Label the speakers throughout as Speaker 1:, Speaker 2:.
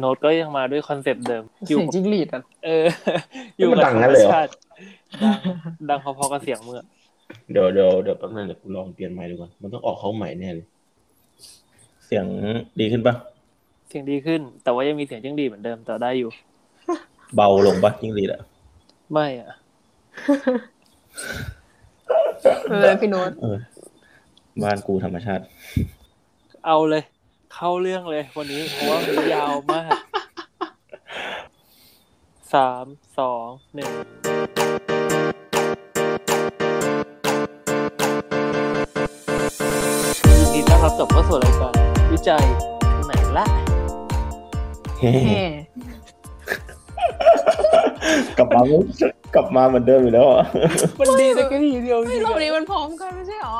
Speaker 1: โน้ตก็ยังมาด้วยคอนเซปต์เดิม อ
Speaker 2: เสี
Speaker 1: ยู่
Speaker 2: ยงจิ้งหรีดอ่ะ
Speaker 1: เออ อยู่กับ
Speaker 3: มันดังงั้นเลยเหร
Speaker 1: ธ
Speaker 3: อ
Speaker 1: มชาติดังดังพอๆกับเสียงเมื่อะ
Speaker 3: เดี๋ยวเดี๋ยวเดี๋ยวแป๊บนึงเดี๋ยวกูลองเปลี่ยนไมค์ดูก่อนมันต้องออกเข้าใหม่แน่เลย เสียงดีขึ้นปะ
Speaker 1: เสียงดีขึ้น แต่ว่ายังมีเสียงจิ้งหรีดเหมือนเดิมแต่ได้อยู่
Speaker 3: เบาลงปะยิ่งดีละ
Speaker 1: ไม่อ่ะ
Speaker 2: เออพี่โน้ต
Speaker 3: เออ บ้านกูธรรมชา ติ
Speaker 1: เอาเลย เข้าเรื่องเลยวันนี้เพราะว่ามันยาวมากสามสองหนึ่งยินดีต้อนรับกลับเข้าสู่รายการวิจัยไหนละ
Speaker 2: แหม
Speaker 3: กลับมากลับมาเหมือนเดิมอยู่แล้วอ่ะ
Speaker 1: มันดีได้แค่ทีเดียวจริ
Speaker 2: ไม่
Speaker 1: ง
Speaker 2: รอบ
Speaker 1: ๆ
Speaker 2: นี้
Speaker 1: อะ
Speaker 2: มันพร้อมกันไม่ใช่หรอ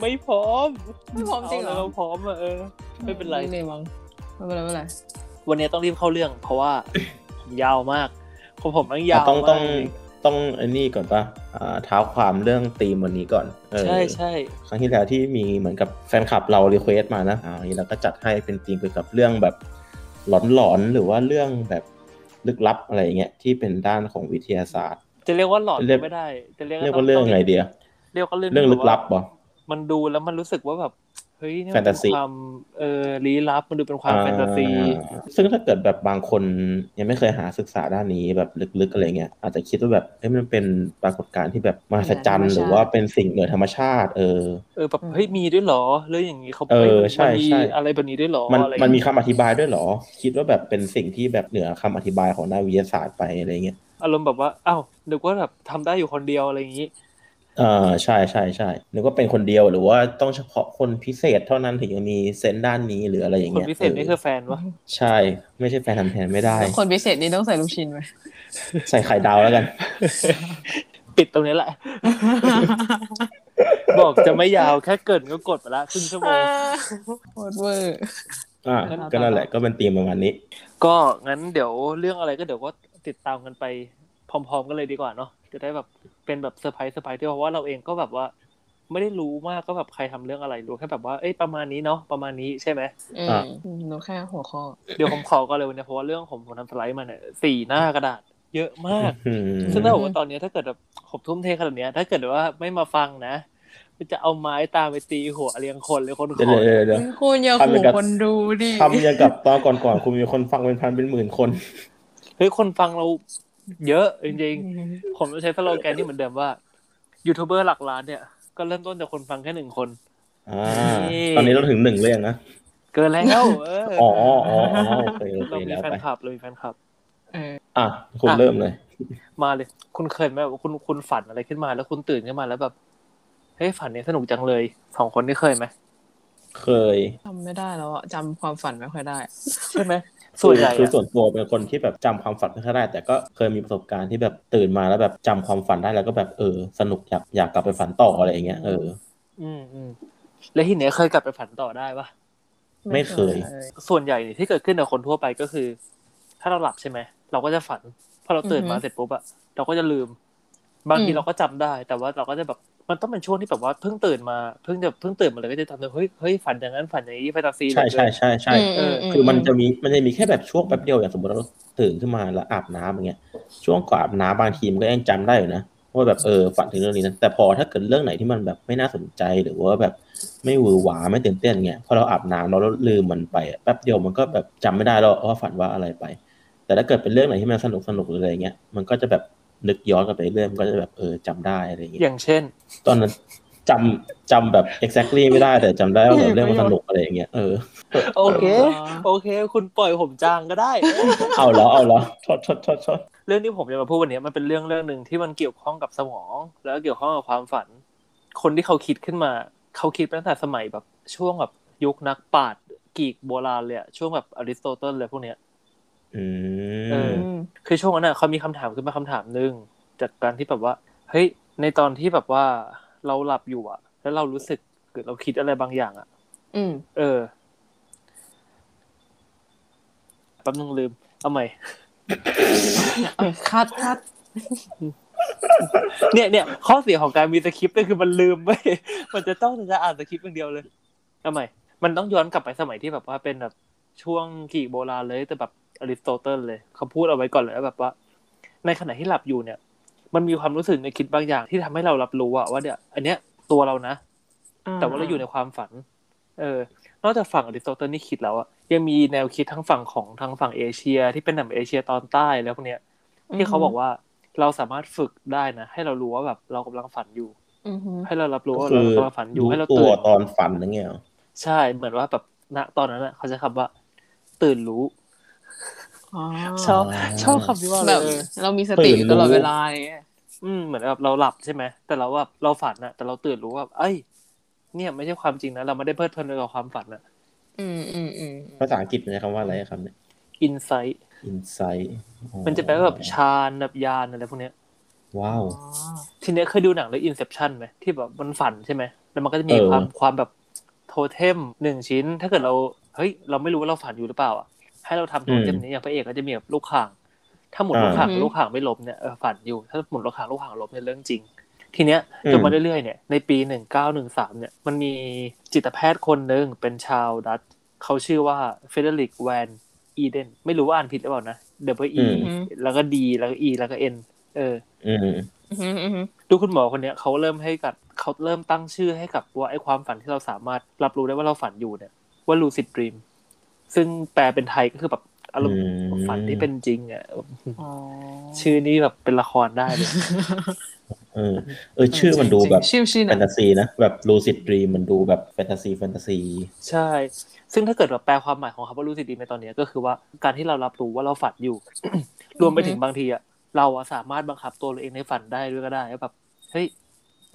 Speaker 1: ไม่พร้อม
Speaker 2: ไม่พร้อมจริงเหรอ
Speaker 1: าแล้วพร้อมอะเออ ไม่เป็นไร
Speaker 2: ไม่เลยมั้งไม่เป็นไรไม่เป็นไร
Speaker 1: วันนี้ต้องรีบเข้าเรื่อง เพราะว่า ยาวมากของผมมันยาว
Speaker 3: ต้อง
Speaker 1: มาก
Speaker 3: ต้องต้องไอันนี้ก่อนปะอ่าเท้าความเรื่องธีมวันนี้ก่อนเออ
Speaker 1: ใช่ใช่
Speaker 3: ครั้งที่แล้วที่มีเหมือนกับแฟนคลับเรารีเควสต์มานะอ่าวันนี้เราก็จัดให้เป็นธีมเกี่ยวกับเรื่องแบบหลอนๆหรือว่าเรื่องแบบลึกลับอะไรอย่างเงี้ยที่เป็นด้านของวิทยาศาสตร์
Speaker 1: จะเรียกว่าหลอน
Speaker 3: เรียก
Speaker 1: ไม่ได้ จะเรียก
Speaker 3: เรียกว่าเรื่องไงเดีย
Speaker 1: เรียกว่าเรื่อง
Speaker 3: เรื่องลึกลับปะ
Speaker 1: มันดูแล้วมันรู้สึกว่าแบบเฮ้ยนี่มัน
Speaker 3: แฟนตาซี
Speaker 1: เป็นความเออลี้ลับมันดูเป็นความแฟนตาซี
Speaker 3: อ่าซึ่งถ้าเกิดแบบบางคนยังไม่เคยหาศึกษาด้านนี้แบบลึกๆอะไรเงี้ยอาจจะคิดว่าแบบเอ้ยมันเป็นปรากฏการณ์ที่แบบมหัศจรรย์หรือว่าเป็นสิ่งเหนือธรรมชาติ เออ
Speaker 1: เออแบบเฮ้ยมีด้วยเหรอเรื่องอย่างนี้เขา
Speaker 3: เออ
Speaker 1: ฮ้ยมัน
Speaker 3: ใช่
Speaker 1: มี
Speaker 3: ใช่
Speaker 1: อะไรแบบนี้ด้วยเหรอ
Speaker 3: มัน
Speaker 1: อะไร
Speaker 3: มันมีคำอธิบายด้วยเหรอ คิดว่าแบบเป็นสิ่งที่แบบเหนือคำอธิบายของด้านวิทยาศาสตร์ไปอะไรเงี้ย
Speaker 1: อารมณ์แบบว่าอ้าวนึกว่าแบบทำได้อยู่คนเดียวอะไรอย่างนี้
Speaker 3: เออใช่ใช่ใช่หรือว่าเป็นคนเดียวหรือว่าต้องเฉพาะคนพิเศษเท่านั้นถึงจะมีเซนส์ด้านนี้หรืออะไรอย่าง
Speaker 1: คน
Speaker 3: เงี้ย
Speaker 1: พิเศษนี่คือแฟนวะ
Speaker 3: ใช่ไม่ใช่แฟนทำแทนไม่ได้
Speaker 2: แล้วคนพิเศษนี่ต้องใส่ลูกชิ้นไหม
Speaker 3: ใส่ไข่ดาวแล้วกัน
Speaker 1: ปิดตรงนี้แหละ บอกจะไม่ยาวแค่เกรินก็กดไปละครึ่งชั่วโมง
Speaker 2: โคตรเวอร์
Speaker 3: อ่าก็นั่นแหละก็เป็นธีมประมาณนี้
Speaker 1: ก็งั้นเดี๋ยวเรื่องอะไรก็เดี๋ยวก็ติดตามกันไปพร้อม ๆ กันเลยดีกว่าเนาะจะได้แบบเป็นแบบเซอร์ไพรส์เซอร์ไพรส์ที่เพราะว่าเราเองก็แบบว่า ไม่ได้รู้มากก็แบบใครทำเรื่องอะไรรู้แค่แบบว่าเอ้ยประมาณนี้เนาะประมาณนี้ใช่ไหม
Speaker 2: อื
Speaker 3: อ่ะ
Speaker 2: มหนูแค่หัวข้อ
Speaker 1: เดี๋ยวผมขอก็เลยวันนี้เพราะว่าเรื่องผมผมทำสไลด์มาเนี่ยสี่หน้ากระดาษ เยอะมาก
Speaker 3: อืม
Speaker 1: ซึ่งถ้าบอกว่าตอนเนี้ยถ้าเกิดแบบผมทุ่มเทขนาดเนี้ยถ้าเกิดว่าไม่มาฟังนะจะเอาไม้ตามไปตีหัวเรียงคนเลยคนข
Speaker 3: เดี๋ย
Speaker 1: อ
Speaker 3: วเดี๋ยวเดี๋ยว
Speaker 2: คุณอย่า
Speaker 3: ทำเป็น
Speaker 2: ขู่
Speaker 3: การ
Speaker 2: คนดูดิ
Speaker 3: ทำอย่างกับตอนก่อนๆคุณมีคนฟังเป็นพันเป็นหมื่นคน
Speaker 1: เฮ้ยคนฟังเราเยอะจริงๆ ผมจะใช้สโลแกนที่เหมือนเดิมว่ายูทูบเบอร์หลักล้านเนี่ยก็เริ่มต้นจากคนฟังแค่หนึ่งคน
Speaker 3: อ่า
Speaker 1: นี่
Speaker 3: ตอนนี้เราถึงหนึ่งเลยงนะ
Speaker 1: เกิน แล้วเออ
Speaker 3: อ๋ออ๋ออ๋อโอเคโอเค
Speaker 1: เรามี
Speaker 3: แล้ว
Speaker 1: แฟน
Speaker 3: ไป
Speaker 1: คลับเรามีแฟนคลับ
Speaker 2: เออ
Speaker 3: อ่ะ คุณ
Speaker 1: อ่ะ
Speaker 3: เริ่มเลย
Speaker 1: มาเลย คุณเคยไหมว่าคุณคุณฝันอะไรขึ้นมาแล้วคุณตื่นขึ้นมาแล้วแบบเฮ้ยฝันเนี้สนุกจังเลยสองคนนี่เคยไหม
Speaker 3: เคย
Speaker 2: จำไม่ได้แล้วอะจำความฝันไม่ค่อยได้
Speaker 1: ใช่ไหมส่วนใหญ่
Speaker 3: คือ
Speaker 1: อะ
Speaker 3: ส่วนตัวเป็นคนที่แบบจำความฝันไม่ค่อยได้ แต่ก็เคยมีประสบการณ์ที่แบบตื่นมาแล้วแบบจำความฝันได้แล้วก็แบบเออ สนุกอยากอยากกลับไปฝันต่ออะไรอย่างเงี้ย เออ
Speaker 1: อืมอืมแล้วทีเนี้ยเคยกลับไปฝันต่อได้ปะ
Speaker 3: ไม่เคย
Speaker 1: ส่วนใหญ่เนี่ยที่เกิดขึ้นกับคนทั่วไปก็คือ ถ้าเราหลับใช่ไหมเราก็จะฝันพอเราตื่นมา
Speaker 2: อือฮึ
Speaker 1: เสร็จปุ๊บอะเราก็จะลืม บางที
Speaker 2: อืม
Speaker 1: เราก็จำได้ แต่ว่าเราก็จะแบบมันต้องเป็นช่วงที่แบบว่าเพิ่งตื่นมาเพิ่งจะเพิ่งตื่นมาเลยก็จะทำเลยเฮ้ยเฮ้ยฝันอย่างนั้นฝันอย่างนี้แฟนตาซีเหลือ
Speaker 3: ใช่
Speaker 1: เกิน
Speaker 3: ใช่ใช่ใช่
Speaker 1: เออ
Speaker 3: คือมันจะมีมันจะมีแค่แบบช่วงแป๊บเดียวอย่างสมมติเราตื่นขึ้นมาแล้วอาบน้ำอย่างเงี้ยช่วงก่อนอาบน้ำบางทีมันก็ยังจำได้อยู่นะว่าแบบเออฝันถึงเรื่องนี้นะแต่พอถ้าเกิดเรื่องไหนที่มันแบบไม่น่าสนใจหรือว่าแบบไม่หวือหวาไม่ตื่นเต้นเงี้ยพอเราอาบน้ำเราแล้วลืมมันไปอะแป๊บเดียวมันก็แบบจำไม่ได้แล้วว่าฝันว่าอะไรไป แต่ถ้าเกิดเป็นเรื่องไหนที่มันสนุกสนุกหรืออะไรเงี้ยมันก็จะแบบนึกย้อนกลับไปเรื่อยมันก็จะแบบเออจำได้อะไรอย่างเงี้ย
Speaker 1: อย่างเช่น
Speaker 3: ตอนนั้นจำจำแบบ exactly ไม่ได้แต่จำได้ว่าแบบเรื่องมันสนุกอะไรอย่างเงี้ยเออ
Speaker 1: โอเค
Speaker 2: อ๋อ
Speaker 1: โอเค คุณปล่อยผมจางก็ได้
Speaker 3: เอาแล้วเอาแล้วชดชดชดชด
Speaker 1: เรื่องที่ผมจะมาพูดวันนี้มันเป็นเรื่องเรื่องหนึ่งที่มันเกี่ยวข้องกับสมอง แล้วก็เกี่ยวข้องกับความฝัน คนที่เขาคิดขึ้นมา เขาคิดมาตั้งแต่สมัยแบบช่วงแบบยุคนักปราชญ์กรีกโบราณเลยอะช่วงแบบอริสโตเติลเลยพวกเนี้ย
Speaker 3: อื
Speaker 1: เออ
Speaker 3: ม
Speaker 1: คือช่วงนั้นน่ะเขามีคำถามขึ้นมาคำถามหนึ่งจากการที่แบบว่าเฮ้ยในตอนที่แบบว่าเราหลับอยู่อะแล้วเรารู้สึกเกิดเราคิดอะไรบางอย่างอะ
Speaker 2: อืม
Speaker 1: เออแป๊บนึงลืมเอาใหม่
Speaker 2: เออคัดคัด
Speaker 1: เนี่ยเนี่ยข้อเสียของการมีสคริปต์ก็คือมันลื มไป มันจะต้องจะอ่านสคริปต์อย่างเดียวเลยทำไมมันต้องย้อนกลับไปสมัยที่แบบว่าเป็นแบบ ช่วงกรีกโบราณเลย แต่แบบอริสโตเติลเลย เขาพูดเอาไว้ก่อนเลยว่าแบบว่า ในขณะที่หลับอยู่เนี่ย มันมีความรู้สึกในคิดบางอย่างที่ทำให้เรารับรู้อะว่าเนี่ยอันเนี้ยตัวเรานะ แต่ว่าเราอยู่ในความฝัน เออ นอกจากฝั่งอริสโตเติลนี่คิดแล้วอะยังมีแนวคิดทั้งฝั่งของทางฝั่งเอเชียที่เป็นหนังเอเชียตอนใต้แล้วพวกเนี้ยที่เขาบอกว่าเราสามารถฝึกได้นะ ให้เรารู้ว่าแบบเรากำลังฝันอยู่
Speaker 2: อือหือ
Speaker 1: ให้เรารับรู้
Speaker 3: ก็
Speaker 1: ว่า
Speaker 3: คือก
Speaker 1: เราำลังฝันอยู่
Speaker 3: รู้
Speaker 1: ให้เรา
Speaker 3: ตั
Speaker 1: ตื่
Speaker 3: วน ตอนฝันนั่นเงี้ยเหรอ
Speaker 1: ใช่เหมือนว่าแบบณตอนนั้นอะเขาใช้คำว่า ตื่นรู้
Speaker 2: อ๋อ
Speaker 1: ชอบชอบคำที่ว่า
Speaker 2: แบ
Speaker 1: เลย
Speaker 2: บ
Speaker 1: เออ
Speaker 2: เรามีสติอยู่ตลอดเวลาอย่างเงี้ย
Speaker 1: อืมเหมือนแบบเราหลับใช่ไหมแต่เราแบบเราฝันอะแต่เราตื่นรู้ว่า เอ้ย เนี่ยไม่ใช่ความจริงนะเราไม่ได้เพลิดเพลินไปกับความฝันอะ
Speaker 2: อืมอืมอืม
Speaker 3: ภาษาอังกฤษมันใช้คำว่าอะไรครับเนี่ย
Speaker 1: อินไซต์
Speaker 3: insight อ๋อ
Speaker 1: มันจะแปลว่าแบบฌานแบบญาณอะไรพวกเนี้ย
Speaker 3: ว้าว
Speaker 2: อ๋อ
Speaker 1: ทีเนี้ยเคยดูหนังเรื่อง Inception ไหมที่แบบมันฝันใช่ไหมแล้วมันก็จะมี
Speaker 3: เออ
Speaker 1: ความความแบบโทเทมหนึ่งชิ้น ถ้าเกิดเราเฮ้ยเราไม่รู้ว่าเราฝันอยู่หรือเปล่าอ่ะให้เราทำโทเทมนี้อย่างพระเอกก็จะมีแบบลูกข่าง ถ้าหมุนลูกข่างลูกข่างไม่ล้มเนี่ยเออฝันอยู่ถ้าหมุนลูกข่างลูกข่างล้มเนี่ยเรื่องจริง ทีเนี้ยจนมาเรื่อยๆเนี่ยในปีหนึ่งเก้าหนึ่งสามเนี่ยมันมีจิตแพทย์คนหนึ่งเป็นชาวดัตช์เขาชื่อว่าเฟเดริกแวนอีเดนไม่รู้ว่าอ่านผิดหรือเปล่านะ W E แล้วก็ D แล้วก็ E แล้วก็ N เออ
Speaker 3: อืม
Speaker 2: อือหืออือหือ
Speaker 1: ดูคุณหมอคนเนี้ยเขาเริ่มให้กับเขาเริ่มตั้งชื่อให้กับว่าไอ้ความฝันที่เราสามารถรับรู้ได้ว่าเราฝันอยู่เนี่ยว่า lucid dream ซึ่งแปลเป็นไทยก็คือแบบอารมณ์
Speaker 3: อืม
Speaker 1: ฝันที่เป็นจริงอ่ะ
Speaker 2: อ๋อ
Speaker 1: ชื่อนี้แบบเป็นละครได้เลย
Speaker 3: เออเออ ชื่อมันดูแบบ
Speaker 2: ชื่อชื่อห
Speaker 3: แฟ
Speaker 2: นัง
Speaker 3: นตาซีนะ แบบ lucid dream มันดูแบบแฟนตาซีแฟนตาซี
Speaker 1: ใช่ ซึ่งถ้าเกิดแบบแปลความหมายของคำว่า lucid dream ในตอนเนี้ยก็คือว่าการที่เรารับรู้ว่าเราฝันอยู่ รวมไปถึงบางทีอ่ะเราอะสามารถบังคับตัวเราเองในฝันได้ด้วยก็ได้ว่าแบบเฮ้ย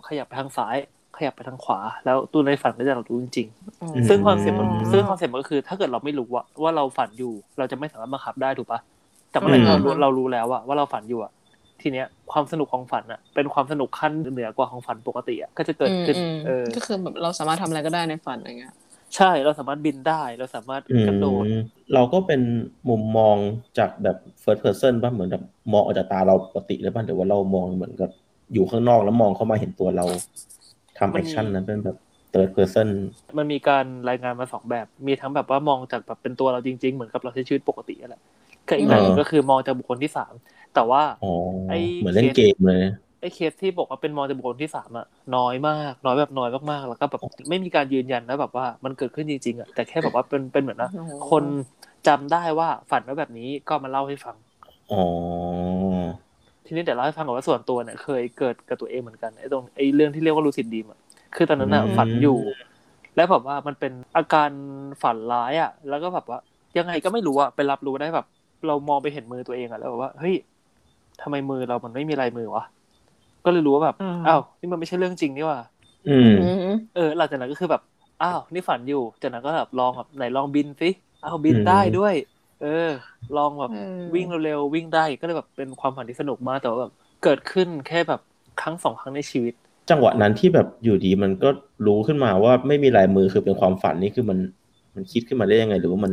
Speaker 1: ขยับไปทางซ้าย ขยับไปทางขวา แล้วตัวในฝันก็จะรับรู้จริงๆ
Speaker 3: อืม
Speaker 1: ซึ่งความเสี่ยงมัน
Speaker 2: อืม
Speaker 1: ซึ่งความเสี่ยงมันก็คือ ถ้าเกิดเราไม่รู้ว่าว่าเราฝันอยู่ เราจะไม่สามารถบังคับได้ถูกปะแต่เมื่อไหร่ที่เรารู้เรารู้แล้วอะว่าเราฝันอยู่อะทีเนี้ยความสนุกของฝันอะเป็นความสนุกขั้นเหนือกว่าของฝันปกติอะก็จะเกิดขึ้น
Speaker 2: อืม
Speaker 1: เออ
Speaker 2: ก็คือแบบเราสามารถทำอะไรก็ได้ในฝันอะไรเงี้ย
Speaker 1: ใช่เราสามารถบินได้เราสามารถ
Speaker 3: อืม
Speaker 1: กระโดด
Speaker 3: เราก็เป็นมุมมองจากแบบ first person ป่ะเหมือนแบบมองออกจากตาเราปกติเลยป่ะหรือว่าเรามองเหมือนกับอยู่ข้างนอกแล้วมองเข้ามาเห็นตัวเราทำแอคชั่นนั้นเป็นแบบ third person
Speaker 1: มันมีการรายงานมาสองแบบ มีทั้งแบบว่ามองจากแบบเป็นตัวเราจริง ๆ เหมือนกับเราใช้ชีวิตปกตินั่นแหละกับอีกแบบหนึ่ง
Speaker 3: เออ
Speaker 1: ก็คือมองจากบุคคลที่สามแต่ว่า
Speaker 3: อ๋อ
Speaker 1: ไอ้
Speaker 3: เหมือนเล่นเกมเลย
Speaker 1: ไอ้เคสที่บอกว่าเป็นมอเตอร์บุคคลที่สามอะน้อยมาก น้อยแบบน้อยมากๆ แล้วก็แบบไม่มีการยืนยันนะแบบว่ามันเกิดขึ้นจริงๆอะแต่แค่แบบว่าเป็นเป็นเหมือนนะ
Speaker 2: โอ้โห
Speaker 1: คนจำได้ว่าฝันว่าแบบนี้ก็มาเล่าให้ฟัง
Speaker 3: อ๋อ
Speaker 1: ทีนี้เดี๋ยวเล่าให้ฟังก่อนว่าส่วนตัวเนี่ยเคยเกิดกับตัวเองเหมือนกันไอ้ตรงไอ้เรื่องที่เรียกว่าลูซิดดีมอะคือตอนนั้นอะ
Speaker 3: อืม
Speaker 1: ฝันอยู่ แล้วแบบว่ามันเป็นอาการฝันร้ายอะแล้วก็แบบว่า ยังไงก็ไม่รู้อะไปรับรู้ได้แบบ เรามองไปเห็นมือตัวเองอะแล้วแบบว่าเฮ้ยทำไมมือเรามันไม่มีลายมือวะก็เลยรู้ว่าแบบ
Speaker 2: อ่า
Speaker 1: อ้าวนี่มันไม่ใช่เรื่องจริงนี่หว่า
Speaker 3: อืม
Speaker 2: อืม
Speaker 1: เออหลังจากนั้นก็คือแบบอ้าวนี่ฝันอยู่จากนั้นก็แบบลองแบบไหนลองบินสิอ้าวบิน
Speaker 3: อืม
Speaker 1: ได้ด้วย เออ ลองแบบ
Speaker 2: เออ
Speaker 1: วิ่งเร็วๆวิ่งได้ก็เลยแบบเป็นความฝันที่สนุกมากแต่ว่าแบบเกิดขึ้นแค่แบบครั้งสองครั้งในชีวิต
Speaker 3: จังหวะนั้นที่แบบอยู่ดีมันก็รู้ขึ้นมาว่าไม่มีลายมือคือเป็นความฝันนี่คือมันมันคิดขึ้นมาได้ยังไง หรือว่ามัน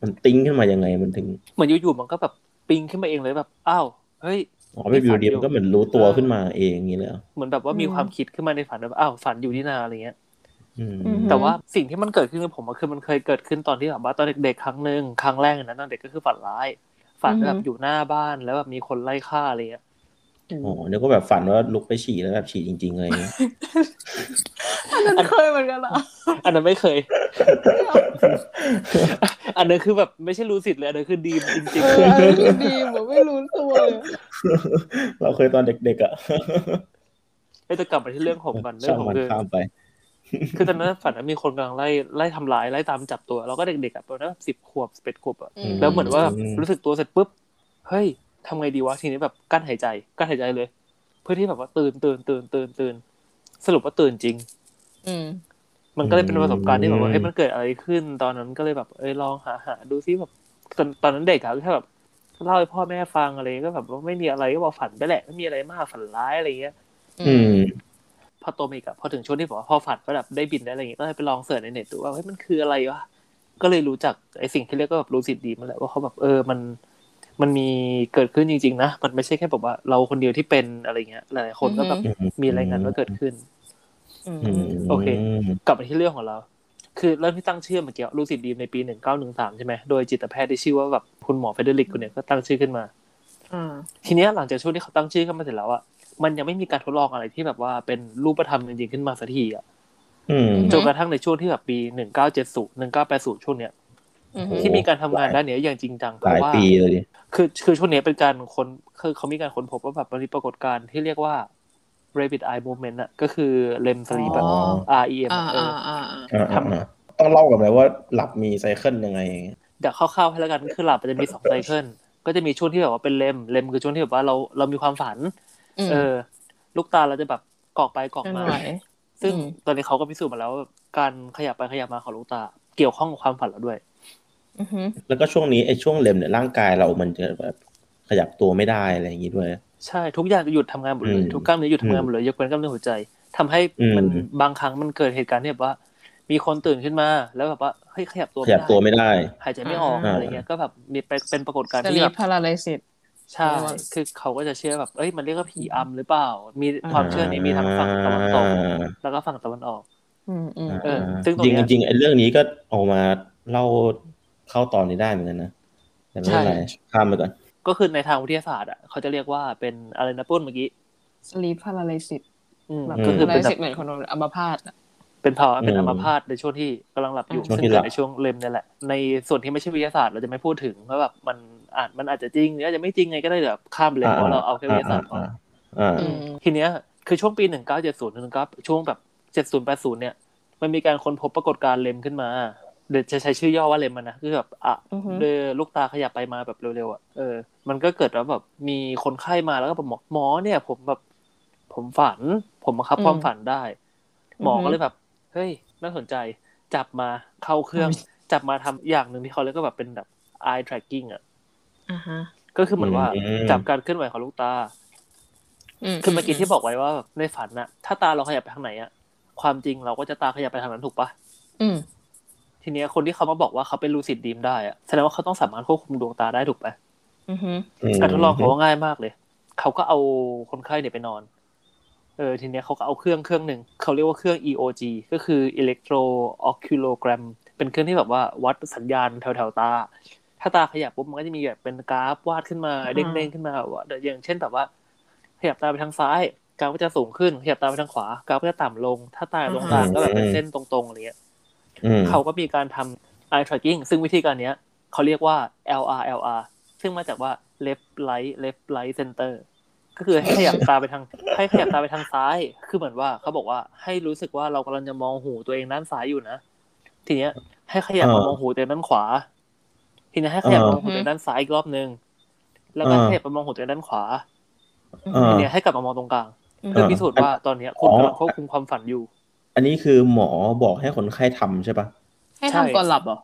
Speaker 3: มันติ้งขึ้นมายังไงมันถึง
Speaker 1: เหมือนอยู่ๆมันก็แบบปิ๊งขึ้นมาเองเลยแบบอ้าวเฮ้ย
Speaker 3: อ๋อไม่อยู่ดีมันก็เหมือนรู้ตัว
Speaker 1: เออ
Speaker 3: ขึ้นมาเองอย่างนี้เลยเหรอ
Speaker 1: เหมือนแบบว่ามีความคิดขึ้นมาในฝันแบบอ้าวฝันอยู่นี่นาอะไรเงี้ย
Speaker 3: อืม
Speaker 2: อืม
Speaker 1: แต่ว่าสิ่งที่มันเกิดขึ้นกับผมอะคือมันเคยเกิดขึ้นตอนที่แบบว่าตอนเด็กๆครั้งหนึ่งครั้งแรกเลยนะตอนเด็กก็คือฝันร้าย ฝันแบบ
Speaker 2: อือฮึ
Speaker 1: อยู่หน้าบ้านแล้วแบบมีคนไล่ฆ่าอะไรเงี้ย
Speaker 3: อ๋อนึกว่าแบบฝันว่าลุกไปฉี่แล้วแบบฉี่จริงๆอะไรอย่างเงี้ ย
Speaker 2: อันนั้นเคยเหมือนกันละ
Speaker 1: อันนั้นไม่เคย อันนั้นคือแบบไม่ใช่รู้สิทธิ์เลยอันนั้นคือดีมจริง
Speaker 2: เอออันนั้นคือดีแบบไม่รู้ตัวเลย
Speaker 3: เราเคยตอนเด็กๆอ่ะ
Speaker 1: ๆไอ้ยแต่กลับมาที่เรื่องผมก่อนเรื่อ
Speaker 3: ช่าง ง
Speaker 1: ผม
Speaker 3: มัน
Speaker 1: คือ
Speaker 3: ข้ามไป
Speaker 1: คือตอนนั้นฝันว่ามีคนกำลังไล่ไล่ทำร้ายไล่ตามจับตัวเราก็เด็กๆอ่ะตอนนั้นสิบขวบสิบเอ็ดขวบอ่ะ
Speaker 3: ม
Speaker 1: แล้วเหมือนว่าแบบ
Speaker 3: อืม
Speaker 1: รู้สึกตัวเสร็จปุ๊บเฮ้ยทำไงดีวะทีนี้แบบกั้นหายใจกั้นหายใจเลย เพื่อที่แบบว่าตื่นตื่นตื่นตื่นตื่นสรุปว่าตื่นจริง
Speaker 2: อืม
Speaker 1: มันก็เลยเป็นประสบการณ์ที่แบบว่า
Speaker 3: อืม
Speaker 1: เอ้ยมันเกิดอะไรขึ้น ตอนนั้นก็เลยแบบเอ้ยลองหาหาดูซิแบบตอนตอนนั้นเด็กอะก็แค่แบบเล่าให้พ่อแม่ฟังอะไรก็แบบว่าไม่มีอะไรก็บอกฝันไปแหละไม่มีอะไรมากฝันร้ายอะไรเงี้ย
Speaker 3: อืม
Speaker 1: พอโตมาอีกอะพอถึงช่วงที่บอกว่าพอฝันก็แบบได้บินได้อะไรเงี้ยก็เลยไปลองเสิร์ชในเน็ตดูว่าเฮ้ยมันคืออะไรวะก็เลยรู้จักไอ้สิ่งที่เรียกก็แบบรู้สิทธิ์ดีมันแหละว่าเขาแบบเออมัน มันมีเกิดขึ้นจริงๆนะมันไม่ใช่แค่แบบว่าเราคนเดียวที่เป็นอะไรเงี้ยหลายๆคนก็แบบ
Speaker 3: อือฮึ
Speaker 1: มีรายงานว่าเกิดขึ้น
Speaker 2: อืม
Speaker 3: อืม
Speaker 1: โอเค กลับมาที่เรื่องของเรา คือเริ่มที่ตั้งชื่อเมื่อกี้ลูซิดดีมในปี 1913 ใช่ไหมโดยจิตแพทย์ที่ชื่อว่าแบบคุณหมอเฟเดริกคนเนี้ยก็ตั้งชื่อขึ้นมา
Speaker 2: อ่า
Speaker 1: ทีเนี้ยหลังจากช่วงที่เขาตั้งชื่อขึ้นมาเสร็จแล้วอะมันยังไม่มีการทดลองอะไรที่แบบว่าเป็นรูปธรรมจริงๆขึ้นมาสักทีอะ
Speaker 3: อืม
Speaker 2: อืม
Speaker 1: จนกระทั่งในช่วงที่แบบปี 1970 1980 ช่วงเนี้ย
Speaker 2: อืม
Speaker 3: โอ้
Speaker 1: ที่มีการทำงานด้านเนี้ยอย่างจริงจังเพ
Speaker 3: หลา
Speaker 1: ราะ
Speaker 3: ย
Speaker 1: ว่า
Speaker 3: ปีเลยดิ
Speaker 1: คือคือช่วงเนี้ยเป็นการคนคือเขามีการค้นพบว่าแบบมันมีปรากฏการณ์ที่เรียกว่า rapid eye movement อะก็คือเลมสลีป REM
Speaker 2: อ่า
Speaker 1: อะเอ
Speaker 2: อ่า
Speaker 1: อ
Speaker 2: อ่าอ่า
Speaker 3: อ่า
Speaker 1: ทำ
Speaker 3: อ่าต้องเล่าก่อนไหมว่าหลับมีไซเคิลยังไงอย่างเงี้ย
Speaker 1: เดี๋ยวคร่าวๆให้แล้วกันคือหลับมันจะมีสองไซเคิลก็จะมีช่วงที่แบบว่าเป็นเลมเลมคือช่วงที่แบบว่าเราเรามีความฝัน เออ ลูกตาเราจะแบบกรอกไปกรอกมา ซึ่ง
Speaker 2: อืม
Speaker 1: ตอนนี้เขาก็พิสูจน์มาแล้วว่าการขยับไปขยับมาของลูกตา เกี่ยวข้องกับความฝันเราด้วย
Speaker 2: อือหือ
Speaker 3: แล้วก็ช่วงนี้ไอ้ช่วงเล็มเนี่ยร่างกายเรามันจะแบบขยับตัวไม่ได้อะไรอย่างงี้ด้วย
Speaker 1: ใช่ทุกอย่างจะหยุดทำงานหมดเลย
Speaker 3: อืม
Speaker 1: ทุกกล้ามเนื้อหยุดทำงานหมดเลยยกเว้นกล้ามเนื้อหัวใจทำให้มัน
Speaker 3: อืม
Speaker 1: บางครั้งมันเกิดเหตุการณ์ที่แบบว่า มีคนตื่นขึ้นมา แล้วแบบว่าเฮ้ยขยับตัว
Speaker 3: ขยับตัวไม่ได้
Speaker 1: หายใจไม่ออก
Speaker 3: อ่า
Speaker 1: อะไรเงี้ยก็แบบมีไปเป็นปรากฏการณ์
Speaker 2: ส
Speaker 1: ที่
Speaker 2: ลี
Speaker 1: แบ
Speaker 2: ป
Speaker 1: บ
Speaker 2: พาราไลซิส
Speaker 1: ใช่
Speaker 2: เรียกว่า
Speaker 1: คือเขาก็จะเชื่อแบบเอ้ยมันเรียกว่าผีอำหรือเปล่า มีความเชื่อนี้มีทั้งฝั่งตะวันตกแล้วก็ฝั่งตะวันออก
Speaker 2: อืมอืม
Speaker 1: เออซึ่งตรง
Speaker 3: จริง
Speaker 1: เนี้ย
Speaker 3: จริงๆไอ้เรื่องนี้ก็เอามาเล่าเข้าตอนนี้ได้เหมือนกันนะแต่ไม่เป็นไร
Speaker 1: ใช่
Speaker 3: ข้ามไปก่อน
Speaker 1: ก็คือในทางวิทยาศาสตร์อ่ะเขาจะเรียกว่าเป็นอะไรนะปุ้นเมื่อกี้
Speaker 2: สลีปพาราไลซิส
Speaker 1: อืม
Speaker 2: แบบ
Speaker 1: ก็คือ
Speaker 2: พารา
Speaker 1: เป็นแบบ
Speaker 2: ไลซิสเหมือนคนอัมพาตอะ
Speaker 1: เป็นภาวะเป็น
Speaker 3: อืม
Speaker 1: อัมพาตในช่วงที่กำลังหลับอยู่
Speaker 3: ช่วง
Speaker 1: ซึ่ง
Speaker 3: ที่ห
Speaker 1: เกิ
Speaker 3: ลั
Speaker 1: ด
Speaker 3: บ
Speaker 1: ในช่วงเลมเนี่ยแหละ ในส่วนที่ไม่ใช่วิทยาศาสตร์เราจะไม่พูดถึงเพราะแบบมันอาจมันอาจจะจริงหรืออาจจะไม่จริงไงก็ได้เดี๋ยวข้ามไปเลยเพราะเราเอาแค่วิทยาศาสตร์พออ
Speaker 3: อ่า
Speaker 2: อืม
Speaker 1: ทีเนี้ยคือช่วงปี 1970ถึง19ช่วงแบบ 70 80 เนี่ย มันมีการค้นพบปรากฏการณ์เลมขึ้นมาเดี๋ยวจะใช้ชื่อย่อว่าเลมมันนะคือแบบอ่ะ
Speaker 2: อือฮึ
Speaker 1: เดอลูกตาขยับไปมาแบบเร็วๆอ่ะเออมันก็เกิดแล้วแบบมีคนไข้มาแล้วก็แบบบอกหมอเนี่ย ผมแบบผมฝัน ผมบังคับความฝันได้ หมอก็เลยแบบ เฮ้ย น่าสนใจ จับมาเข้าเครื่อง จับมาทำอย่างหนึ่งที่เขาเรียกก็แบบเป็นแบบ eye tracking อ่ะ
Speaker 2: อ่าฮะ
Speaker 1: ก็คือเหมือนว่า
Speaker 3: อืม
Speaker 1: จับการเคลื่อนไหวของลูกตา คือเมื่อกี้ที่บอกไว้ว่าแบบในฝันน่ะ ถ้าตาเราขยับไปทางไหนอ่ะ ความจริงเราก็จะตาขยับไปทางนั้นถูกปะ
Speaker 2: อืม
Speaker 1: ทีเนี้ยคนที่เขามาบอกว่าเขาเป็นลูซิดดีมได้อ่ะ แสดงว่าเขาต้องสามารถควบคุมดวงตาได้ถูกปะ
Speaker 2: อือหือ
Speaker 1: การทดลองเขาว่าง่ายมากเลย เขาก็เอาคนไข้เนี่ยไปนอน เออ ทีเนี้ยเขาก็เอาเครื่องเครื่องหนึ่ง เขาเรียกว่าเครื่อง EOG ก็คือ electrooculogram เป็นเครื่องที่แบบว่าวัดสัญญาณแถวๆตา ถ้าตาขยับปุ๊บมันก็จะมีแบบเป็นกราฟวาดขึ้นมา
Speaker 2: อ่า
Speaker 1: เด้งๆขึ้นมาว่าอย่างเช่นแบบว่า ขยับตาไปทางซ้าย กราฟก็จะสูงขึ้น ขยับตาไปทางขวากราฟก็จะต่ำลง ถ้าตาตรงกลางก็แบบเป็นเส้นตรงๆอะไรเงี้ย เขาก็มีการทำ eye tracking ซึ่งวิธีการเนี้ยเขาเรียกว่า LR LR ซึ่งมาจากว่า left right left right center ก็คือให้ขยับตาไปทาง ให้ขยับตาไปทางซ้าย คือเหมือนว่าเขาบอกว่าให้รู้สึกว่าเรากำลังจะมองหูตัวเองด้านซ้ายอยู่นะ ทีเนี้ยให้ขยั
Speaker 3: อ่าม
Speaker 1: บามองหูตัวเองด้านขวา ทีเนี้ยให้ขยับมาม
Speaker 3: อ่าม
Speaker 1: องหูตัวเองด้านซ้ายอีกรอบนึง แล้วก็
Speaker 3: อ่า
Speaker 1: ขยับมามองหูตัวเองด้านขวา
Speaker 3: อ่า
Speaker 1: ทีเนี้ยให้กลับมามองตรงกลาง
Speaker 2: อืม
Speaker 1: เพื่อพิสูจน์ว่าตอนเนี้ยคุณ
Speaker 3: อ๋อ
Speaker 1: กำลังควบคุมความฝันอยู่
Speaker 3: อันนี้คือหมอบอกให้คนไข้ทำใช่ปะ
Speaker 2: ให้
Speaker 1: ใช่
Speaker 2: ทำก่อนหลับเหรอ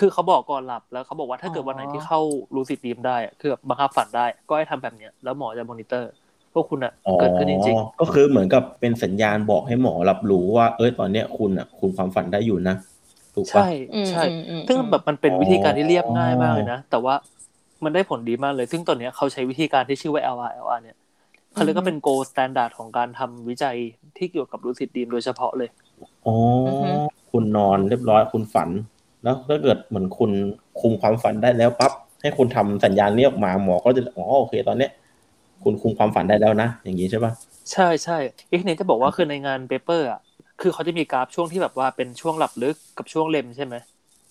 Speaker 1: คือเขาบอกก่อนหลับแล้วเขาบอกว่าถ้าเกิด
Speaker 2: อ๋อ
Speaker 1: วันไหนที่เข้ารู้สิดีมได้อะคือแบบบังคับฝันได้ ก็ให้ทำแบบเนี้ยแล้วหมอจะมอนิเตอร์ว่าคุณอ่ะ
Speaker 3: อ๋อ
Speaker 1: เกิดขึ้นจริง
Speaker 3: ก็คือเหมือนกับเป็นสัญญาณบอกให้หมอรับรู้ว่า เอ้ยตอนเนี้ยคุณอ่ะ คุณความฝันได้อยู่นะ ถูก
Speaker 1: ๆ
Speaker 3: ปะ
Speaker 1: ใช่
Speaker 2: อืม
Speaker 1: ใช่
Speaker 2: อืมอืม
Speaker 1: ซึ่งแบบมันเป็นวิธีการที่เรียบ
Speaker 3: อ๋อ
Speaker 1: ง่ายมากเลยนะ แต่ว่ามันได้ผลดีมากเลย ซึ่งตอนเนี้ยเขาใช้วิธีการที่ชื่อว่า LR LR เนี่ยเขาเลยกก็เป็น gold standard ของการทำวิจัยที่เกี่ยวกับรู้สิดีมโดยเฉพาะเลย
Speaker 3: อ๋ออคุณนอนเรียบร้อยคุณฝัน แล้วถ้าเกิดเหมือนคุณคุมความฝันได้แล้วปั๊บให้คุณทำสัญญาณนี้ออกมาหมอก็จะอ๋อโอเคตอนเนี้ย คุณคุมความฝันได้แล้วนะอย่างนี้ใช่ปะ
Speaker 1: ใช่ใช่อีกเนี่ยจะบอกว่าคือในงานเปเปอร์อ่ะคือเขาจะมีกราฟช่วงที่แบบว่าเป็นช่วงหลับลึกกับช่วงเลมใช่ไหม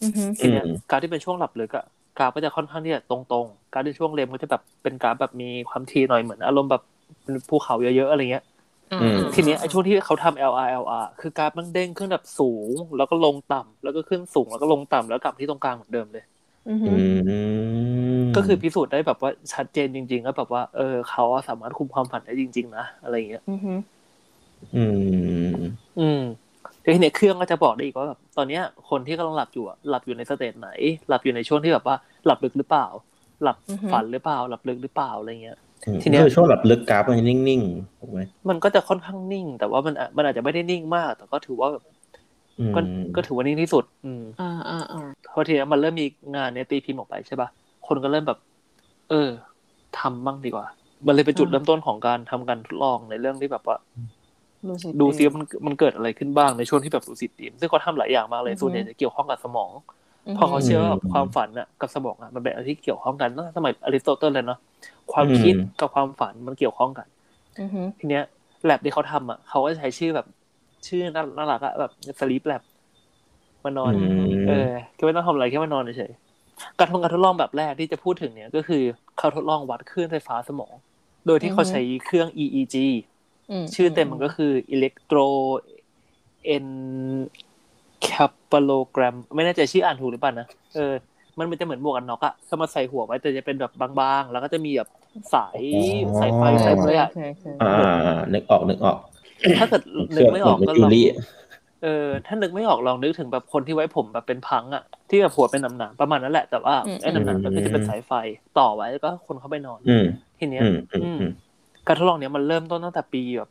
Speaker 2: อือหือ
Speaker 1: ทีเนี้ย
Speaker 3: อืม
Speaker 1: กราฟที่เป็นช่วงหลับลึกอะกราฟก็จะค่อนข้างที่จะตรงๆ กราฟที่ช่วงเลมก็จะแบบเป็นกราฟแบบมีความทีหน่อยเหมือนอารมณ์แบบเป็นภูเขาเยอะๆอะไรเงี้ย
Speaker 2: อื
Speaker 3: ม
Speaker 1: ทีเนี้ยไอ้ช่วงที่เขาทำ LR LR คือกราฟมันเด้งขึ้นแบบสูง แล้วก็ลงต่ำแล้วก็ขึ้นสูงแล้วก็ลงต่ำแล้วกลับที่ตรงกลางเหมือนเดิมเลย
Speaker 2: อือหื
Speaker 3: อื
Speaker 2: อ
Speaker 3: ม
Speaker 1: ก็คือพิสูจน์ได้แบบว่าชัดเจนจริงๆก็แบบว่าเออเขาอะสามารถคุมความฝันได้จริง ๆ นะอะไรเงี้ย
Speaker 2: อือหือ
Speaker 3: อืม
Speaker 1: อืมแล้วทีเนี้ยเครื่องก็จะบอกได้อีกว่าแบบตอนเนี้ยคนที่กำลังหลับอยู่อะหลับอยู่ในสเตจไหน หลับอยู่ในช่วงที่แบบว่าหลับลึกหรือเปล่า หลับ
Speaker 2: อือฮึ
Speaker 1: ฝันหรือเปล่า หลับลึกหรือเปล่าอะไรเงี้ย
Speaker 3: อืม
Speaker 1: ทีเนี้ย
Speaker 3: คือช่วงหลับลึกกราฟมันนิ่งๆถูกไหม
Speaker 1: มันก็จะค่อนข้างนิ่ง แต่ว่ามันอะมันอาจจะไม่ได้นิ่งมาก แต่ก็ถือว่าแบบ
Speaker 3: อืม
Speaker 1: ก็ก็ถือว่านิ่งที่สุด อืม
Speaker 2: อ่าอ่าอ่า
Speaker 1: เพราะทีเนี้ยมันเริ่มมีงานเนี่ยตีพิมพ์ออกไปใช่ปะคนก็เริ่มแบบ เออทำบ้างดีกว่า มันเลยเป็นจุดเริ่มต้นของการทำการทดลองในเรื่องที่แบบว่า
Speaker 2: ดูสิ
Speaker 1: ดูซิว่ามันมันเกิดอะไรขึ้นบ้างในช่วงที่แบบลูซิดดีมซึ่งเขาทำหลายอย่างมากเลยส่วนใหญ่จะเกี่ยวข้องกับสมอง เพอเขาเชื่อว่าความฝันน่ะกับสมองอ่ะมันเป็นอะไรที่เกี่ยวข้องกันตั้งแต่สมัยอริสโตเติลเลยเนาะความคิด
Speaker 3: อืม
Speaker 1: กับความฝันมันเกี่ยวข้องกัน
Speaker 2: อือฮึ
Speaker 1: ทีเนี้ยแลบที่เขาทำอ่ะเขาก็จะใช้ชื่อแบบชื่อน่าน่ารักอะแบบสลีปแลบมานอน
Speaker 3: อืม
Speaker 1: เออแค่ไม่ต้องทำอะไรแค่มานอนเฉยๆการทำการทดลองแบบแรกที่จะพูดถึงเนี่ยก็คือเขาทดลองวัดคลื่นไฟฟ้าสมอง โดยที่เขาใช้เครื่อง EEG
Speaker 2: ม
Speaker 1: ชื่อเต็มมันก็คือ electro encephalogram ไม่แน่ใจชื่ออ่านถูกหรือเปล่านะ เออ มันมันจะเหมือนหมวกกันน็อกอะถ้ามาใส่หัวไว้แต่จะเป็นแบบบางๆ แล้วก็จะมีแบบสาย
Speaker 3: อ๋อ
Speaker 1: สายไฟสาย
Speaker 2: โอ
Speaker 1: อะไรอะ
Speaker 2: เคโอเค
Speaker 3: อ่านึกออกนึกออก
Speaker 1: ถ้าเกิดนึกไม่ออกก็
Speaker 3: จู
Speaker 1: ลอง
Speaker 3: ลี่
Speaker 1: เออ ถ้านึกไม่ออกลองนึกถึงแบบคนที่ไว้ผมแบบเป็นพังอะที่แบบหัวเป็นหนามๆประมาณนั้นแหละ แต่ว่าไอ้หนามๆมันก็จะเป็นสายไฟต่อไว้แล้วก็คนเข้าไปนอน
Speaker 3: อืม
Speaker 1: ทีเนี้ย
Speaker 3: อืมอืมอืม
Speaker 1: การทดลองเนี้ยมันเริ่มต้นตั้งแต่ปีแบบ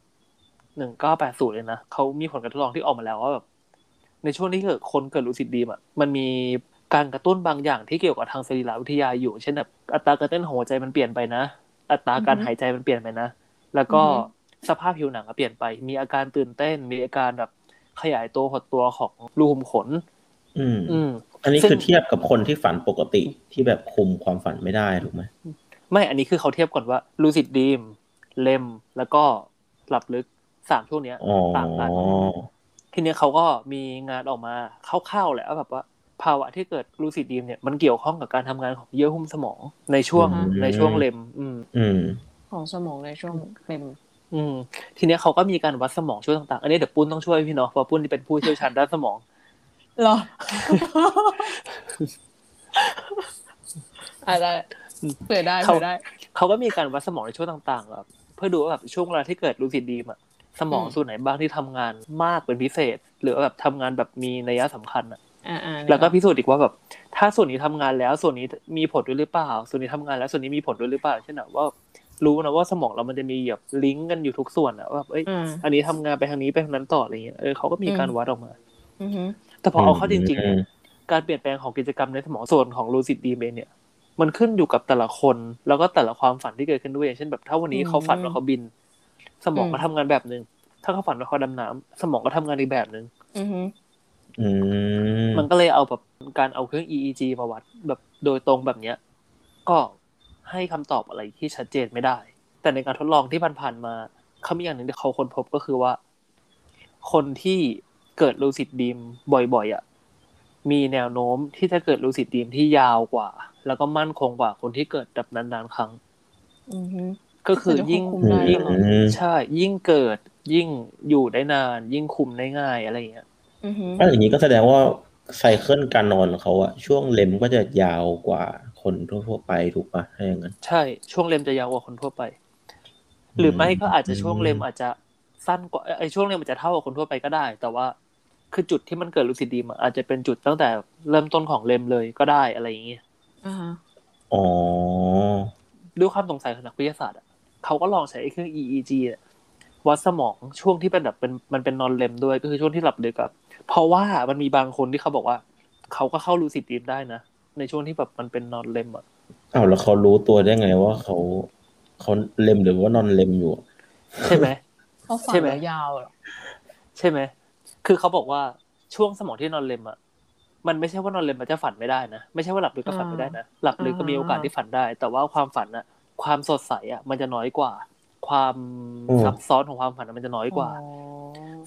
Speaker 1: หนึ่งเก้าแปดศูนย์เลยนะเขามีผลการทดลองที่ออกมาแล้วว่าแบบในช่วงที่เกิดคนเกิดลูซิดดีมอ่ะมันมีการกระตุ้นบางอย่างที่เกี่ยวกับทางสรีรวิทยาอยู่ เช่นแบบอัตราการเต้นของหัวใจมันเปลี่ยนไปนะ อัตราการหายใจมันเปลี่ยนไปนะ แล้วก็สภาพผิวหนังก็เปลี่ยนไป มีอาการตื่นเต้น มีอาการแบบขยายตัวหดตัวของรูขุมขน
Speaker 3: อืม
Speaker 1: อืม
Speaker 3: อันนี้
Speaker 1: ซึ่ง
Speaker 3: คือเทียบกับคนที่ฝันปกติที่แบบคุมความฝันไม่ได้ถูกไหม
Speaker 1: ไม่ อันนี้คือเขาเทียบก่อนว่าลูซิดดีมเลมแล้วก็หลับลึกสามช่วงเนี้ย
Speaker 3: อ๋อ
Speaker 1: ต่างกัน ทีเนี้ยเขาก็มีงานออกมาคร่าวๆแหละว่าแบบว่า ภาวะที่เกิดลูซิดดีมเนี่ยมันเกี่ยวข้องกับการทำงานของเยื่อหุ้มสมองในช่วง
Speaker 3: อืม
Speaker 1: ในช่วงเลมอืม
Speaker 3: อืม
Speaker 2: ของสมองในช่วงเป็น
Speaker 1: อืม ทีเนี้ยเขาก็มีการวัดสมองช่วงต่างๆ อันนี้เดี๋ยวปุ้นต้องช่วยพี่เนาะเพราะปุ้นที่เป็นผู้เชี่ยวชาญด้านสมอง
Speaker 2: หรออะไรเปิดได้เปิดได้
Speaker 1: เขาก็มีการวัดสมองในช่วงต่างๆแบบเพื่อดูว่าแบบช่วงเวลาที่เกิดลูซิดดีมอะสมอง
Speaker 2: อืม
Speaker 1: ส่วนไหนบ้างที่ทำงานมากเป็นพิเศษ หรือว่าแบบทำงานแบบมีนัยสำคัญอะ
Speaker 2: อ่าอ่า
Speaker 1: แล้วก็พิสูจน์อีกว่าแบบถ้าส่วนนี้ทำงานแล้วส่วนนี้มีผลด้วยหรือเปล่า ส่วนนี้ทำงานแล้วส่วนนี้มีผลด้วยหรือเปล่าเช่นแบบว่ารู้นะว่าสมองเรามันจะมีแบบลิงก์กันอยู่ทุกส่วนอะว่าแบบเอ้ย
Speaker 2: อ่า
Speaker 1: อันนี้ทำงานไปทางนี้ไปทางนั้นต่ออะไรเงี้ยเออเขาก็มีการ
Speaker 2: อืม
Speaker 1: วัดออกมา
Speaker 2: อือฮึ
Speaker 1: แต่พอเอาเข้าจริงๆ
Speaker 3: อื
Speaker 1: เนี่ย
Speaker 3: ม
Speaker 1: การเปลี่ยนแปลงของกิจกรรมในสมองส่วนของลูซิดดีเมเนี่ย มันขึ้นอยู่กับแต่ละคนแล้วก็แต่ละความฝันที่เกิดขึ้นด้วยอย่างเช่นแบบถ้าวันนี้เขาฝันว่าเขาบิน สมองก็
Speaker 2: อืม
Speaker 1: ทำงานแบบหนึ่งถ้าเขาฝันว่าเขาดำน้ำสมองก็ทำงานอีกแบบหนึ่ง
Speaker 2: อือฮึ
Speaker 3: อืม
Speaker 1: มันก็เลยเอาแบบการเอาเครื่อง EEG มาวัดแบบโดยตรงแบบเนี้ย ก็ให้คำตอบอะไรที่ชัดเจนไม่ได้ แต่ในการทดลองที่ผ่านๆมาเขามีอย่างหนึ่งที่เขาค้นพบก็คือว่า คนที่เกิดลูซิดดีมบ่อยๆอ่ะมีแนวโน้มที่จะเกิดลูซิดดีมที่ยาวกว่า แล้วก็มั่นคงกว่าคนที่เกิดแบบนานๆครั้ง
Speaker 2: อือฮึ
Speaker 1: ก็คือยิ่ง
Speaker 2: มันจะควบคุมได้
Speaker 3: อืม
Speaker 1: ยิ่ง
Speaker 3: อืม
Speaker 1: ใช่ ยิ่งเกิดยิ่งอยู่ได้นาน ยิ่งคุมได้ง่ายอะไรอย่างเงี้ย
Speaker 2: อือฮึ
Speaker 3: ก็อย่างนี้ก็แสดงว่าไซเคิลการนอนของเขาอะช่วงเลมก็จะยาวกว่าคนทั่วๆไปถูกปะถ้าอย่างนั้น
Speaker 1: ใช่ช่วงเลมจะยาวกว่าคนทั่วไป หรือไม่ก็อาจจะช่วงเลมอาจจะสั้นกว่าไอ้ยช่วงเลมอาจจะเท่ากับคนทั่วไปก็ได้ แต่ว่าคือจุดที่มันเกิดลูซิดดีมอะอาจจะเป็นจุดตั้งแต่เริ่มต้นของเลมเลยก็ได้อะไรอย่างเงี้ย
Speaker 2: อ่าฮะ
Speaker 3: อ๋อ
Speaker 1: ด้วยความสงสัยของนักวิทยาศาสตร์อะเขาก็ลองใช้ไอ้เครื่อง EEG เนี่ยวัดสมองช่วงที่เป็นแบบเป็นมันเป็นนอนเลมด้วยก็คือช่วงที่หลับลึกอะเพราะว่ามันมีบางคนที่เขาบอกว่า เขาก็เข้าลูซิดดีมได้นะในช่วงที่แบบมันเป็นนอนเลมอะ
Speaker 3: อ้าวแล้วเขารู้ตัวได้ไงว่าเขาเขาเลมหรือว่านอนเลมอยู่อะ
Speaker 1: ใช่ไหม
Speaker 2: เขาฝัน
Speaker 1: ใช่ไหม
Speaker 2: แล้วยาวเหรอ
Speaker 1: ใช่ไหม คือเขาบอกว่าช่วงสมองที่นอนเลมอ่ะ มันไม่ใช่ว่านอนเลมมันจะฝันไม่ได้นะ ไม่ใช่ว่าหลับลึกก็ฝันไม่ได้นะ หลับลึกก็มีโอกาสที่ฝันได้ แต่ว่าความฝันอ่ะ ความสดใสอ่ะ มันจะน้อยกว่า ความซับซ้อนของความฝันอะมันจะน้อยกว่า
Speaker 2: อ๋อ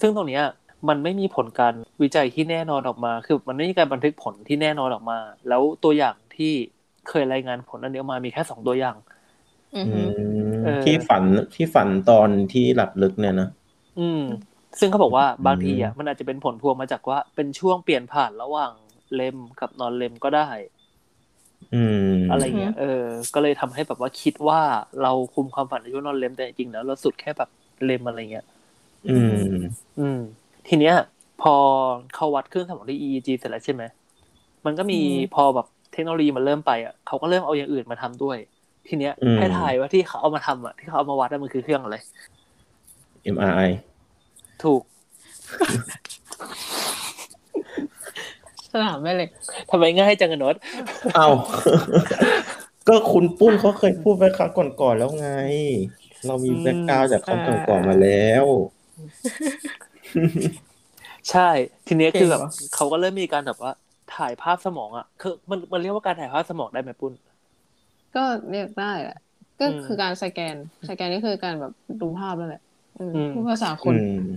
Speaker 1: ซึ่งตรงเนี้ยมันไม่มีผลการวิจัยที่แน่นอนออกมา คือมันไม่มีการบันทึกผลที่แน่นอนออกมา แล้วตัวอย่างที่เคยรายงานผลอันนี้ออกมามีแค่สองตัวอย่าง
Speaker 2: อือ
Speaker 3: อื
Speaker 2: ฮึ
Speaker 3: ม
Speaker 1: เออ
Speaker 3: ที่ฝันที่ฝันตอนที่หลับลึกเนี่ยนะ
Speaker 1: อืม ซึ่งเขาบอกว่าบางทีอ่ะ
Speaker 3: อืม
Speaker 1: มันอาจจะเป็นผลพวงมาจากว่าเป็นช่วงเปลี่ยนผ่านระหว่างเลมกับนอนเลมก็ได้
Speaker 3: อืม
Speaker 1: อะไรเงี้ย เออ ก็เลยทำให้แบบว่าคิดว่าเราคุมความฝันในช่วงนอนเลมแต่จริงๆแล้วเราสุดแค่แบบเลมอะไรเงี้ย
Speaker 3: อืม
Speaker 1: อืม ทีเนี้ย พอเขาวัดเครื่องสมองที่ EEG เสร็จแล้วใช่ไหม มันก็มี
Speaker 2: อืม
Speaker 1: พอแบบเทคโนโลยีมันเริ่มไปอ่ะเขาก็เริ่มเอาอย่างอื่นมาทำด้วย ทีเนี้ย
Speaker 3: อืม
Speaker 1: ให้ทายว่าที่เขาเอามาทำอ่ะที่เขาเอามาวัดอะมันคือเครื่องอะไร
Speaker 3: MRI
Speaker 1: ถูก
Speaker 2: สนามแม่เหล็ก
Speaker 1: ทำไมง่ายจังอะโนด
Speaker 3: เอา ก็คุณปุ้นเขาเคยพูดไปครั้งก่อนๆแล้วไง เรามีแบ็กกราวด์จากครั้งก่อนๆมาแล้ว
Speaker 1: ใช่ ทีเนี้ยคือแบบ
Speaker 2: เก่งว่ะ
Speaker 1: เขาก็เริ่มมีการแบบว่า ถ่ายภาพสมองอ่ะคือมันมันเรียกว่าการถ่ายภาพสมองได้ไหมปุ้น
Speaker 2: ก็เรียกได้แหละ ก็
Speaker 1: อืม
Speaker 2: คือการสแกน สแกนนี่คือการแบบดูภาพนั่นแหละอืม
Speaker 1: อืม
Speaker 2: พูดภาษาค
Speaker 3: อื
Speaker 2: น
Speaker 3: ม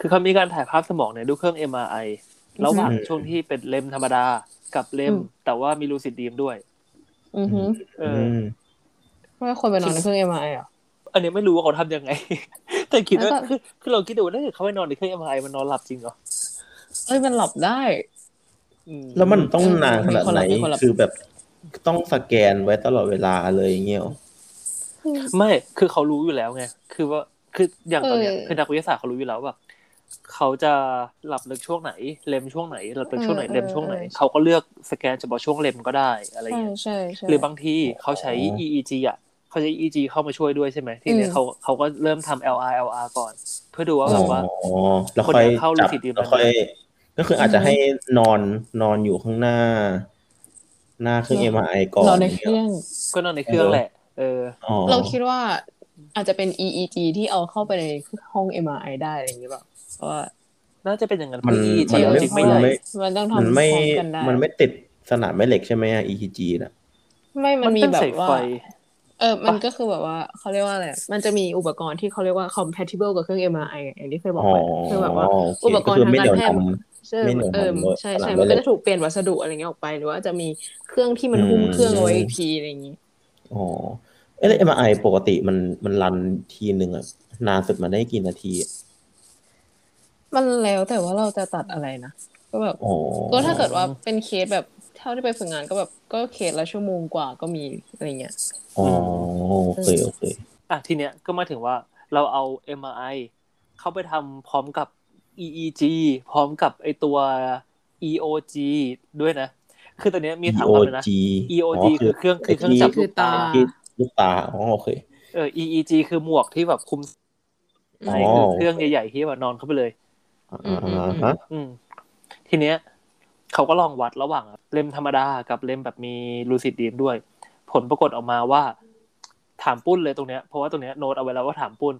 Speaker 1: คือเขามีการถ่ายภาพสมองเนี่ยด้วยเครื่อง MRI ระหว่าง
Speaker 3: อืม
Speaker 1: ช่วงที่เป็นเลมธรรมดากับเลม
Speaker 2: อืม
Speaker 1: แต่ว่ามีลูซิดดีมด้วย
Speaker 2: อือหือ
Speaker 1: เอ
Speaker 3: อื
Speaker 1: ออ
Speaker 3: ม
Speaker 2: ไม่ควรไปนอนในเครื่องเอ็มไออ่ะ
Speaker 1: อันเนี้ยไม่รู้ว่าเขาทำยังไง แต่คิดว่า
Speaker 2: แล้วก็
Speaker 1: คือคือเราคิดดูว่าถ้าเกิดเขาไปนอนในเครื่อง MRI มันนอนหลับจริงเหรอ
Speaker 2: เอ้ยมันหลับได้
Speaker 1: อืม
Speaker 3: แล้วมันต้องนานขนาดไหน
Speaker 2: มีคนละ
Speaker 3: คือแบบต้องสแกนไว้ตลอดเวลาเลยอย่างเงี้ยหรอ
Speaker 1: ไม่คือเขารู้อยู่แล้วไงคือว่าคืออย่างตอนเนี้ย
Speaker 2: เออ
Speaker 1: คือนักวิทยาศาสตร์เขารู้อยู่แล้วว่าแบบเขาจะหลับลึกช่วงไหนเลมช่วงไหนหลับลึกช่วงไหนเลมช่วงไหนเขาก็เลือกสแกนเฉพาะช่วงเลมก็ได้อะไรอย่าง
Speaker 2: ใช่
Speaker 1: เงี้ย
Speaker 2: ใช่ใช่
Speaker 1: หรือบางทีเขาใช้ EEG อ่ะเขาใช้ EEG เข้ามาช่วยด้วยใช่ไหมทีเนี้ย
Speaker 2: อืม
Speaker 1: เขาเขาก็เริ่มทำ LR LR ก่อน เพื่อดูว่าแบบว่า
Speaker 3: อ๋อแล้วค่อย
Speaker 1: คนจะเข้า
Speaker 3: จับ
Speaker 1: lucid dream
Speaker 3: แล้วค่อย ก็คืออาจจะให้นอนนอนอยู่ข้างหน้า หน้าเครื่อง MRI ก่อน
Speaker 2: เราใน
Speaker 3: ย่าง
Speaker 2: เค
Speaker 3: งี้ย
Speaker 2: รื่อง
Speaker 1: ก็นอนในเครื่อง
Speaker 3: เออ
Speaker 1: แหละ เออ
Speaker 3: อ๋อ
Speaker 2: เราคิดว่าอาจจะเป็น EEG ที่เอาเข้าไปในห้อง MRI ได้อะไรอย่างเงี้ยแบบเพราะว่า
Speaker 1: น่าจะเป็นอย่างนั้น
Speaker 3: มัน
Speaker 1: คือ EEG
Speaker 3: มั
Speaker 1: เอา
Speaker 3: ไม่
Speaker 1: จริง
Speaker 3: มั
Speaker 1: ไม่
Speaker 3: น
Speaker 1: ได้
Speaker 3: ไม่
Speaker 2: มันต้องทำพ
Speaker 3: มันไม่
Speaker 2: ร้อมกันได้
Speaker 3: มันไม่ติดสนามแม่เหล็กใช่ไหมอะ EEG น่ะ
Speaker 2: ไม่มันมี
Speaker 1: เป็น
Speaker 2: แบ
Speaker 1: สา
Speaker 2: บ
Speaker 1: ย
Speaker 2: ว่า
Speaker 1: ไฟ
Speaker 2: เออ มันก็คือแบบว่าเขาเรียกว่าอะไร มันจะมีอุปกรณ์ที่เขาเรียกว่า compatible กับเครื่อง MRI อย่างที่เคยบอกไป
Speaker 3: อ๋อ
Speaker 2: คือแบบว่า
Speaker 3: โอเค
Speaker 2: อุปกรณ์ทางการแพทย์
Speaker 3: ก็คือไม่เห
Speaker 2: ใช่
Speaker 3: นียวดไม่เหนียว
Speaker 2: เออ
Speaker 3: ดำด้วย
Speaker 2: ใช่
Speaker 3: ส
Speaker 2: ใช่
Speaker 3: นาม
Speaker 2: มันก็
Speaker 3: แม่เหล็
Speaker 2: จะ
Speaker 3: ก
Speaker 2: ถูกเปลี่ยนวัสดุอะไรเงี้ยออกไป หรือว่าจะมีเครื่องที่มัน
Speaker 3: อืม
Speaker 2: หุ้มเครื่องเอาไว้อีกทีอะไรอย่างงี้
Speaker 3: อ๋อเอ้ยแล้ว MRI ปกติมันมันรันทีหนึ่งอะนานสุดมันได้กี่นาทีอะ
Speaker 2: มันแล้วแต่ว่าเราจะตัดอะไรนะก็แบบ
Speaker 3: อ๋อ
Speaker 2: ก็ถ้าเกิดว่าเป็นเคสแบบเท่าที่ไปฝึกงานก็แบบก็เคสละชั่วโมงกว่าก็มีอะไรเงี้ย
Speaker 3: อ๋อโอเคโอเค
Speaker 1: อ่ะทีเนี้ยก็มาถึงว่าเราเอา MRI เข้าไปทำพร้อมกับ EEG พร้อมกับไอตัว EOG ด้วยนะ คือตอนเนี้ยมีถามคำเลยนะ
Speaker 3: EOG
Speaker 1: EOG คือเครื่องคือเครื่อง
Speaker 3: ไที่
Speaker 1: จับลูกตา
Speaker 3: ที่ลูกตาอ๋อโอเค
Speaker 1: เออ EEG คือหมวกที่แบบคุม
Speaker 2: อืม
Speaker 1: ใช่คือเครื่องใหญ่ๆที่แบบนอนเข้าไปเลย
Speaker 3: อ่า
Speaker 2: อืมอืมอืม
Speaker 3: ฮะ
Speaker 1: อืม ทีเนี้ยเขาก็ลองวัดระหว่างเล่มธรรมดากับเล่มแบบมีลูซิดดีมด้วย ผลปรากฏออกมาว่า ถามปุ้นเลยตรงเนี้ยเพราะว่าตรงเนี้ยโน้ตเอาไว้แล้วว่าถามปุ้น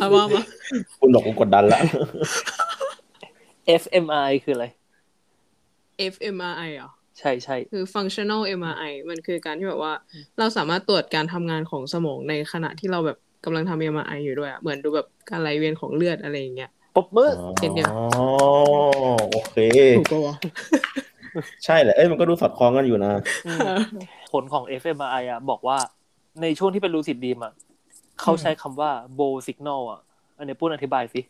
Speaker 2: เอาว่ามา
Speaker 3: คุณหลอกกูกดดันละ
Speaker 1: fMRI คืออะไร
Speaker 2: fMRI เหรอ่ะ
Speaker 1: ใช่ใช่
Speaker 2: คือ functional MRI มันคือการที่แบบว่า เราสามารถตรวจการทำงานของสมองในขณะที่เราแบบกำลังทำ MRI อยู่ด้วยอะเหมือนดูแบบการไหลเวียนของเลือดอะไรอย่างเงี้ย
Speaker 1: ปบมือ
Speaker 3: อ๋อ
Speaker 2: เดี๋ยว
Speaker 3: โอเค
Speaker 2: ถูกปะวะ
Speaker 3: ใช่แหละเอ้ยมันก็ดูสอดคล้องกันอยู่นะ
Speaker 1: อืมผลของ fMRI อ่ะ บอกว่าในช่วงที่เป็นลูซิดดีมอ่ะเขาใช้คำว่า bow signal อ่ะ อันนี้ปุ้นอธิบายสิ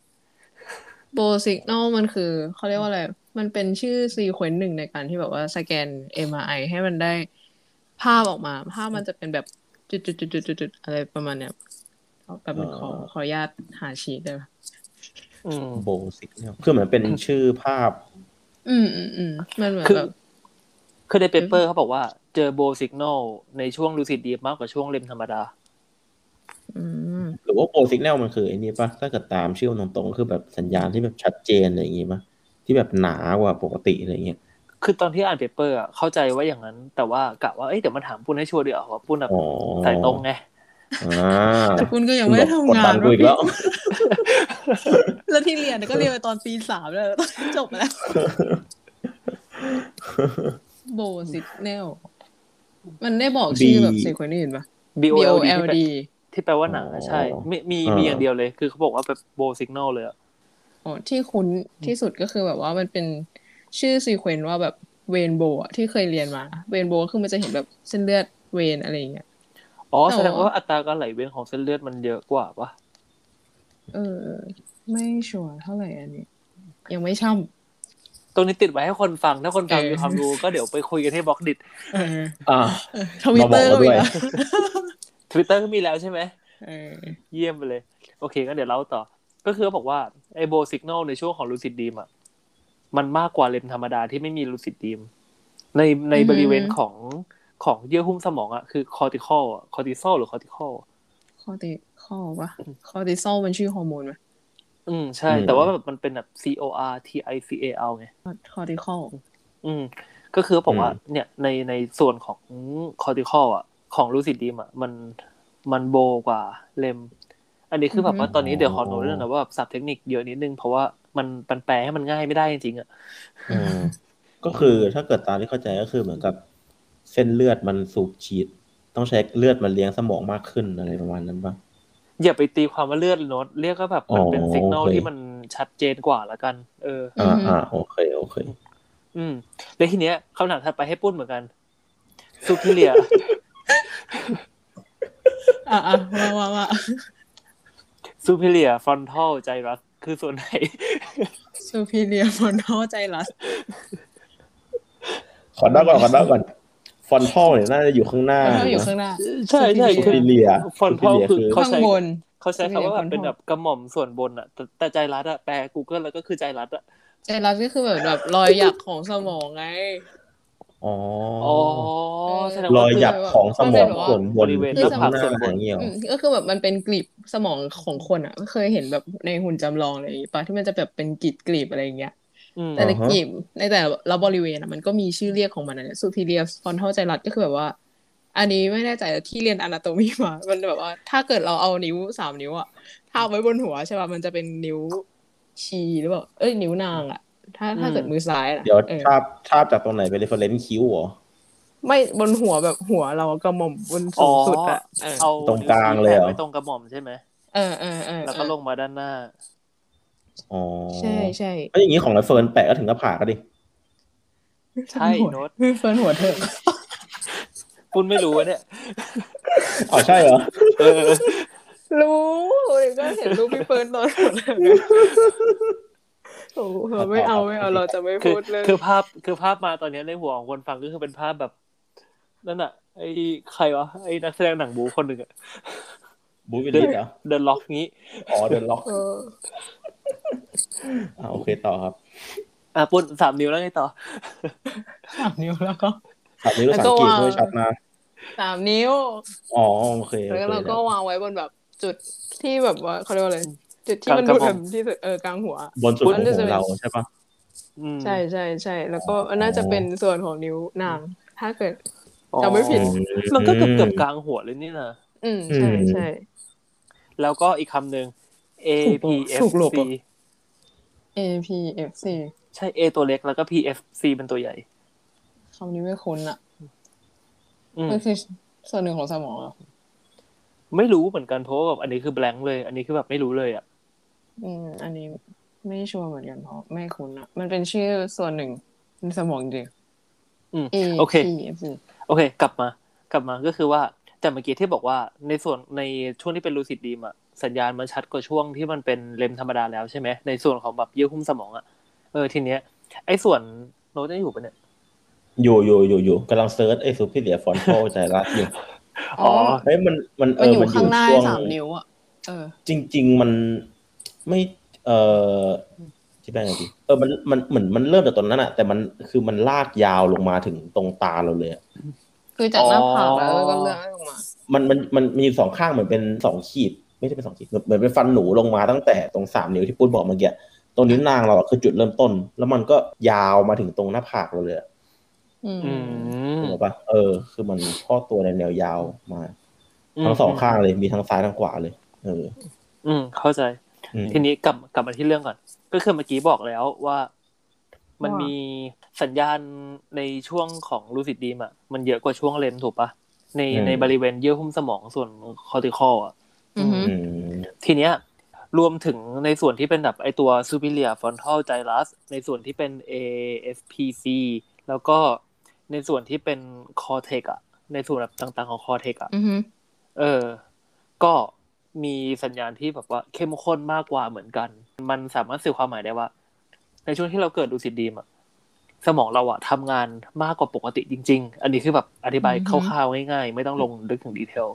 Speaker 2: โบสิกนอลมันคือเขาเรียกว่าอะไร มันเป็นชื่อซีเควนต์หนึ่งในการที่แบบว่าสแกน MRI ให้มันได้ภาพออกมา ภาพมันจะเป็นแบบจุดๆๆๆๆอะไรประมาณเนี้ยเอาแบบนึงขอ
Speaker 3: อ่า
Speaker 2: ขออนุญาตหาชีตได้ปะ
Speaker 1: อืม
Speaker 3: โบสิกเนี่ยคือเหมือนเป็นชื่อภาพ
Speaker 2: อืมอืมอืมมันเหมือน
Speaker 1: คือ
Speaker 2: แบบ
Speaker 1: คือในเปเปอร์เขาบอกว่าเจอ bow signal ในช่วงลูซิดดีมมากกว่าช่วงเลมธรรมดา
Speaker 2: อืม
Speaker 3: หรือว่าโบสิกแนลมันคือไอ้นี่ปะถ้าเกิดตามชื่อมันตรงๆก็คือแบบสัญญาณที่แบบชัดเจนอะไรอย่างงี้ปะที่แบบหนากว่าปกติอะไรอย่างเงี้ย
Speaker 1: คือตอนที่อ่านเปเปอร์อะเข้าใจว่าอย่างนั้น แต่ว่ากะว่า เอ้ยเดี๋ยวมาถามปุ้นให้ชัวร์ดีกว่าว่าปุ้นแบบ
Speaker 3: อ๋อ
Speaker 1: สายตรงไง
Speaker 3: อ่า
Speaker 2: แต่คุณก็ยังไม่ได้ทำ
Speaker 3: กด
Speaker 2: งา
Speaker 3: ดั
Speaker 2: น
Speaker 3: นกูอีกแล้ว
Speaker 2: แล้วที่เรียนก็เรียนไปตอนปีสามแล้วตอนนี้จบแล้ว โบสิกแนลมันได้บอกชื่อแบบ
Speaker 3: B
Speaker 2: เซควนต์อื่นปะ
Speaker 1: B O
Speaker 2: B O
Speaker 1: L D
Speaker 2: L D
Speaker 1: ที่แปลว่าหนาใช่ มีมี
Speaker 3: อ่ามี
Speaker 1: มีอย่างเดียวเลย คือเขาบอกว่าแบบโบสิกแนลเลยอะ
Speaker 2: อ๋อที่คุ้นที่สุดก็คือแบบว่ามันเป็นชื่อซีเควนต์ว่าแบบเวนโบอะที่เคยเรียนมาเวนโบคือมันจะเห็นแบบเส้นเลือดเวนอะไรอย่างเงี้ย
Speaker 1: อ๋อ
Speaker 2: แต่ว่า
Speaker 1: แสดงว่าอัตราการไหลเวียนของเส้นเลือดมันเยอะกว่าปะ
Speaker 2: เออ ไม่ชัวร์เท่าไหร่อันนี้ ยังไม่ช่ำ
Speaker 1: ตรงนี้ติดไว้ให้คนฟัง ถ้าคนฟัง
Speaker 2: เออ
Speaker 1: มีความรู้ก็เดี๋ยวไปคุยกันให้บล็อกดิท
Speaker 2: เออ
Speaker 3: อ่า
Speaker 2: ทวิตเตอร์ก็มี
Speaker 3: มาบอกเราด้วย
Speaker 2: นะ
Speaker 1: ทวิตเตอร์ก็มีแล้วใช่ไหม
Speaker 2: เออ
Speaker 1: เยี่ยมไปเลย โอเคก็เดี๋ยวเล่าต่อ ก็คือเขาบอกว่าไอโบสิกแนลในช่วงของลูซิดดีมอ่ะมันมากกว่าเลนส์ธรรมดาที่ไม่มีลูซิดดีมในในบริเวณของของเยื่อหุ้มสมองอ่ะคือคอร์ติคอลคอร์ติซอลหรือคอร์ติคอล
Speaker 2: คอติคอปะคอติซอลมันชื่อฮอร์โมนไหม
Speaker 1: อืมใช่
Speaker 3: อืม
Speaker 1: แต่ว่าแบบมันเป็นแบบ C O R T I C A L ไง
Speaker 2: คอติคอล
Speaker 1: อืม ก็คือเขาบอกว่าเนี่ยในในส่วนของคอร์ติคอลอ่ะของลูซิดดีมอ่ะมันมันโบกว่าเลมไอ อันนี้คือแบบว่า
Speaker 3: อืม
Speaker 1: ตอนนี้เดี๋ยวขอโน้ตด้วยนะว่าแบบศัพท์เทคนิคเยอะนิดนึง เพราะว่ามันมันแปลให้มันง่ายไม่ได้จริงๆอ่ะ
Speaker 3: อืมก็คือถ้าเกิดตามที่เข้าใจก็คือเหมือนกับ เส้นเลือดมันสูบฉีด ต้องใช้เลือดมาเลี้ยงสมองมากขึ้นอะไรประมาณนั้นปะ
Speaker 1: อย่าไปตีความว่าเลือดโน้ตเรียกก็แบบมันเป็น
Speaker 3: อ๋อ
Speaker 1: สัญญาณ
Speaker 3: โอเค
Speaker 1: ที่มันชัดเจนกว่าละกัน เออ
Speaker 2: อื
Speaker 3: อ่าม อ่าโอเคโอเค
Speaker 1: อืมแล้วทีเนี้ยคำถามถัดไปให้ปุ้นเหมือนกันซูพิเลีย
Speaker 2: อ่ะอ่ะว่าว่าว่า
Speaker 1: ซูพิเลียฟรอนทัลใจรัสคือส่วนไหน
Speaker 2: superior frontal gyrus
Speaker 3: ขอเดาก่อนขอเดาก่อนฟอนทัลเนี่ยน่าจะอยู่ข้างหน้า
Speaker 2: มันก็อยู่ข้างหน้า
Speaker 1: ใช่ใช่
Speaker 3: ซูปิเลีย
Speaker 1: ฟอนทัลคือ
Speaker 2: ข้างบน
Speaker 1: เขาใช้คำว่าแบบ
Speaker 2: superior frontal
Speaker 1: เป็นแบบกระหม่อมส่วนบนอ่ะแต่แต่ใจรัดอ่ะแปล Google แล้วก็คือใจรัดอ่ะ
Speaker 2: gyrus ก็คือแบบแบบรอยหยักของสมองไง
Speaker 3: อ๋อ
Speaker 1: อ๋อแสดง
Speaker 3: ร
Speaker 1: ว่า
Speaker 3: อยหยับของสมองส่วนบน
Speaker 1: บริเวณ
Speaker 3: อยู่ข้างหน้า
Speaker 1: ส่วนบ
Speaker 3: อน ย่างเงี้ยหรอ
Speaker 2: อืมก็คือแบบมันเป็นกลีบสมองของคนอ่ะก็เคยเห็นแบบในหุ่นจำลองอะไรอย่างงี้ปะที่มันจะแบบเป็นกลีบกลีบๆอะไรอย่างเงี้ย
Speaker 1: อืม
Speaker 2: แต่ละกลีบในแต่ละบริเวณอะมันก็มีชื่อเรียกของมันอะเนี่ย superior frontal gyrus ก็คือแบบว่า อันนี้ไม่แน่ใจที่เรียน anatomy มา มันแบบว่า ถ้าเกิดเราเอานิ้วสามนิ้วอะทาบไว้บนหัวใช่ป่ะมันจะเป็นนิ้วชี้หรือเปล่าเอ้ยนิ้วนางอะถ้าถ้าเกิดมือซ้ายอะ
Speaker 3: เดี๋ยว
Speaker 2: เออ
Speaker 3: ทาบทาบจากตรงไหนเป็นเรฟเฟรนซ์คิ้วเหรอ
Speaker 2: ไม่บนหัวแบบหัวเรากระหม่อมบน
Speaker 1: อ๋
Speaker 2: สู
Speaker 1: อง
Speaker 2: สุดอะเออ
Speaker 1: เอา
Speaker 3: ตรงกลางเลยเหรอ
Speaker 1: แปะไว้ตรงกระหม่อมใช่ไหม
Speaker 2: เออเออเออ
Speaker 1: แล้วก็ลงมาด้านหน้า
Speaker 3: อ๋อ
Speaker 2: ใช่ใช่
Speaker 3: แล้วอย่างนี้ของเรฟเฟรนซ์แปะก็ถึงหน้าผากก็ดิ
Speaker 1: ใช่โน้ต
Speaker 2: เฟิร์นหัวเธอ
Speaker 1: ปุ้นไม่รู้อะเนี่ย
Speaker 3: อ๋อใช่เหรอ
Speaker 1: เออ
Speaker 2: รู้เดี๋ยวก็เห็นรูปพี่เฟิร์นตอน หัวเธอไงโอ้โหเธอไม่เอาไม่เอาเราจะไม่
Speaker 1: คือ
Speaker 2: พูดเลย
Speaker 1: คือภาพคือภาพมาตอนเนี้ยในหัวของคนฟังก็คือเป็นภาพแบบ นั่นอะไอ้ใครวะไอ้นักแสดงหนังบูคนหนึ่งอะ
Speaker 3: บูวิลลิสเหรอ
Speaker 1: เดินล็อกงี้
Speaker 3: อ๋อเดินล็อก
Speaker 2: เออ
Speaker 3: อ่าโอเคต่อครับ
Speaker 1: อ่ะปุ่นสามนิ้วแล้วไงต่อ
Speaker 2: สามนิ้วแล้วก็
Speaker 3: ถามนี้รู้สัง
Speaker 2: แล้วก็
Speaker 3: กฤษ
Speaker 2: วาง
Speaker 3: ด้วยชัดนะ
Speaker 2: สามนิ้ว
Speaker 3: อ๋อโอเคโอ
Speaker 2: แล้ว
Speaker 3: เค
Speaker 2: เราก็วางไว้บนแบบจุดที่แบบว่าเขาเรียกว่าอะไรจุดที่
Speaker 1: กลาง
Speaker 2: มันดู
Speaker 1: กระหม่อ
Speaker 2: แบ
Speaker 1: ม
Speaker 2: บที่สุดเออกลางหัว
Speaker 3: บนสุดของหัวเราใช่ปะ
Speaker 1: อืม
Speaker 2: ใช่ใช่ใช่แล้วก็
Speaker 3: อ๋อ
Speaker 2: น่าจะเป็นส่วนของนิ้วนาง ถ้าเกิด
Speaker 1: อ๋อ
Speaker 2: จำไม่ผิด
Speaker 1: มันก็เกือบเกือบกลางหัวเลยนี่นะ
Speaker 2: อืมใช่ใช่
Speaker 1: แล้วก็อีกคำหนึ่ง A P F
Speaker 2: ถูกหลบ
Speaker 1: C
Speaker 2: A P F C
Speaker 1: ใช่ A ตัวเล็กแล้วก็ P F C เป็นตัวใหญ่
Speaker 2: คำนี้ไม่คุ้นอะ
Speaker 1: อืม
Speaker 2: มันคือส่วนหนึ่งของสมองเหรอ
Speaker 1: ไม่รู้เหมือนกันเพราะว่าแบบอันนี้คือ blank เลย อันนี้คือแบบไม่รู้เลยอ่ะ
Speaker 2: อืม อันนี้ไม่ชัวร์เหมือนกันเพราะไม่คุ้นอะมันเป็นชื่อส่วนหนึ่งในสมองจริง
Speaker 1: อืม
Speaker 2: A
Speaker 1: โอเค
Speaker 2: P F C
Speaker 1: โอเค กลับมากลับมาก็คือว่าแต่เมื่อกี้ที่บอกว่าในส่วนในช่วงที่เป็นลูซิดดีมอะสัญญาณมันชัดกว่าช่วงที่มันเป็นเลมธรรมดาแล้วใช่ไหมในส่วนของแบบเยื่อหุ้มสมองอะเออทีเนี้ยไอ้ส่วนโน้ตจะอยู่ปะเนี่ย
Speaker 3: อยู่อยู่อยู่อยู่กำลังเซิร์ชไอ้ซูพิเลียฟอนโตใจรัดอยู่
Speaker 2: อ๋อ
Speaker 3: เฮ้ยมันมันเอ
Speaker 2: มัน
Speaker 3: อ
Speaker 2: อยู่
Speaker 3: มันอ
Speaker 2: ข้า
Speaker 3: ยู่
Speaker 2: งหน้า
Speaker 3: ช่วง
Speaker 2: สามนิ้วอะเออ
Speaker 3: จริง ๆ มันไม่ เออที่แปลไงดีเออมันมันเหมือนมันเริ่มจากตอนนั้นอะแต่มันคือมันลากยาวลงมาถึงตรงตาเราเลยอะ
Speaker 2: คือจากหน้าผากแล้วก็เลื่อนลงมา
Speaker 3: มันมันมันมีสองข้างเหมือนเป็นสองขีด ไม่ใช่เป็นสองขีดเหมือนเหมือนเป็นฟันหนูลงมาตั้งแต่ตรงสามนิ้วที่ปุ้นบอกเมื่อกี้ตรงนิ้วนางเราอะคือจุดเริ่มต้น แล้วมันก็ยาวมาถึงตรงหน้าผากเราเลยอะ
Speaker 2: อื
Speaker 1: อื
Speaker 2: ม
Speaker 1: ม
Speaker 3: ถูกปะเออ คือมันข้อตัวในแนวยาวมา ทั้งสองข้างเลยมีทั้งซ้ายทั้งขวาเลย เออ
Speaker 1: อืมเข้าใจ
Speaker 3: อืม
Speaker 1: ทีนี้กลับกลับมาที่เรื่องก่อน ก็คือเมื่อกี้บอกแล้วว่า มัน
Speaker 2: ว่ามี
Speaker 1: มีสัญญาณในช่วงของลูซิดดีมอะมันเยอะกว่าช่วงเลมถูกปะในในบริเวณเยื่อหุ้มสมองส่วนคอร์ติคอลอะ
Speaker 2: อืม
Speaker 3: อืม
Speaker 1: ทีเนี้ยรวมถึงในส่วนที่เป็นแบบไอตัว superior frontal gyrus ในส่วนที่เป็น AFPC แล้วก็ในส่วนที่เป็น cortex อะในส่วนแบบต่างๆของ cortex อะ
Speaker 2: อืม
Speaker 1: เออ ก็มีสัญญาณที่แบบว่าเข้มข้นมากกว่าเหมือนกัน มันสามารถสื่อความหมายได้ว่า ในช่วงที่เราเกิดดูสิดดีมอะสมองเราอะทำงานมากกว่าปกติจริง ๆ อันนี้คือแบบอธิบายคร่าวๆง่ายๆ ไม่ต้องลงลึกถึงดีเทล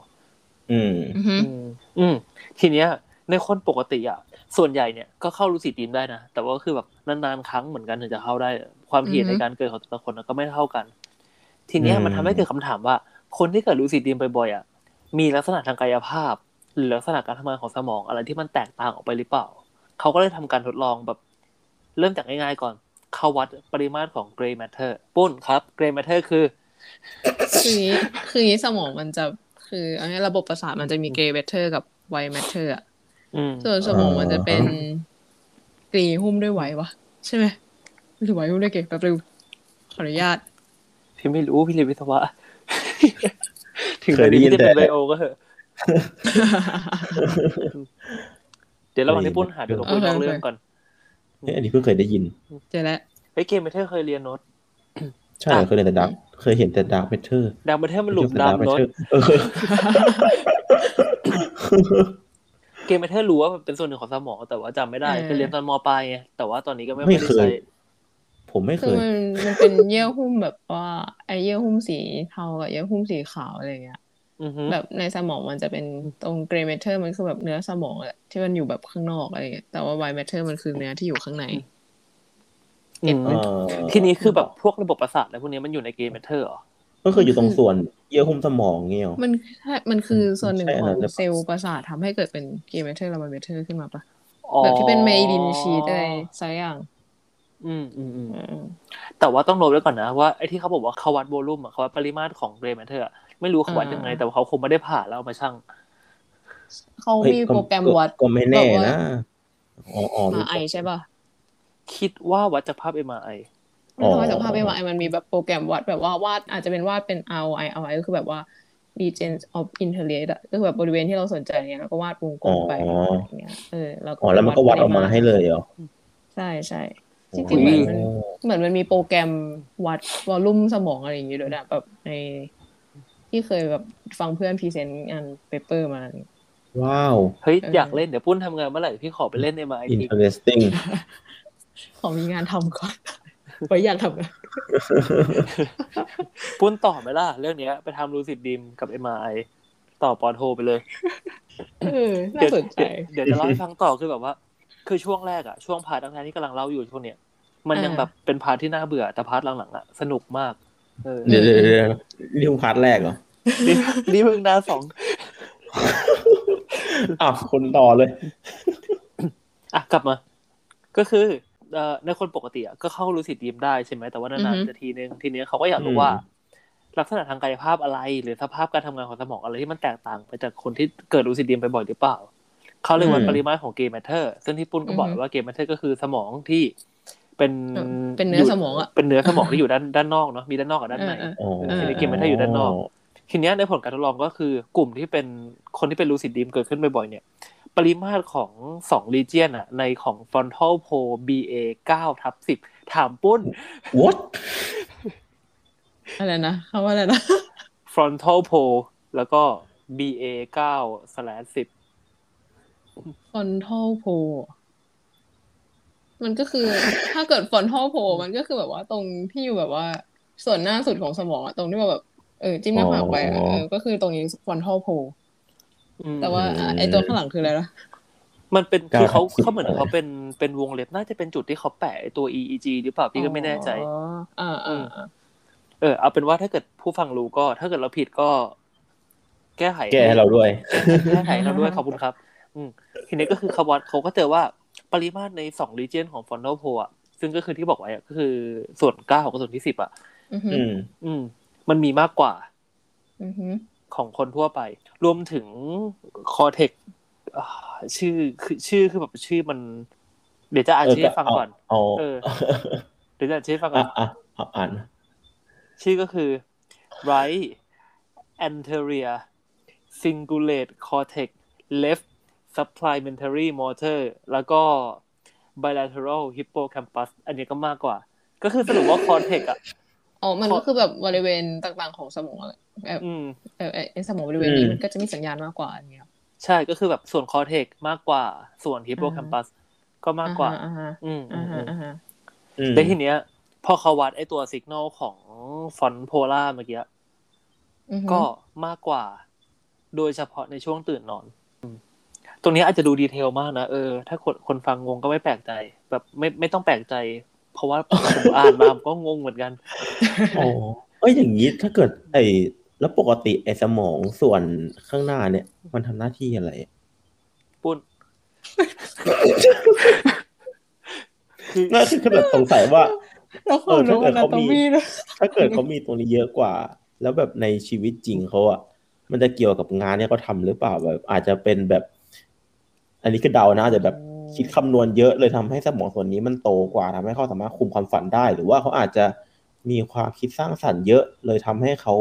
Speaker 3: อืม
Speaker 2: อืม
Speaker 1: อืมอืมทีเนี้ย ในคนปกติอ่ะ ส่วนใหญ่เนี่ยก็เข้าลูซิดดีมได้นะ แต่ว่าก็คือแบบนานๆครั้งเหมือนกันถึงจะเข้าได้ ความถี่ในการเกิดของแต่ละคนก็ไม่เท่ากัน ทีเนี้ยมันทำให้เกิดคำถามว่า คนที่เกิดลูซิดดีมบ่อยๆอ่ะ มีลักษณะทางกายภาพ หรือลักษณะการทำงานของสมองอะไรที่มันแตกต่างออกไปหรือเปล่า เขาก็เลยทำการทดลองแบบ เริ่มจากง่ายๆก่อน เขาวัดปริมาตรของ gray matter ปุ้นครับ gray matter คือ
Speaker 2: คืออย่างงี้คืออย่างงี้สมองมันจะคืออันนี้ระบบประสาทมันจะมีเกรย์แมทเทอร์กับไวแมทเทอร์อะ
Speaker 1: อืม
Speaker 2: ส่วนสมองมันจะเป็นกรีหุ้มด้วยไหววะใช่ไหมหรือไหวหุ้มด้วยเกล็ดแป๊บนึงขออนุญาต
Speaker 1: พี่ไม่รู้พี่เรียนวิศ วะ ถึง
Speaker 3: เคยได้ยิน
Speaker 1: จะเป็น
Speaker 3: แต่
Speaker 1: ไบโอก็เถอะ เดี๋ยวระหว่างที่ปุ้นหาเดี๋ยวเราคุยนอกเรื่องก่อน
Speaker 3: เฮ้ยอันนี้เพิ่งเคยได้ยิน
Speaker 2: เจอแล้ว
Speaker 1: เฮ้ยเกมเมเทอร์เคยเรียนโน้ต
Speaker 3: ใช่เหรอเคยเรียนแต่ดักเคยเห็นแต่ดักเมเทอร์
Speaker 1: ดังเมเทอร์มันหลุมดำโน้ต
Speaker 3: เออ
Speaker 1: เกมเมเทอร์รู้ว่ามันเป็นส่วนหนึ่งของสมองแต่ว่าจำไม่ได้
Speaker 2: เออ
Speaker 1: คือเรียนตอนมปลายไงแต่ว่าตอนนี้ก็ไม่
Speaker 3: ไม่
Speaker 1: อยได้
Speaker 3: เคย
Speaker 1: ใช้
Speaker 3: ผมไม่เค
Speaker 2: คือย มันมันเป็นเยื่อหุ้มแบบว่าไอเยื่อหุ้มสีเทากับเยื่อหุ้มสีขาวอะไรอย่างเงี้ย
Speaker 1: อือฮึ
Speaker 2: แบบในสมองมันจะเป็นตรงเกรย์เมเทอร์มันคือแบบเนื้อสมองอะที่มันอยู่แบบข้างนอกอะไรอย่างเงี้ยแต่ว่าไวเมเทอร์มันคือเนื้อที่อยู่ข้างใน เก็บ
Speaker 3: เออ
Speaker 1: ทีนี้คือแบบพวกระบบประสาทอะไรพวกนี้มันอยู่ในเกมเมเทอร์เหรอ
Speaker 3: ก็คืออยู่ตรงส่วนเยื่อหุ้มสมองเงี้ยหรอ
Speaker 2: มันใช่มันคือส่วนหนึ่ง
Speaker 3: ใช่
Speaker 2: ขอ
Speaker 3: อันนั้
Speaker 2: ง
Speaker 3: นหรือเปล่า
Speaker 2: เซลล์ประสาททำให้เกิดเป็นเกรย์เมเทอร์และไวเมเทอร์ขึ้นมาปะ
Speaker 1: อ๋อ
Speaker 2: แบบที่เป็นไมลินชีสอะไรสักอย่าง
Speaker 1: อืมอืมอืม
Speaker 2: เออ
Speaker 1: แต่ว่าต้องโน้ตไว้ก่อนนะว่าไอ้ที่เขาบอกว่าเขาวัดโวลูมอะเขาวัดปริมาตรของเกรย์แมทเทอร์ไม่รู้เขาวัดยังไง แต่ว่าเขาคงไม่ได้ผ่าแล้วเอามาชั่ง
Speaker 2: เขา
Speaker 3: เฮ้ย
Speaker 2: มีโปรแกรมวัด
Speaker 3: ก็ไม่แน่นะอ๋ออ๋อรู้
Speaker 2: มาไอใช่ป่ะ
Speaker 1: คิดว่าวัดจากภาพเอ็มไอ
Speaker 2: มันทำให้
Speaker 3: อ๋อ
Speaker 2: สภาพเป็นมาไอมันมีแบบโปรแกรมวัดแบบว่าวาดอาจจะเป็นวาดเป็น ROI ROI ก็คือแบบว่า region of interest อะก็คือแบบบริเวณที่เราสนใจเนี้ยแล้วก็วาดวงกลมไป
Speaker 3: อ๋อ
Speaker 2: อย่างเงี้ยเออแล้ว
Speaker 3: อ๋อแล้วมันก็วัดออกมาให้เลยเหรอ
Speaker 2: ใช่ใช่ จริ
Speaker 3: โอ้
Speaker 2: ง
Speaker 3: โห
Speaker 2: ๆเหมือนมัน เหมือนมันมีโปรแกรมวัดวอลลุ่มสมองอะไรอย่างเงี้ยด้วยนะแบบใน ที่เคยแบบฟังเพื่อนพรีเซนต์งานเปเปอร์มา
Speaker 3: ว้าว
Speaker 1: เฮ้ย
Speaker 2: เออ
Speaker 1: อ
Speaker 2: อ
Speaker 1: ยากเล่นเดี๋ยวปุ้นทำงานเมื่อไหร่พี่ขอไปเล่นเอ็มไอที
Speaker 3: interesting
Speaker 2: ขอมีงานทำก่อน ไว้อยากทำนะ
Speaker 1: ปุ้นต่อไหมล่ะเรื่องเนี้ยไปทำรูสิดดิมกับเอ็มไอต่อปอโทไปเลย
Speaker 2: เออน่าสนใจ
Speaker 1: เดี๋ยวเดี๋ยวจะเล่าให้ฟังต่อคือแบบว่า คือช่วงแรกอะช่วงพาร์ทแรกๆที่กำลังเล่าอยู่ช่วงเนี้ยมันยัง
Speaker 2: อ่า
Speaker 1: แบบเป็นพาร์ทที่น่าเบื่อแต่พาร์ทหลังๆอะสนุกมาก เออ
Speaker 3: เดี๋ยวเดี๋ยวเดี๋ยวนี่คุณพาร์ทแรกเหรอ
Speaker 1: นี่นี่เพิ่งนาสอง
Speaker 3: อ้าวคนต่อเลย
Speaker 1: อ่ะกลับมา ก็คือเอ่อในคนปกติอะก็เข้ารู้สิดีมได้ใช่ไหมแต่ว่านาน
Speaker 2: อือฮึ
Speaker 1: ๆจะทีนึงทีเนี้ยเขาก็อยากรู้
Speaker 3: อืม
Speaker 1: ว่า ลักษณะทางกายภาพอะไร หรือสภาพการทำงานของสมองอะไรที่มันแตกต่างไปจากคนที่เกิดรู้สิดีมไปบ่อยหรือเปล่า เขาเลยวัด
Speaker 3: อืม
Speaker 1: ปริมาตรของเกมแมทเทอร์ซึ่งที่ปุ้นก็บอก
Speaker 2: อือฮึ
Speaker 1: ว่าเกมแมทเทอร์ก็คือสมองที่เป็น
Speaker 2: เออเป็นเนื้ออยู่ สมองอะ
Speaker 1: เป็นเนื้อสมองที่อยู่ด้านด้านนอกเนาะมีด้านนอกกับด้านใน
Speaker 2: เออ
Speaker 3: อ๋อ
Speaker 2: เออ
Speaker 1: เกมมันถ้าอยู่ด้านนอก ทีเนี้ยในผลการทดลองก็คือกลุ่มที่เป็นคนที่เป็นลูซิดดีมเกิดขึ้นบ่อยๆเนี่ย ปริมาตรของสองรีเจียนอะในของ frontal pole BA 9ทับ10 ถามปุ้น
Speaker 3: ว what
Speaker 2: อะไรนะคำว่าอะไรนะ
Speaker 1: frontal pole แล้วก็ BA 9 slash 10
Speaker 2: frontal pole มันก็คือ ถ้าเกิด frontal pole มันก็คือแบบว่าตรงที่อยู่แบบว่า ส่วนหน้าสุดของสมองอะตรงที่ว่าแบบเออจิ้มหน้าผากไปอะ
Speaker 3: อ๋อ
Speaker 2: เออก็คือตรงนี้ frontal pole
Speaker 1: อืม
Speaker 2: แต่ว่าอ่ะไอตัวข้างหลังคืออะไรล่ะ
Speaker 1: มันเป็นคือเขา
Speaker 3: 9ทับ10
Speaker 1: เขาเหมือนเขาเป็นเป็นวงเล็บน่าจะเป็นจุดที่เขาแปะไอ้ตัว EEG หรือเปล่าพี่ก็ไม่แน่ใจ
Speaker 2: อ๋ออ่าอ่าอ่า
Speaker 1: เออเอาเป็นว่าถ้าเกิดผู้ฟังรู้ก็ ถ้าเกิดเราผิดก็ แก้ไข
Speaker 3: แกให้เราด้วย
Speaker 1: แค่ไหนเราด้วยขอบคุณครับ อืมทีนี้ก็คือคาร์บอนเขาก็เจอว่าปริมาตรในสองรีเจนของฟอนโดโพอ่ะ ซึ่งก็คือที่บอกไว้อะก็คือส่วนเก้ากับส่วนที่สิบอ่ะ
Speaker 2: อือหื
Speaker 3: อื
Speaker 2: อ
Speaker 3: ม
Speaker 1: อืม มันมีมากกว่า
Speaker 2: อือหือ
Speaker 1: ของคนทั่วไป รวมถึงคอเทคชื่อคือชื่อคือแบบชื่อมัน เดี๋ยวจะอ่าน
Speaker 3: เออ
Speaker 1: ชื่อให้ฟังก่อน
Speaker 3: เอา
Speaker 1: เออ เดี๋ยวจะอ่านชื่อให้ฟังก่
Speaker 3: อ่ะ
Speaker 1: อน
Speaker 3: อ่ะเอาอ่าน
Speaker 1: ชื่อก็คือ right anterior cingulate cortex left supplementary motor แล้วก็ bilateral hippocampus อันนี้ก็มากกว่า ก็คือสรุปว่า cortex อ่ะ
Speaker 2: อ๋อมันก็คือแบบบริเวณต่างๆของสมองอะแบบ
Speaker 1: อืม
Speaker 2: เออไอ้ไอสมองบริเวณนี้มันก็จะมีสัญญาณมากกว่าอย่างเงี้ย
Speaker 1: ใช่ก็คือแบบส่วน cortex มากกว่า ส่วน hippocampus ก็มากกว่า
Speaker 2: อ่าฮะ
Speaker 1: อืมอื
Speaker 2: อ่าม ฮะ
Speaker 1: อืม
Speaker 2: อ่าฮะ
Speaker 3: อืม
Speaker 1: แต่ทีเนี้ย พอเขาวัดไอตัวสัญญาณของฟอนโพล่าเมื่อกี้
Speaker 2: อือหือ
Speaker 1: ก็มากกว่า โดยเฉพาะในช่วงตื่นนอนอืมตรงนี้อาจจะดูดีเทลมากนะเออ ถ้าคนคนฟังงงก็ไม่แปลกใจ แบบไม่ไม่ต้องแปลกใจ เพ ราะว่าผมอ่านมาผมก็งงเหมือนกัน
Speaker 3: อ๋อเอ้ยอย่างนี้ถ้าเกิดไอ้แล้วปกติไอ้สมองส่วนข้างหน้าเนี่ย มันทำหน้าที่อะไร
Speaker 1: ปุ้น
Speaker 3: น่าคือแบบสงสัยว่า
Speaker 2: แล้วความรู้อะนะตรงนี้ด้วย
Speaker 3: ถ้าเกิดเขามีตรงนี้เยอะกว่า แล้วแบบในชีวิตจริงเขาอ่ะมันจะเกี่ยวกับงานเนี่ยเขาทำหรือเปล่าแบบ อาจจะเป็นแบบ อันนี้คือเดานะแต่แบบคิดคำนวณเยอะเลยทำให้สมองส่วนนี้มันโตกว่าทำให้เขาสามารถคุมความฝันได้ หรือว่าเขาอาจจะมีความคิดสร้างสรรค์เยอะ เลยทำให้เขา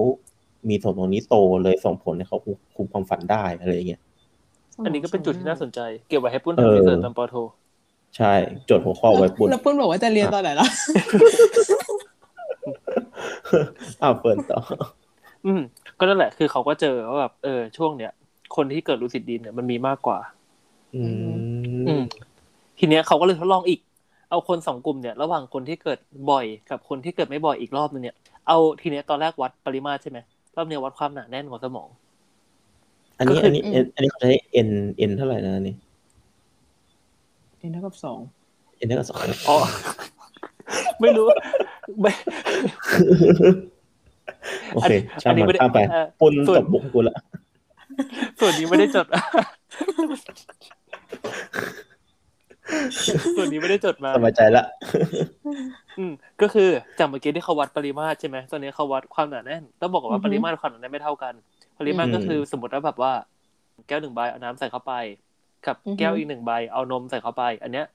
Speaker 3: มีส่วนตรงนี้โตเลยส่งผลให้เขาคุมความฝันได้อะไรอย่างเงี้ย
Speaker 1: อันนี้ก็เป็นจุดที่น่าสนใจ เก็บไว้ให้ปุ้น
Speaker 3: เอ
Speaker 1: ทำ
Speaker 3: อ
Speaker 1: รีเสิร์ชตอนปอโท
Speaker 3: ใช่โจทย์หัวข้อไว้ปุ่น
Speaker 2: แล้วปุ้นบอกว่าจะเรียนตอนไหนล่ะ
Speaker 3: อ้าวเปิดต่อ
Speaker 1: อืมก็นั่นแหละคือเขาก็เจอว่าแบบเออช่วงเนี้ยคนที่เกิดลูซิดดีมเนี่ยมันมีมากกว่า
Speaker 3: อื
Speaker 1: อื
Speaker 3: ม
Speaker 1: มทีเนี้ยเขาก็เลยทดลองอีก เอาคนสองกลุ่มเนี่ย ระหว่างคนที่เกิดบ่อยกับคนที่เกิดไม่บ่อยอีกรอบนึงเนี่ยเอาทีเนี้ยตอนแรกวัดปริมาตรใช่ไหมรอบเนี้ยวัดความหนาแน่นของสมอง
Speaker 3: อันนี้
Speaker 1: ก็คืออั
Speaker 3: อันนี้
Speaker 2: อืม
Speaker 3: อันนี้เขาใช้ n n เท่าไหร่นะอันนี่
Speaker 2: เอ็นเท่ากับสอง
Speaker 3: n เท่ากับสอง
Speaker 1: อ๋อ ไม่รู้ไม่
Speaker 3: โอเคช่าง
Speaker 1: นี้
Speaker 3: มัน
Speaker 1: ไม่ได้
Speaker 3: ข้ามไป
Speaker 1: เอ่อ
Speaker 3: ปุ่น
Speaker 1: ส่วน
Speaker 3: ตกบุกกูละ
Speaker 1: ส่วนนี้ไม่ได้ จด ส่วนนี้ไม่ได้จดมา
Speaker 3: สบายใจละ
Speaker 1: อืมก็คือจากเมื่อกี้ที่เขาวัดปริมาตรใช่ไหมตอนนี้เขาวัดความหนาแน่นต้องบอกก่อน
Speaker 2: อื
Speaker 1: ว่า
Speaker 2: อฮึ
Speaker 1: ปริมาตรความหนาแน่นไม่เท่ากัน ปริมาตรก็คือสมมติว่าแบบว่า แก้วหนึ่งใบเอาน้ำใส่เข้าไป กับ
Speaker 2: อือฮึ
Speaker 1: แก้วอีกหนึ่งใบเอานมใส่เข้าไป อันเนี้ย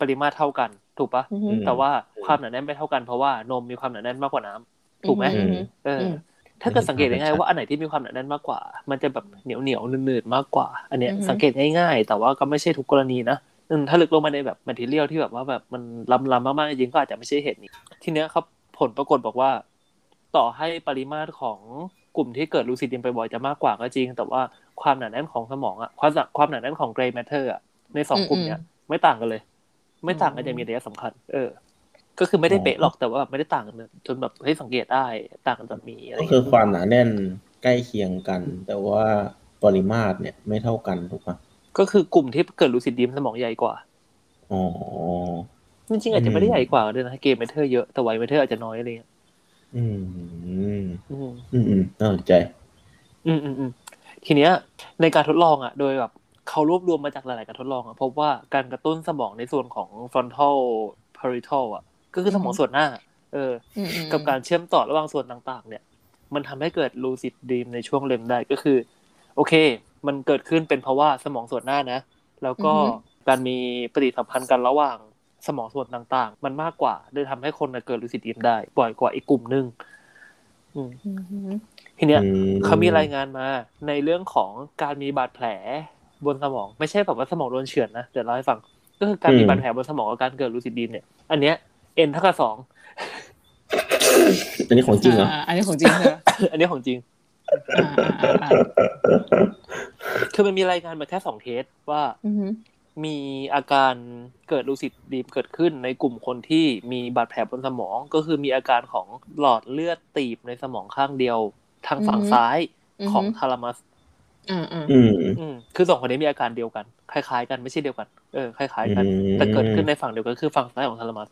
Speaker 1: ปริมาตรเท่ากัน ถูกปะ
Speaker 2: อือฮึ
Speaker 3: ม
Speaker 1: แต่ว่าความหนาแน่นไม่เท่ากันเพราะว่านมมีความหนาแน่นมากกว่าน้ำถูกไหม
Speaker 2: อือฮึ
Speaker 1: เอออ
Speaker 2: ม
Speaker 1: ถ้าเกิดสังเกตง่ายๆว่าอันไหนที่มีความหนาแน่นมากกว่า มันจะแบบเหนียวเหนียวๆหนืดๆมากกว่า อันเนี้ยสังเกตง่ายๆ แต่ว่าก็ไม่ใช่ทุกกรณีนะอืมถ้าลึกลงมาในแบบแมทเทียลที่แบบว่าแบบมันล้ำล้ำๆมากๆจริงๆก็อาจจะไม่ใช่เหตุนี้ ทีเนี้ยครับผลปรากฏบอกว่า ต่อให้ปริมาตรของกลุ่มที่เกิดลูซิดิมไปบ่อยๆจะมากกว่าก็จริง แต่ว่าความหนาแน่นของสมองอะความสักความหนาแน่นของเกรย์แมทเทอร์อะในสอง
Speaker 2: อืม
Speaker 1: กลุ่มเนี้ยไม่ต่างกันเลย ไม่ต่างกันอย่างมีนัยสำคัญ เออ ก็คือไม่ได้เป๊ะหรอกแต่ว่าแบบไม่ได้ต่างกันจนแบบให้สังเกตได้ต่างกันแบบมีอะไร
Speaker 3: ก็
Speaker 1: เงี้ย
Speaker 3: คือความหนาแน่นใกล้เคียงกัน แต่ว่าปริมาตรเนี่ยไม่เท่ากันถูกปะ
Speaker 1: ก็คือกลุ่มที่เกิดลูซิดิมสมองใหญ่กว่า
Speaker 3: อ๋อ
Speaker 1: จริงๆอาจจะไม่ได้ใหญ่กว่าก็ด้วยนะเกรย์แมทเทอร์เยอะแต่ไวแมทเทอร์อาจจะน้อยอะไรเงี้ย
Speaker 3: อืม
Speaker 1: อืม
Speaker 3: อืมอืมน่าสนใจ
Speaker 1: อืมอืมอืมทีเนี้ยในการทดลองอ่ะ โดยแบบเขารวบรวมมาจากหลาย ๆ การทดลองอ่ะพบว่าการกระตุ้นสมองในส่วนของ frontal parietal อ่ะ ก็คือสมองส่วนหน้า เออ
Speaker 2: อืมอืม
Speaker 1: กับการเชื่อมต่อระหว่างส่วนต่างๆ เนี่ย มันทำให้เกิด lucid dream ในช่วงเลมได้ก็คือ โอเค มันเกิดขึ้นเป็นเพราะว่าสมองส่วนหน้านะ แล้วก็
Speaker 2: อือฮึ
Speaker 1: การมีปฏิสัมพันธ์กันระหว่างสมองส่วนต่างๆ มันมากกว่าเลยทำให้คนน่ะเกิด lucid dream ได้บ่อยกว่าอีกกลุ่มหนึงอืม
Speaker 2: อืม
Speaker 1: ทีเนี้ย
Speaker 3: อืม
Speaker 1: เขามีรายงานมาในเรื่องของการมีบาดแผลบนสมอง ไม่ใช่แบบว่าสมองโดนเฉือนนะเดี๋ยวเล่าให้ฟัง ก็คือการมีบาดแผลบนสมองกับการเกิดลูซิดดีมเนี่ย อันเนี้ย n เท่ากับสอง
Speaker 3: อันนี้ของจริงเหรอ
Speaker 2: าอันนี้ของจริงเหรอ
Speaker 1: อันนี้ของจริง
Speaker 2: อ่าอ่าอ่า
Speaker 1: คือมันมีรายงานมาแค่สองเคสว่า
Speaker 2: อือฮึ
Speaker 1: มีอาการเกิดลูซิดดีมเกิดขึ้นในกลุ่มคนที่มีบาดแผลบนสมอง ก็คือมีอาการของหลอดเลือดตีบในสมองข้างเดียว ทางฝั่งซ้ายของทารามัส
Speaker 2: อ่าอ่า
Speaker 3: อืม
Speaker 1: อืมคือสองคนนี้มีอาการเดียวกัน คล้ายๆ กันไม่ใช่เดียวกัน เออ คล้ายๆ กัน
Speaker 3: อืม
Speaker 1: แต่เกิดขึ้นในฝั่งเดียวกันคือฝั่งซ้ายของทารมัส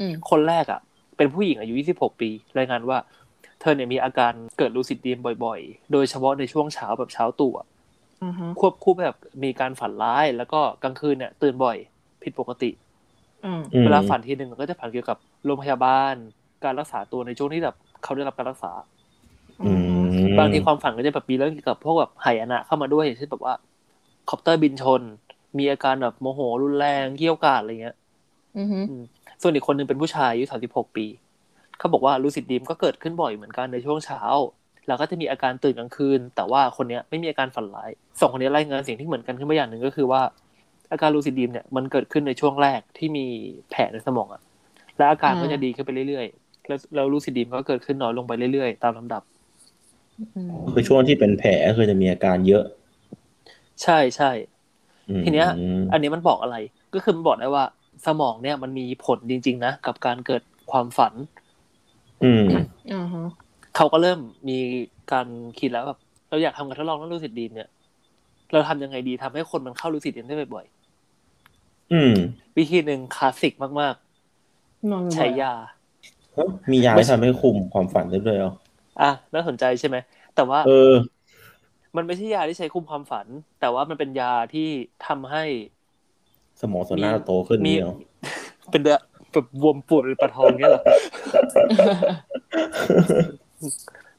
Speaker 2: อืม
Speaker 1: คนแรกอ่ะ เป็นผู้หญิงอายุ 26 ปี รายงานว่า เธอเนี่ยมีอาการเกิดลูซิดดีมบ่อยๆ โดยเฉพาะในช่วงเช้าแบบเช้าตู่อะ
Speaker 2: อ่าฮะ
Speaker 1: ควบคู่ไปกับมีการฝันร้าย แล้วก็กลางคืนเนี่ยตื่นบ่อย ผิดปกติ
Speaker 2: อ่า
Speaker 3: อืม
Speaker 1: เวลาฝันทีหนึ่งมันก็จะฝันเกี่ยวกับโรงพยาบาล การรักษาตัวในช่วงที่แบบเขาได้รับการรักษา
Speaker 3: อืม
Speaker 1: บางทีความฝันก็จะแบบมีเรื่องเกี่ยวกับพวกแบบหายนะเข้ามาด้วยอย่างเช่นแบบว่าคอปเตอร์บินชน มีอาการแบบโมโหรุนแรงเกรี่ยวกราดอะไรเงี้ย
Speaker 2: อือฮึ
Speaker 1: ส่วนอีกคนหนึ่งเป็นผู้ชายอายุ36 ปี เขาบอกว่าลูซิดดีมก็เกิดขึ้นบ่อยเหมือนกันในช่วงเช้า แล้วก็จะมีอาการตื่นกลางคืน แต่ว่าคนเนี้ยไม่มีอาการฝันร้ายสองคนนี้รายงานสิ่งที่เหมือนกันขึ้นมาอย่างหนึ่งก็คือว่า อาการลูซิดดีมเนี่ยมันเกิดขึ้นในช่วงแรกที่มีแผลในสมองอะและอาการก็จะดีขึ้นไปเรื่อยๆ แล้วแล้วลูซิดดีมก็เกิดขึ้นน้อยลงไปเรื่อยๆ ตามลำดับ
Speaker 2: อืม
Speaker 3: คือช่วงที่เป็นแผลคือจะมีอาการเยอะ
Speaker 1: ใช่ใช่
Speaker 3: อืม
Speaker 1: ทีเนี้ย อันนี้มันบอกอะไร ก็คือมันบอกได้ว่าสมองเนี่ยมันมีผลจริง ๆ นะ กับการเกิดความฝัน
Speaker 3: อืม
Speaker 2: อ่าฮะ
Speaker 1: เขาก็เริ่มมีการคิดแล้วแบบเราอยากทำการทดลองเรื่องลูซิดดีมเนี่ย เราทำยังไงดีทำให้คนมันเข้าลูซิดดีมได้บ่อย
Speaker 3: อืม
Speaker 1: ๆ วิธีหนึ่งคลาสสิกมาก
Speaker 2: นอน
Speaker 1: ๆ
Speaker 2: บ่อๆ
Speaker 1: ใช้ยา
Speaker 3: ฮะมียา
Speaker 1: ไม่
Speaker 3: ที่ทำให้คุมความฝันได้ด้วยเหรอ
Speaker 1: อ่ะน่าสนใจใช่ไหม แต่ว่า
Speaker 3: เออ
Speaker 1: มันไม่ใช่ยาที่ใช้คุมความฝัน แต่ว่ามันเป็นยาที่ทำให้
Speaker 3: สมองส่วนหน้าโตขึ้น
Speaker 1: มี
Speaker 3: นี่เหรอ
Speaker 1: เป็นเดอะแบบบวมปวด เป็นปลาทองเนี่ยเหรอ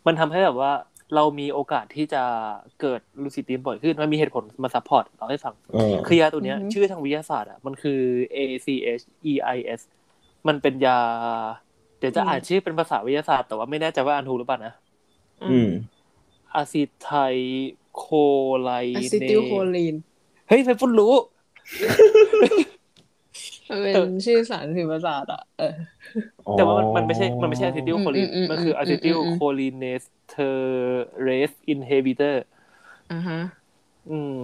Speaker 1: มันทำให้แบบว่า เรามีโอกาสที่จะเกิดลูซิดดรีมบ่อยขึ้นมันมีเหตุผลมาซัพพอร์ตเราให้ฟัง
Speaker 3: เออ
Speaker 1: คือยาตัวเนี้ย
Speaker 2: อือหือ
Speaker 1: ชื่อทางวิทยาศาสตร์อ่ะมันคือ ACHEIS มันเป็นยา เดี๋ยวจะอ่านชื่อเป็นภาษาวิทยาศาสตร์แต่ว่าไม่แน่ใจว่าอ่านถูกหรือเปล่านะ
Speaker 3: อืม
Speaker 1: อะซิไทโคไล
Speaker 2: อะซิ
Speaker 1: เน
Speaker 2: ติลโคลีน
Speaker 1: เฮ้ยไฟฟุ่นรู้
Speaker 2: มันเป็นชื่อสารสื่อประสาทอ่ะเออ
Speaker 1: แต่ว่ามันมันไม่ใช่มันไม่ใช่อะซิติลโคลิน
Speaker 2: อืมอืมอืม
Speaker 1: มันคืออะซิติลโคลินเนสเทอเรสอินเฮบิเตอร์
Speaker 2: ่าฮะ
Speaker 1: อืม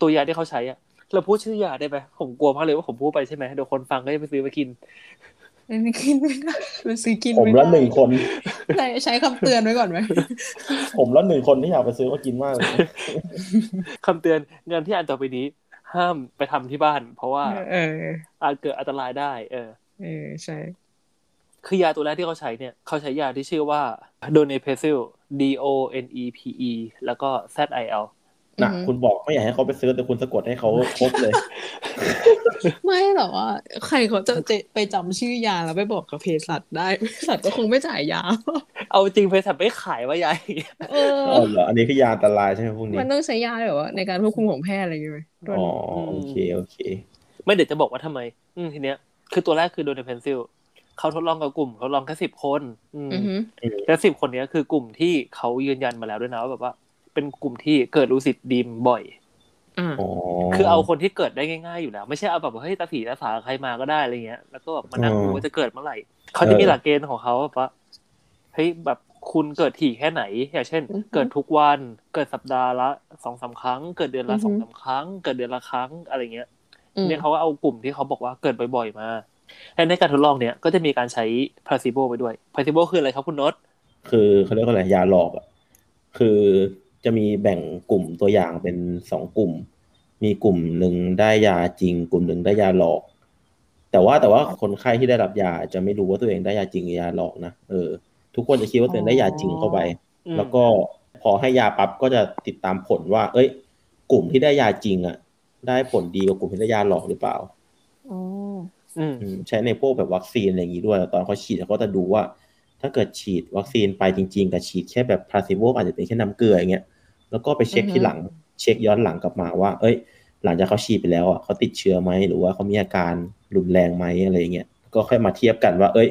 Speaker 1: ตัวยาที่เขาใช้อ่ะ เราพูดชื่อยาได้ไหมผมกลัวมากเลยว่าผมพูดไปใช่ไหมเดี๋ยวคนฟังก็จะไปซื้อมากิน
Speaker 2: ไม่กินไม่ได้มันซื้อกิน
Speaker 3: ผม
Speaker 2: ไม่
Speaker 3: ละ
Speaker 2: ได้
Speaker 3: หนึ่งคน
Speaker 2: ใช้ใช้คำเตือนไว้ก่อนไหม
Speaker 3: ผมละหนึ่งคนที่อยากไปซื้อมากินมากเลย
Speaker 1: คำเตือนงานที่อ่านต่อไปนี้ ห้ามไปทำที่บ้าน เพราะว่า
Speaker 2: เออ
Speaker 1: อาจเกิดอันตรายได้ เออ
Speaker 2: เออ ใช่
Speaker 1: คือยาตัวแรกที่เขาใช้เนี่ย เขาใช้ยาที่ชื่อว่า d o n e p e c i l D O N E P E แล้วก็ Z I L
Speaker 3: นะ
Speaker 2: อือฮึ
Speaker 3: คุณบอกไม่อยากให้เขาไปซื้อแต่คุณสะกดให้ เขาครบเลย
Speaker 2: ไม่หรอกว่า ใครเขาจะจะไปจำชื่อยาแล้วไปบอกกับเภสัชได้ เภสัชก็คงไม่จ่ายยา
Speaker 1: เอาจริงเพสัชไม่ขายว่าย าอย่างเงี้ย
Speaker 2: เออ
Speaker 3: อ๋อเหรออันนี้คือยาอันตรายใช่ไหมพวกนี้
Speaker 2: มันต้องใช้ยาแบบว่าในการควบคุมของแพทย์อะไรอย่างเงี้ยไหม
Speaker 3: อ๋อโอเคโอเค
Speaker 1: ไม่เดี๋ยวจะบอกว่าทำไม อืมทีเนี้ย คือตัวแรกคือ d o n e p e c i l เขาทดลองกับกลุ่มทดลองแค่สิบคน อืม
Speaker 2: อือฮึ
Speaker 1: และสิบคนเนี้ยคือกลุ่มที่เขายืนยันมาแล้วด้วยนะว่าแบบว่า เป็นกลุ่มที่เกิดลูซิดดีมบ่อย
Speaker 2: อ่า
Speaker 3: อ๋อ
Speaker 1: คือเอาคนที่เกิดได้ง่าย ๆอยู่แล้ว ไม่ใช่เอาแบบว่าเฮ้ยตาผีตาสาใครมาก็ได้อะไรเงี้ยแล้วก็แบบมานั่งดู
Speaker 3: อ๋อ
Speaker 1: ว่าจะเกิดเมื่อไหร่เขาจะมี
Speaker 3: เออ
Speaker 1: หลักเกณฑ์ของเขาแบบว่าเฮ้ยแบบคุณเกิดถี่แค่ไหน อย่างเช่น
Speaker 2: อือฮึ
Speaker 1: เกิดทุกวันเกิดสัปดาห์ละสองสามครั้ง เกิดเดือนละ
Speaker 2: อือฮึ
Speaker 1: สองสามครั้ง เกิดเดือนละครั้งอะไรเงี้ย
Speaker 2: อืม
Speaker 1: เนี่ยเขาก็เอากลุ่มที่เขาบอกว่าเกิดบ่อยๆมาและในการทดลองเนี่ยก็จะมีการใช้พาซิโบไปด้วยพาซิโบคืออะไรครับคุณนศ
Speaker 3: คือเขาเรียกว่าอะไรยาหลอกอ่ะคือจะมีแบ่งกลุ่มตัวอย่างเป็นสองกลุ่ม มีกลุ่มหนึ่งได้ยาจริง กลุ่มหนึ่งได้ยาหลอก แต่ว่าแต่ว่าคนไข้ที่ได้รับยาจะไม่รู้ว่าตัวเองได้ยาจริงหรือยาหลอกนะเออ ทุกคนจะคิดว่าตัวเองได้ยาจริงเข้าไป
Speaker 1: อืม
Speaker 3: แล้วก็พอให้ยาปั๊บก็จะติดตามผลว่า เอ้ย กลุ่มที่ได้ยาจริงอ่ะ ได้ผลดีกว่ากลุ่มที่ได้ยาหลอกหรือเปล่า
Speaker 2: อ๋อ
Speaker 1: อืม
Speaker 3: อืมใช้ในพวกแบบวัคซีนอะไรอย่างนี้ด้วย ตอนเขาฉีดเขาก็จะดูว่า ถ้าเกิดฉีดวัคซีนไปจริง ๆ กับฉีดแค่แบบพลาซิโบอาจจะเป็นแค่น้ำเกลืออย่างเงี้ยแล้วก็ไปเช็คที่หลังเช็คย้อนหลังกลับมาว่า เอ้ย หลังจากเขาฉีดไปแล้วอ่ะเขาติดเชื้อไหมหรือว่าเขามีอาการรุนแรงไหมอะไรอย่างเงี้ยก็ค่อยมาเทียบกันว่า เอ้ย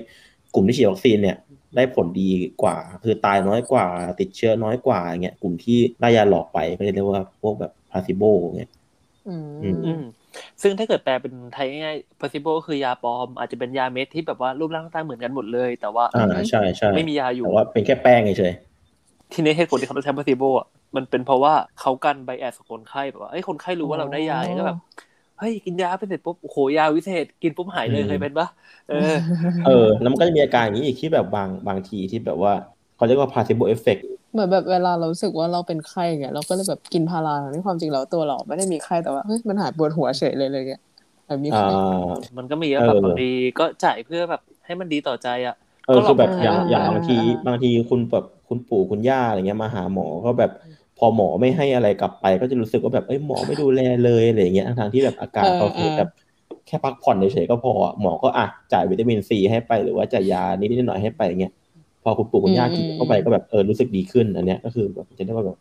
Speaker 3: กลุ่มที่ฉีดวัคซีนเนี่ย ได้ผลดีกว่า คือตายน้อยกว่า ติดเชื้อน้อยกว่าอย่างเงี้ยกลุ่มที่ได้ยาหลอกไปก็จะเรียกว่าพวกแบบพลาซิโบอย่างเงี้ย
Speaker 2: อื
Speaker 3: อื
Speaker 2: ม
Speaker 3: ม
Speaker 1: อืมซึ่งถ้าเกิดแปลเป็นไทยง่ายๆ possible คือยาปลอม อาจจะเป็นยาเม็ดที่แบบว่ารูปร่างหน้าตาเหมือนกันหมดเลย แต่ว่า
Speaker 3: อ่าใช่ใช่
Speaker 1: ไม่มียาอยู่
Speaker 3: แต่ว่าเป็นแค่แป้งเฉย
Speaker 1: ทีนี้เหตุผลที่เขาต้องใช้ possible อ่ะมันเป็นเพราะว่าเขากันไบแอสของคนไข้แบบว่าเอ้ยคนไข้รู้ว่าเราได้ยาก็แบบเฮ้ยกินยาไปเสร็จปุ๊บโอ้โหยาวิเศษกินปุ๊บหายเลยเคยเป็นปะเออ
Speaker 3: ๆเออแล้วมันก็จะมีอาการอย่างนี้อีกที่แบบบางบางทีที่แบบว่าเขาเรียกว่า placebo effect
Speaker 2: เหมือนแบบเวลาเรารู้สึกว่าเราเป็นไข้อย่างเงี้ยเราก็เลยแบบกินพาราในความจริงแล้วตัวเราไม่ได้มีไข้แต่ว่าเฮ้ยมันหายปวดหัวเฉยเลยเลยเนี่ยแบบมีไข้
Speaker 3: อ่า
Speaker 1: มันก็มีว่าแบบ
Speaker 3: เออ
Speaker 1: บางทีก็จ่ายเพื่อแบบให้มันดีต่อใจอ่ะ
Speaker 3: เออคือแบบอย่าง
Speaker 2: อ่า
Speaker 3: อย่างบางที
Speaker 2: อ่า
Speaker 3: บางทีคุณแบบคุณปู่คุณย่าอะไรเงี้ยมาหาหมอก็แบบพอหมอไม่ให้อะไรกลับไป ก็จะรู้สึกว่าแบบเอ้ยหมอไม่ดูแลเลยอะไรอย่างเงี้ยทั้งๆที่แบบอาการเขาแค่แบบแค่พักผ่อนเฉยๆก็พออะหมอก็อ่ะจ่ายวิตามินซีให้ไปหรือว่าจ่ายยานิดๆหน่อยๆให้ไปอย่างเงี้ยพอคุณปู่คุณย่ากินเข้าไปก็แบบเออรู้สึกดีขึ้นอันเนี้ยก็คือแบบจะได้ว่าแบบ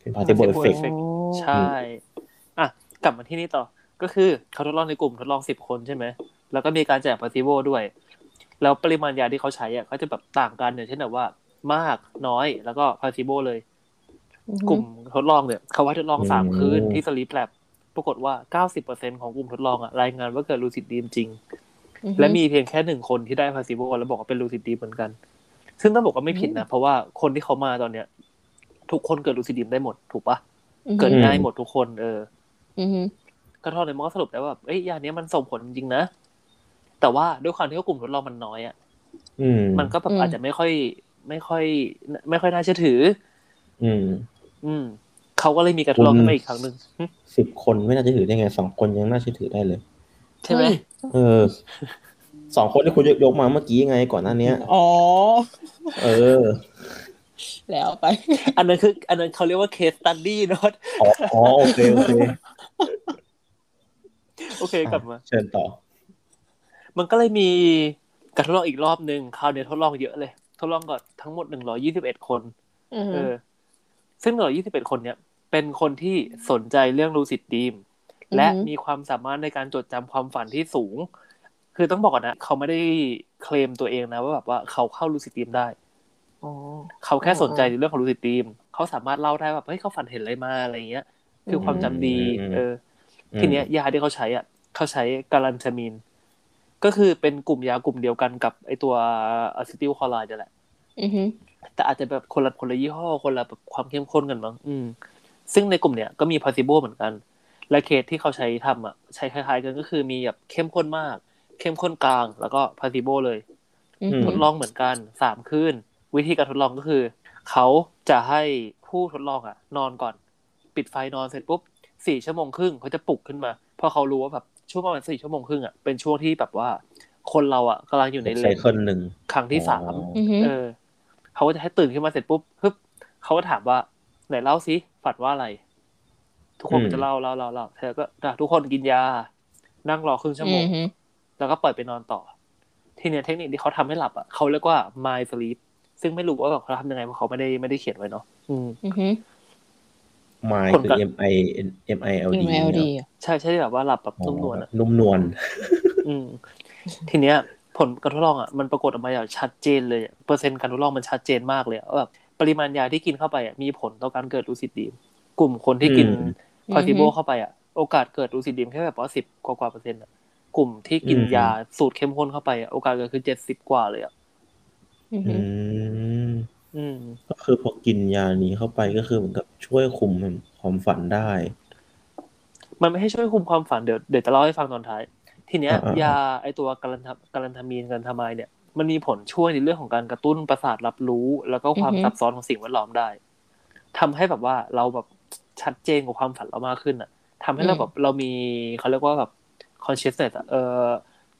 Speaker 3: เป็น placebo
Speaker 1: placebo
Speaker 3: effect
Speaker 1: effect
Speaker 2: อ๋อ
Speaker 1: ใช่ อ่ะ กลับมาที่นี่ต่อ ก็คือเขาทดลองในกลุ่มทดลองสิบคนใช่ไหม แล้วก็มีการแจกพาซิโบด้วย แล้วปริมาณยาที่เขาใช้อ่ะเขาจะแบบต่างกันเนี่ยเช่นแบบว่ามากน้อยแล้วก็พาซิโบเลย กลุ่มทดลองเนี่ยเขาว่าทดลองสาม
Speaker 3: อืม
Speaker 1: คืนที่สลีปแลบปรากฏว่าเก้าสิบเปอร์เซ็นของกลุ่มทดลองอ่ะรายงานว่าเกิดลูซิดดีมจริง
Speaker 2: อือฮึ
Speaker 1: และมีเพียงแค่หนึ่งคนที่ได้พาซิโบแล้วบอกว่าเป็นลูซิดดีมเหมือนกัน ซึ่งต้องบอกว่าไม่ผิดนะเพราะว่าคนที่เขามาตอนเนี้ย ทุกคนเกิดลูซิดดีมได้หมดถูกปะ
Speaker 2: อือฮึ
Speaker 1: เกิดได้หมดทุกคนเออ
Speaker 2: อือฮึ
Speaker 1: ก็เท่านั้นมันก็สรุปได้ว่าแบบเอ้ยยาเนี้ยมันส่งผลจริงๆนะ แต่ว่าด้วยความที่ว่ากลุ่มทดลองมันน้อยอะ่ะ
Speaker 3: อืม
Speaker 1: มันก็แบบอาจจะไม่ค่อย ไม่ค่อย ไม่ค่อยน่าเชื่อถือ
Speaker 3: อืม
Speaker 1: อืมเขาก็เลยมีการทดลองขึ้นมาอีกครั้งหนึ่งหึ
Speaker 3: สิบคนไม่น่าจะถือได้ไงสองคนยังน่าเชื่อถือได้เลย
Speaker 1: ใช่ไหม
Speaker 3: เออสองคนที่คุณยกมาเมื่อกี้ไงก่อนหน้าเนี้ย
Speaker 2: อ๋อ
Speaker 3: เออ
Speaker 2: แล้วไป
Speaker 1: อันนั้นคือ อันนั้นเขาเรียกว่าเคสตันดี้เนาะ
Speaker 3: อ๋ออ๋อโอเคโอเค
Speaker 1: โอเคกลับมา
Speaker 3: อ่ะเชิญต่อ
Speaker 1: มันก็เลยมีการทดลองอีกรอบหนึ่งคราวเนี้ยทดลองเยอะเลย ทดลองก่อนทั้งหมดหนึ่งร้อยี่สิบเอ็ดคน
Speaker 2: อือฮึ
Speaker 1: เออ ซึ่งเหล่า21 คนเนี่ยเป็นคนที่สนใจเรื่องลูซิดดีม และมีความสามารถในการจดจำความฝันที่สูง คือต้องบอกก่อนนะ เขาไม่ได้เคลมตัวเองนะว่าแบบว่าเขาเข้าลูซิดดีมได้
Speaker 2: อ๋อ
Speaker 1: เขาแค่สนใจในเรื่องของลูซิดดีม เขาสามารถเล่าได้แบบเฮ้ยเขาฝันเห็นอะไรมาอะไรเงี้ย คือความจำดี
Speaker 3: อืม
Speaker 1: เออ
Speaker 3: อืม
Speaker 1: ทีเนี้ยยาที่เขาใช้อ่ะเขาใช้การันทามีน ก็คือเป็นกลุ่มยากลุ่มเดียวกันกับไอตัวอะซิติลคอไลน์นี่ยแหละ
Speaker 2: อือฮึ
Speaker 1: แต่อาจจะแบบคนละคนละยี่ห้อคนละแบบความเข้มข้นกันมั้งอืม ซึ่งในกลุ่มเนี้ยก็มี possible เหมือนกัน และเคสที่เขาใช้ทำอ่ะใช้คล้ายๆกันก็คือมีแบบเข้มข้นมาก เข้มข้นกลาง แล้วก็ possible เลย
Speaker 2: อือ
Speaker 1: ท
Speaker 2: ฮึ
Speaker 1: ดลองเหมือนกันสามคืนวิธีการทดลองก็คือ เขาจะให้ผู้ทดลองอ่ะ นอนก่อน ปิดไฟนอนเสร็จปุ๊บสี่ชั่วโมงครึ่งเขาจะปลุกขึ้นมาเพราะเขารู้ว่าแบบช่วงประมาณสี่ชั่วโมงครึ่งอ่ะเป็นช่วงที่แบบว่า คนเราอ่ะกำลังอยู่ใน
Speaker 3: เป็น
Speaker 1: เล
Speaker 3: ไซ
Speaker 1: น
Speaker 3: เคิลหนึ่ง
Speaker 1: ครั้งที่สาม
Speaker 2: อือฮึ
Speaker 1: เออเขาก็จะให้ตื่นขึ้นมาเสร็จปุ๊บปึ๊บเขาก็ถามว่าไหนเล่าสิฝันว่าอะไร ทุกคนก็จะเล่าเล่าเล่าเล่าเธอก็อ่ะทุกคนกินยา นั่งรอครึ่งชั่วโมง
Speaker 2: อือฮึ
Speaker 1: แล้วก็ปล่อยไปนอนต่อ ทีเนี้ยเทคนิคที่เขาทำให้หลับอ่ะเขาเรียกว่า mind sleep ซึ่งไม่รู้ว่าแบบเขาทำยังไงเพราะเขาไม่ได้ไม่ได้เขียนไว้เนาะอืม
Speaker 2: อือฮึ
Speaker 3: ไมล์
Speaker 1: คน
Speaker 3: คือ
Speaker 1: ก็
Speaker 3: M I N M I L D
Speaker 2: MLD อ่ะ
Speaker 1: ใช่ใช่แบบว่าหลับแบบนุ่มนวลอ่ะ
Speaker 3: นุ่มนวล
Speaker 1: อืม ทีเนี้ย ผลการทดลองอ่ะมันปรากฏออกมาอย่างชัดเจนเลยอะเปอร์เซ็นต์การทดลองมันชัดเจนมากเลยอะว่าแบบปริมาณยาที่กินเข้าไปอ่ะมีผลต่อการเกิดลูซิดดีมกลุ่มคนที่กิน พอซิโบ
Speaker 2: อือฮึ
Speaker 1: เข้าไปอ่ะ โอกาสเกิดลูซิดดีมแค่แบบว่าสิบกว่ากว่าเปอร์เซ็นต์อะกลุ่มที่กินยาสูตรเข้มข้นเข้าไปอ่ะโอกาสเกิดคือเจ็ดสิบกว่าเลยอ่ะ
Speaker 2: อือ
Speaker 3: อื
Speaker 2: ฮึ
Speaker 3: ม
Speaker 1: อืม
Speaker 3: ก็คือพอกินยานี้เข้าไปก็คือเหมือนกับช่วยคุมความฝันได้
Speaker 1: มันไม่ให้ช่วยคุมความฝันเดี๋ยวเดี๋ยวจะเล่าให้ฟังตอนท้าย ทีเนี้ย
Speaker 3: อ่าๆๆ
Speaker 1: ยาไอตัวการันทาการันทามีนการันทามายเนี่ย มันมีผลช่วยในเรื่องของการกระตุ้นประสาทรับรู้ แล้วก็ความซับซ้อนของสิ่งแวดล้อมได้ทำให้แบบว่าเราแบบชัดเจนกว่าความฝันเรามากขึ้นอ่ะทำให้เราแบบเรามีเขาเรียกว่าแบบ consciousness อะเอ่อ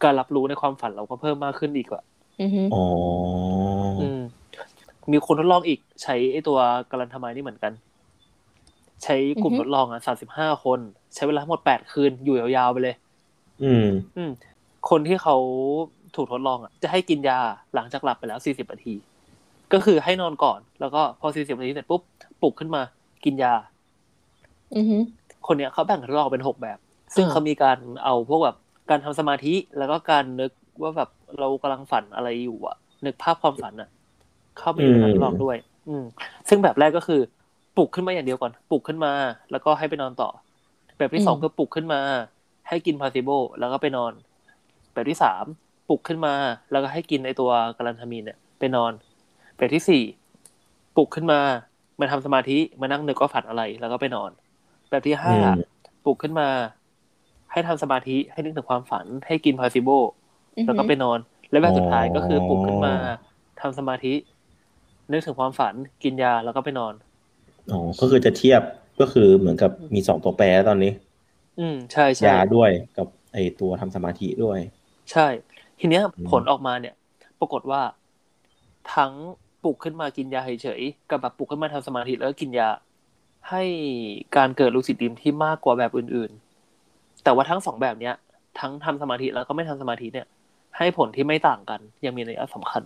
Speaker 1: การรับรู้ในความฝันเราก็เพิ่มมากขึ้นอีกอ่ะ
Speaker 2: อือฮึ
Speaker 3: อ๋ออ
Speaker 1: อืมมีคนทดลองอีกใช้ไอตัวการันทามายนี่เหมือนกัน ใช้กลุ่มทดลองอ่ะสามสิบห้าคน ใช้เวลาทั้งหมดแปดคืนอยู่ยาวๆไปเลย
Speaker 3: อืม
Speaker 1: อืม คนที่เขาถูกทดลองอ่ะจะให้กินยาหลังจากหลับไปแล้ว 40 นาที ก็คือให้นอนก่อน แล้วก็พอ 40 นาทีเสร็จปุ๊บปลุกขึ้นมากินยา
Speaker 2: อือฮึ
Speaker 1: คนเนี้ยเขาแบ่งทดลองเป็นหกแบบ ซึ่ง
Speaker 2: อ่า
Speaker 1: เขามีการเอาพวกแบบการทำสมาธิแล้วก็การนึกว่าแบบเรากำลังฝันอะไรอยู่อ่ะ นึกภาพความฝันอ่ะ เข้าไปอยู่ในการทดลองด้วย อืม ซึ่งแบบแรกก็คือปลุกขึ้นมาอย่างเดียวก่อน ปลุกขึ้นมา แล้วก็ให้ไปนอนต่อ แบบที่สองคือปลุกขึ้นมา ให้กินพาซิโบแล้วก็ไปนอน แบบที่สามปลุกขึ้นมา แล้วก็ให้กินไอตัวการันทามีนเนี่ยไปนอน แบบที่สี่ปลุกขึ้นมามาทำสมาธิมานั่งนึกว่าฝันอะไร แล้วก็ไปนอน แบบที่ห้า
Speaker 3: อืม
Speaker 1: ปลุกขึ้นมา ให้ทำสมาธิให้นึกถึงความฝัน ให้กินพาซิโบ
Speaker 2: อือฮึ
Speaker 1: แล้วก็ไปนอน และแบบสุดท้ายก็คืออ
Speaker 3: อ
Speaker 1: ปลุกขึ้นมาทำสมาธิ นึกถึงความฝันกินยาแล้วก็ไปนอน
Speaker 3: อ๋อก็คือจะเทียบก็คือเหมือนกับมีสองตัวแปรตอนนี้
Speaker 1: อืม ใช่ใช่
Speaker 3: ยาด้วยกับไอตัวทำสมาธิด้วย
Speaker 1: ใช่ ทีเนี้ย
Speaker 3: อืม
Speaker 1: ผลออกมาเนี่ย ปรากฏว่า ทั้งปลุกขึ้นมากินยาเฉยๆกับแบบปลุกขึ้นมาทำสมาธิแล้วก็กินยา ให้การเกิดลูซิดดรีมที่มากกว่าแบบอื่นๆ แต่ว่าทั้งสองแบบเนี้ย ทั้งทำสมาธิแล้วก็ไม่ทำสมาธิเนี่ย ให้ผลที่ไม่ต่างกัน ยังมีนัยสำคัญ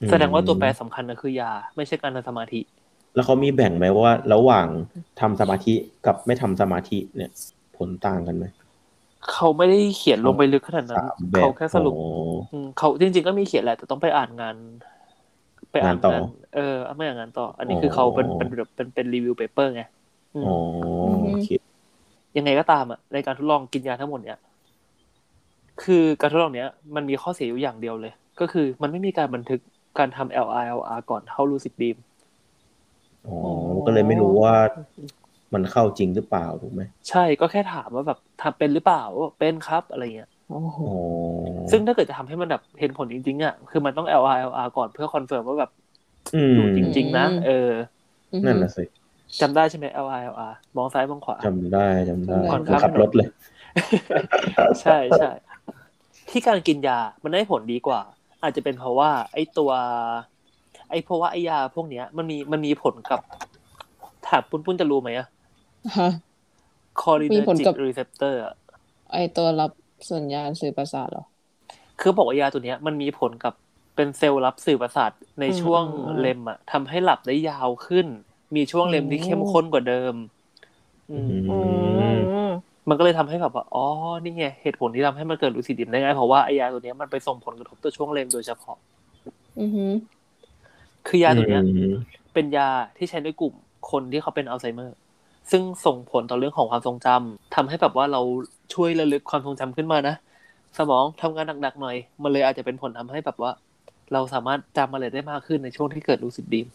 Speaker 3: อืม
Speaker 1: แสดงว่าตัวแปรสำคัญนะคือยา ไม่ใช่การทำสมาธิ
Speaker 3: แล้วเขามีแบ่งไหมว่า ระหว่างทำสมาธิกับไม่ทำสมาธิเนี่ย ผลต่างกันไหม
Speaker 1: เขาไม่ได้เขียนลงไปลึกขนาดนั้น
Speaker 3: สามแบบ
Speaker 1: เขาแค่สรุป
Speaker 3: อ๋อ
Speaker 1: อืมเขาจริงๆก็มีเขียนแหละแต่ต้องไปอ่านงาน ไปอ่าน
Speaker 3: งานต่อ
Speaker 1: เออไม่อ่านงานต่อ อันนี้
Speaker 3: อ๋อ
Speaker 1: คือเขาเป็นเป็นเป็นเป็นเป็นรีวิวเปเปอร์ไงอืม
Speaker 3: อ๋อโอเค
Speaker 1: ยังไงก็ตามอ่ะในการทดลองกินยาทั้งหมดเนี่ยคือการทดลองเนี้ย มันมีข้อเสียอยู่อย่างเดียวเลย ก็คือมันไม่มีการบันทึกการทำ LILR ก่อนเข้าลูซิดดีม
Speaker 3: อ๋อก็เลยไม่รู้ว่ามันเข้าจริงหรือเปล่าถูกไหม
Speaker 1: ใช่ก็แค่ถามว่าแบบทำเป็นหรือเปล่าเป็นครับอะไรเงี้ย
Speaker 2: โอ้โห
Speaker 3: อ๋อ
Speaker 1: ซึ่งถ้าเกิดจะทำให้มันแบบเห็นผลจริงๆอ่ะคือมันต้อง LILR ก่อนเพื่อคอนเฟิร์มว่าแบบ
Speaker 3: อืม
Speaker 1: อยู่จริง ๆ นะเออ
Speaker 2: อือฮึ
Speaker 3: นั่นน่ะสิ
Speaker 1: จำได้ใช่ไหม L I L R มองซ้ายมองขวา
Speaker 3: จำได้จำได้
Speaker 2: ก่อน
Speaker 3: ผม
Speaker 2: ข้ามถนน
Speaker 3: ขับรถเลย
Speaker 1: ใช่ใช่ที่การกินยามันได้ผลดีกว่า อาจจะเป็นเพราะว่า ไอ้ตัว ไอ้เพราะว่าไอ้ยาพวกเนี้ย มันมีมันมีผลกับถามปุ้นปุ้นจะรู้ไหมอะ
Speaker 2: ฮะ
Speaker 1: คอริ
Speaker 2: มี
Speaker 1: เน
Speaker 2: ผล
Speaker 1: จิ
Speaker 2: กั
Speaker 1: ก
Speaker 2: บ
Speaker 1: รีเซปเตอร์
Speaker 2: ไอตัวรับสัญญาณสื่อประสาทเหรอ
Speaker 1: คือบอกว่ายาตัวเนี้ย มันมีผลกับ เป็นเซลล์รับสื่อประสาทในช่วง
Speaker 2: อืมอืม
Speaker 1: เลมอะทำให้หลับได้ยาวขึ้น มีช่วงเลมที่
Speaker 2: โอ้
Speaker 1: เข้มข้นกว่าเดิม อืม
Speaker 3: อื
Speaker 2: อืม
Speaker 3: ม
Speaker 1: มันก็เลยทำให้แบบว่าอ๋อนี่ไงเหตุผลที่ทำให้มันเกิดลูซิดดิมได้ง่ายเพราะว่าไอยาตัวเนี้ยมันไปส่งผลกระทบต่อช่วงเลมโดยเฉพาะ
Speaker 2: อือหือ
Speaker 1: คือยาตัวเนี้ย
Speaker 3: อืม
Speaker 1: เป็นยาที่ใช้ในกลุ่มคนที่เขาเป็นอัลไซเมอร์ ซึ่งส่งผลต่อเรื่องของความทรงจำทำให้แบบว่าเราช่วยระลึกความทรงจำขึ้นมานะ สมองทำงานหนักๆหน่อย มันเลยอาจจะเป็นผลทำให้แบบว่า เราสามารถจำอะไรได้มากขึ้นในช่วงที่เกิดลูซิดดีม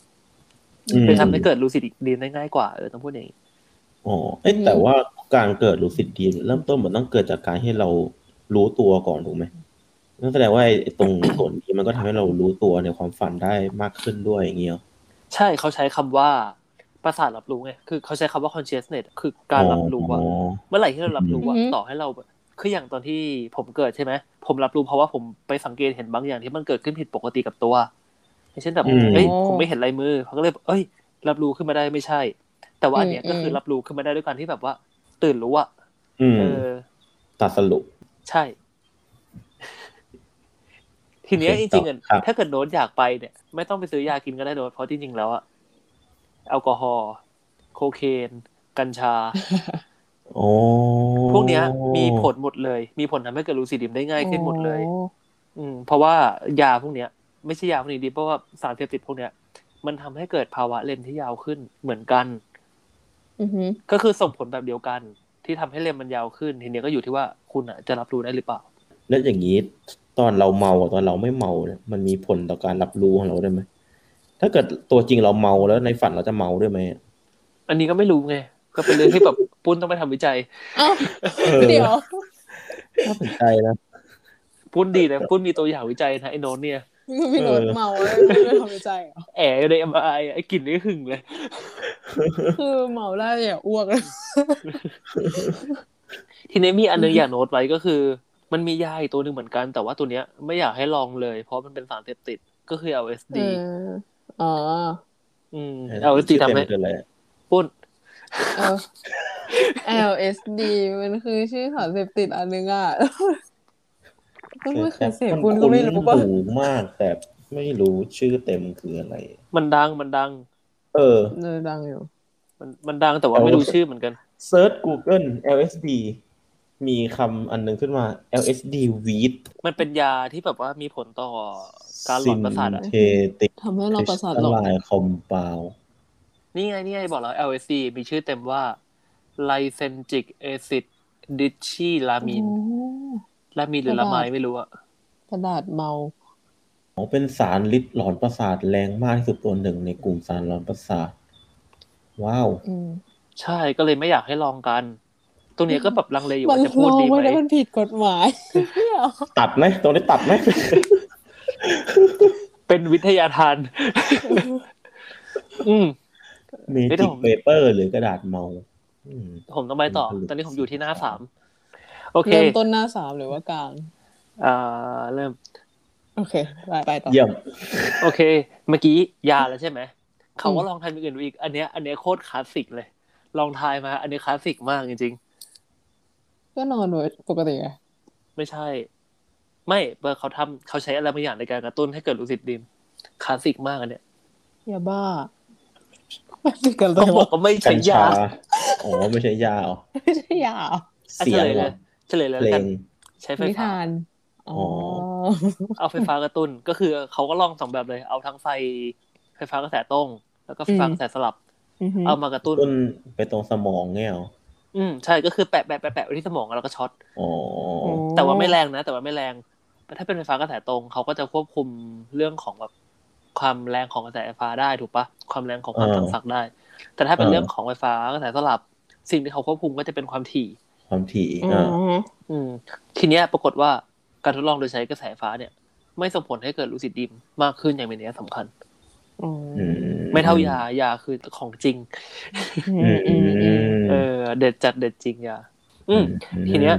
Speaker 3: อืม
Speaker 1: เป็นทำให้เกิดลูซิดดีมได้ง่ายกว่าเออต้องพูดอย่างนี้
Speaker 3: อ๋อเอ้ย
Speaker 2: อืม
Speaker 3: แต่ว่าการเกิดลูซิดดีมเริ่มต้นมันต้องเกิดจากการให้เรารู้ตัวก่อนถูกไหมนั่นแสดงว่าไอ้ไอ้ ตรง ส่วนนี้มันก็ทำให้เรารู้ตัวในความฝันได้มากขึ้นด้วยอย่างเงี้ย
Speaker 1: ใช่เขาใช้คำว่าประสาทรับรู้ไงคือเขาใช้คำว่า consciousness คือการรับรู้ว่า เมื่อไหร่ที่เรารับรู้ว่า
Speaker 2: อือหือ
Speaker 1: ต่อให้เราแบบคืออย่างตอนที่ผมเกิดใช่ไหมผมรับรู้เพราะว่าผมไปสังเกตเห็นบางอย่างที่มันเกิดขึ้นผิดปกติกับตัวอย่างเช่นแบบ
Speaker 3: อืม
Speaker 1: เอ้ยผมไม่เห็นลายมือเขาก็เลยแบบเอ้ย รับรู้ขึ้นมาได้ไม่ใช่ แต่ว่าอันเนี้ย
Speaker 2: อืม
Speaker 1: ก็คืออ
Speaker 2: ม
Speaker 1: รับรู้ขึ้นมาได้ด้วยการที่แบบว่า ตื่นรู้อะ
Speaker 3: อืม
Speaker 1: เออ
Speaker 3: ตัดสรุป
Speaker 1: ใช่ ทีเนี้ย
Speaker 3: โอ
Speaker 1: จ
Speaker 3: เค
Speaker 1: ริงๆอะ
Speaker 3: ครับ
Speaker 1: ถ้าเกิดโน้ตอยากไปเนี่ย ไม่ต้องไปซื้อยากินก็ได้โน้ตเพราะจริงๆแล้วอะแอลกอฮอล์โคเคน กัญชา
Speaker 3: โอ้
Speaker 1: พวกเนี้ยมีผลหมดเลย มีผลทำให้เกิดลูซิดิมได้ง่ายขึ้นหมดเลย
Speaker 2: โอ้
Speaker 1: อืมเพราะว่ายาพวกเนี้ย ไม่ใช่ยาพวกนี้ดีเพราะว่าสารเสพติดพวกเนี้ย มันทำให้เกิดภาวะเลมที่ยาวขึ้นเหมือนกัน
Speaker 2: อือหือ
Speaker 1: ก็คือส่งผลแบบเดียวกัน ที่ทำให้เลมมันยาวขึ้น ทีเนี้ยก็อยู่ที่ว่าคุณอ่ะจะรับรู้ได้หรือเปล่า
Speaker 3: แล้วอย่างนี้ตอนเราเมากับตอนเราไม่เมาเนี่ยมันมีผลต่อการรับรู้ของเราได้ไหมถ้าเกิดตัวจริงเราเมาแล้วในฝันเราจะเมาด้วยไหม
Speaker 1: อันนี้ก็ไม่รู้ไง ก็เป็นเรื่องที่แบบ ปุ้นต้องไปทำวิจัย
Speaker 2: เอ้า
Speaker 3: ออ
Speaker 2: เดี๋ยว
Speaker 3: น่าสนใจนะ
Speaker 1: ปุ้นดีนะปุ้นมีตัวอย่างวิจัยนะไอ้โนนเนี่ย
Speaker 2: พี่โน้ต
Speaker 3: เออ
Speaker 2: เมาแล้วไม่ได้ทำใจเหรอ
Speaker 1: แอบอยู่ในเอ็มไอไอ้กลิ่นนี่หึงเลย
Speaker 2: คือเมาแล้วอย่าอ้วกเลย
Speaker 1: ทีนี้มีอันหนึงอยากโน้ตไว้ก็คือ มันมียาอีกตัวหนึ่งเหมือนกัน แต่ว่าตัวเนี้ยไม่อยากให้ลองเลย เพราะมันเป็นสารเสพติดก็คือ LSD
Speaker 2: เอออ๋อ
Speaker 1: อืม LSD ทำให้
Speaker 3: ชื่อเต็มคืออะไรอะ
Speaker 1: ปุ้น
Speaker 2: เออ LSD มันคือชื่อสารเสพติดอันนึงอ่ะ ก็ไม่เคยเสพคุณก็ไม่รู้ป่ะ
Speaker 3: คุ้นหูมากแต่ไม่รู้ชื่อเต็มคืออะไร
Speaker 1: มันดังมันดัง
Speaker 3: เออ
Speaker 2: เนอดังอยู่
Speaker 1: มันมันดังแต่ว่าไม่รู้ชื่อเหมือนกัน
Speaker 3: เซิร์ช Google LSD มีคำอันหนึงขึ้นมา LSD weed
Speaker 1: มันเป็นยาที่แบบว่ามีผลต่อการหลอนประสาทอ่ะ
Speaker 3: เทติก
Speaker 2: ทำให้เราประสาทหล
Speaker 3: ละ
Speaker 2: อก
Speaker 3: ลายคอมเปา
Speaker 1: นี่ไงนี่ไงบอกแล้ว LSD มีชื่อเต็มว่า lysergic acid d i c h y l a m i n
Speaker 2: โอ้
Speaker 1: ลามินหรือ
Speaker 2: ระ
Speaker 1: ละ
Speaker 2: บาด
Speaker 1: ไมไม่รู้อะ
Speaker 2: กระดาษเมา
Speaker 3: อ๋อเป็นสารลิดหลอนประสาทแรงมากที่สุดตัวหนึ่งในกลุ่มสารหลอนประสาท ว้าว
Speaker 2: อืม
Speaker 1: ใช่ก็เลยไม่อยากให้ลองกัน ตรงเนี้ยก็แบบลังเลอยู่
Speaker 2: มัน
Speaker 1: ว่าจะพูด
Speaker 2: ลอง
Speaker 1: ดีไห
Speaker 2: ไว้
Speaker 1: ม
Speaker 2: แล้วมันผิดกฎหมายเนี่ยเหรอ
Speaker 3: ตัดไหมตรงนี้ตัดไหม
Speaker 1: เป็นวิทยาทาน อืม
Speaker 3: มี
Speaker 1: ไม่ต้
Speaker 3: จิ
Speaker 1: อก ง
Speaker 3: เปเปอร์หรือกระดาษเมา อืม
Speaker 1: ผมต้องไปต่อ
Speaker 3: มันก็หลุด
Speaker 1: ตอนนี้ผมอยู่ที่หน้าสามโอเค
Speaker 2: เริ่มต้นหน้าสามหรือว่ากลาง
Speaker 1: อ่าเริ่ม
Speaker 2: โอเคไปไปต่อ
Speaker 3: เยี่ยม
Speaker 1: โอเค เมื่อกี้ยาแล้วใช่ไหมเขาก็ลองทำอย่างอื่นดูอีก อันเนี้ยอันเนี้ยโคตรคลาสสิกเลย ลองทายมา อันนี้คลาสสิกมากจริง
Speaker 2: ก็นอนโดยปกติไง
Speaker 1: ๆ ไม่ใช่ ไม่เบอร์เขาทำเขาใช้อะไรบางอย่างในการกระตุ้นให้เกิดลูซิดดรีมคลาสสิกมากอันเนี้ย
Speaker 2: อย่าบ้าไม่ใช่กันเล
Speaker 1: ก็
Speaker 2: ย
Speaker 1: บอ
Speaker 2: วะ
Speaker 1: กว่าไม่
Speaker 3: กั
Speaker 1: ใช่
Speaker 3: ญชาย
Speaker 1: า
Speaker 3: อ๋อไม่ใช่ยาเหรอ
Speaker 2: ไม่ใช่ยา
Speaker 1: อ่ะ
Speaker 3: เสียง
Speaker 1: เฉลย
Speaker 3: เห
Speaker 1: เล
Speaker 3: ร
Speaker 1: ย
Speaker 3: อ
Speaker 1: เฉลยแล้ว
Speaker 3: เพล
Speaker 1: กัน
Speaker 3: ง
Speaker 1: ใช้ไฟ
Speaker 2: นิ
Speaker 1: ฟ้า
Speaker 2: ทาน อ๋อ
Speaker 1: เอาไฟฟ้ากระตุ้นก็คือเขาก็ลองสองแบบเลย เอาทั้งไฟไฟฟ้ากระแสตรง แล้วก็ไฟฟ้ากระแสสลับ
Speaker 2: อือหือ
Speaker 1: เอามากระตุ้น
Speaker 3: ต้นไปตรงสมองเนี่ยเหรอ
Speaker 1: อืมใช่ก็คือแปะแปะแปะแปะไว้ที่สมองแล้วก็ช็อต
Speaker 3: อ๋อ
Speaker 1: แต่ว่าไม่แรงนะ แต่ว่าไม่แรง ถ้าเป็นไฟฟ้ากระแสตรงเขาก็จะควบคุมเรื่องของแบบความแรงของกระแสไฟฟ้าได้ถูกปะความแรงของความ
Speaker 3: อ่า
Speaker 1: สั่นสักได้ แต่ถ้าเป็น
Speaker 3: อ่า
Speaker 1: เรื่องของไฟฟ้ากระแสสลับ สิ่งที่เขาควบคุมก็จะเป็นความถี่
Speaker 3: ความถี่
Speaker 2: อ๋อ
Speaker 3: อ่า
Speaker 1: อืม ทีเนี้ยปรากฏว่าการทดลองโดยใช้กระแสไฟฟ้าเนี่ย ไม่ส่งผลให้เกิดลูซิดดิมมากขึ้นอย่างมีนัยสำคัญ
Speaker 2: อื
Speaker 3: อื
Speaker 2: ม
Speaker 1: ไม่เท่ายา ยาคือของจริง
Speaker 2: อื
Speaker 3: อื
Speaker 2: ม
Speaker 3: ม
Speaker 2: อื
Speaker 3: อื
Speaker 2: ม
Speaker 3: ม
Speaker 2: อืม
Speaker 1: เออ เด็ดจัดเด็ดจริงยาอืม ทีเนี้ย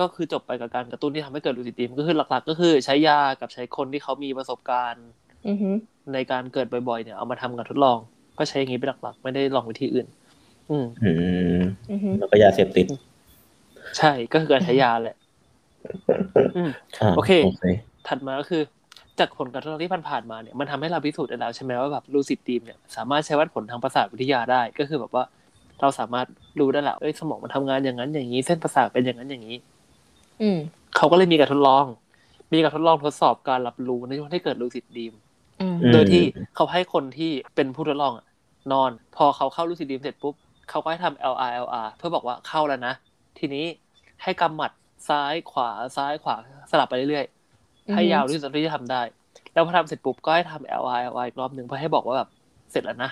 Speaker 1: ก็คือจบไปกับการกระตุ้นที่ทำให้เกิดลูซิดดรีมก็คือหลักๆ ก็คือใช้ยากับใช้คนที่เขามีประสบการณ์
Speaker 2: อือหือ
Speaker 1: ในการเกิดบ่อย ๆ เนี่ยเอามาทำกับทดลอง ก็ใช้อย่างนี้เป็นหลักๆ ไม่ได้ลองวิธีอื่น อืม
Speaker 3: อืม
Speaker 2: อือหือ
Speaker 3: แล้วก็ยาเสพติด
Speaker 1: ใช่ก็คือการใช้ยาแหละ อืม
Speaker 3: า
Speaker 1: โอเค
Speaker 3: โอเค
Speaker 1: ถัดมาก็คือ จากผลกระทบที่ผ่านๆมาเนี่ยมันทำให้เราพิสูจน์ได้แล้วใช่ไหมว่าแบบลูซิดดีมเนี่ยสามารถใช้วัดผลทางประสาทวิทยาได้ก็คือแบบว่าเราสามารถรู้ได้แหละเอ้ยสมองมันทำงานอย่างนั้นอย่างนี้ เส้นประสาทเป็นอย่างนั้นอย่างนี้
Speaker 2: อืม
Speaker 1: เขาก็เลยมีการทดลอง มีการทดลองทดสอบการรับรู้ในช่วงที่เกิดลูซิดดีม
Speaker 2: อืม
Speaker 3: อืม
Speaker 1: โดยที่เขาให้คนที่เป็นผู้ทดลองอะนอน พอเขาเข้าลูซิดดีมเสร็จปุ๊บเขาก็ให้ทำ LR LR เพื่อบอกว่าเข้าแล้วนะ ทีนี้ให้กำหมัดซ้ายขวาซ้ายขวาสลับไปเรื่อยๆ
Speaker 2: อือฮึ
Speaker 1: ให้ยาวที่สุดเท่าที่จะทำได้ แล้วพอทำเสร็จปุ๊บก็ให้ทำ LR LR อีกรอบหนึ่งเพื่อให้บอกว่าแบบเสร็จแล้วนะ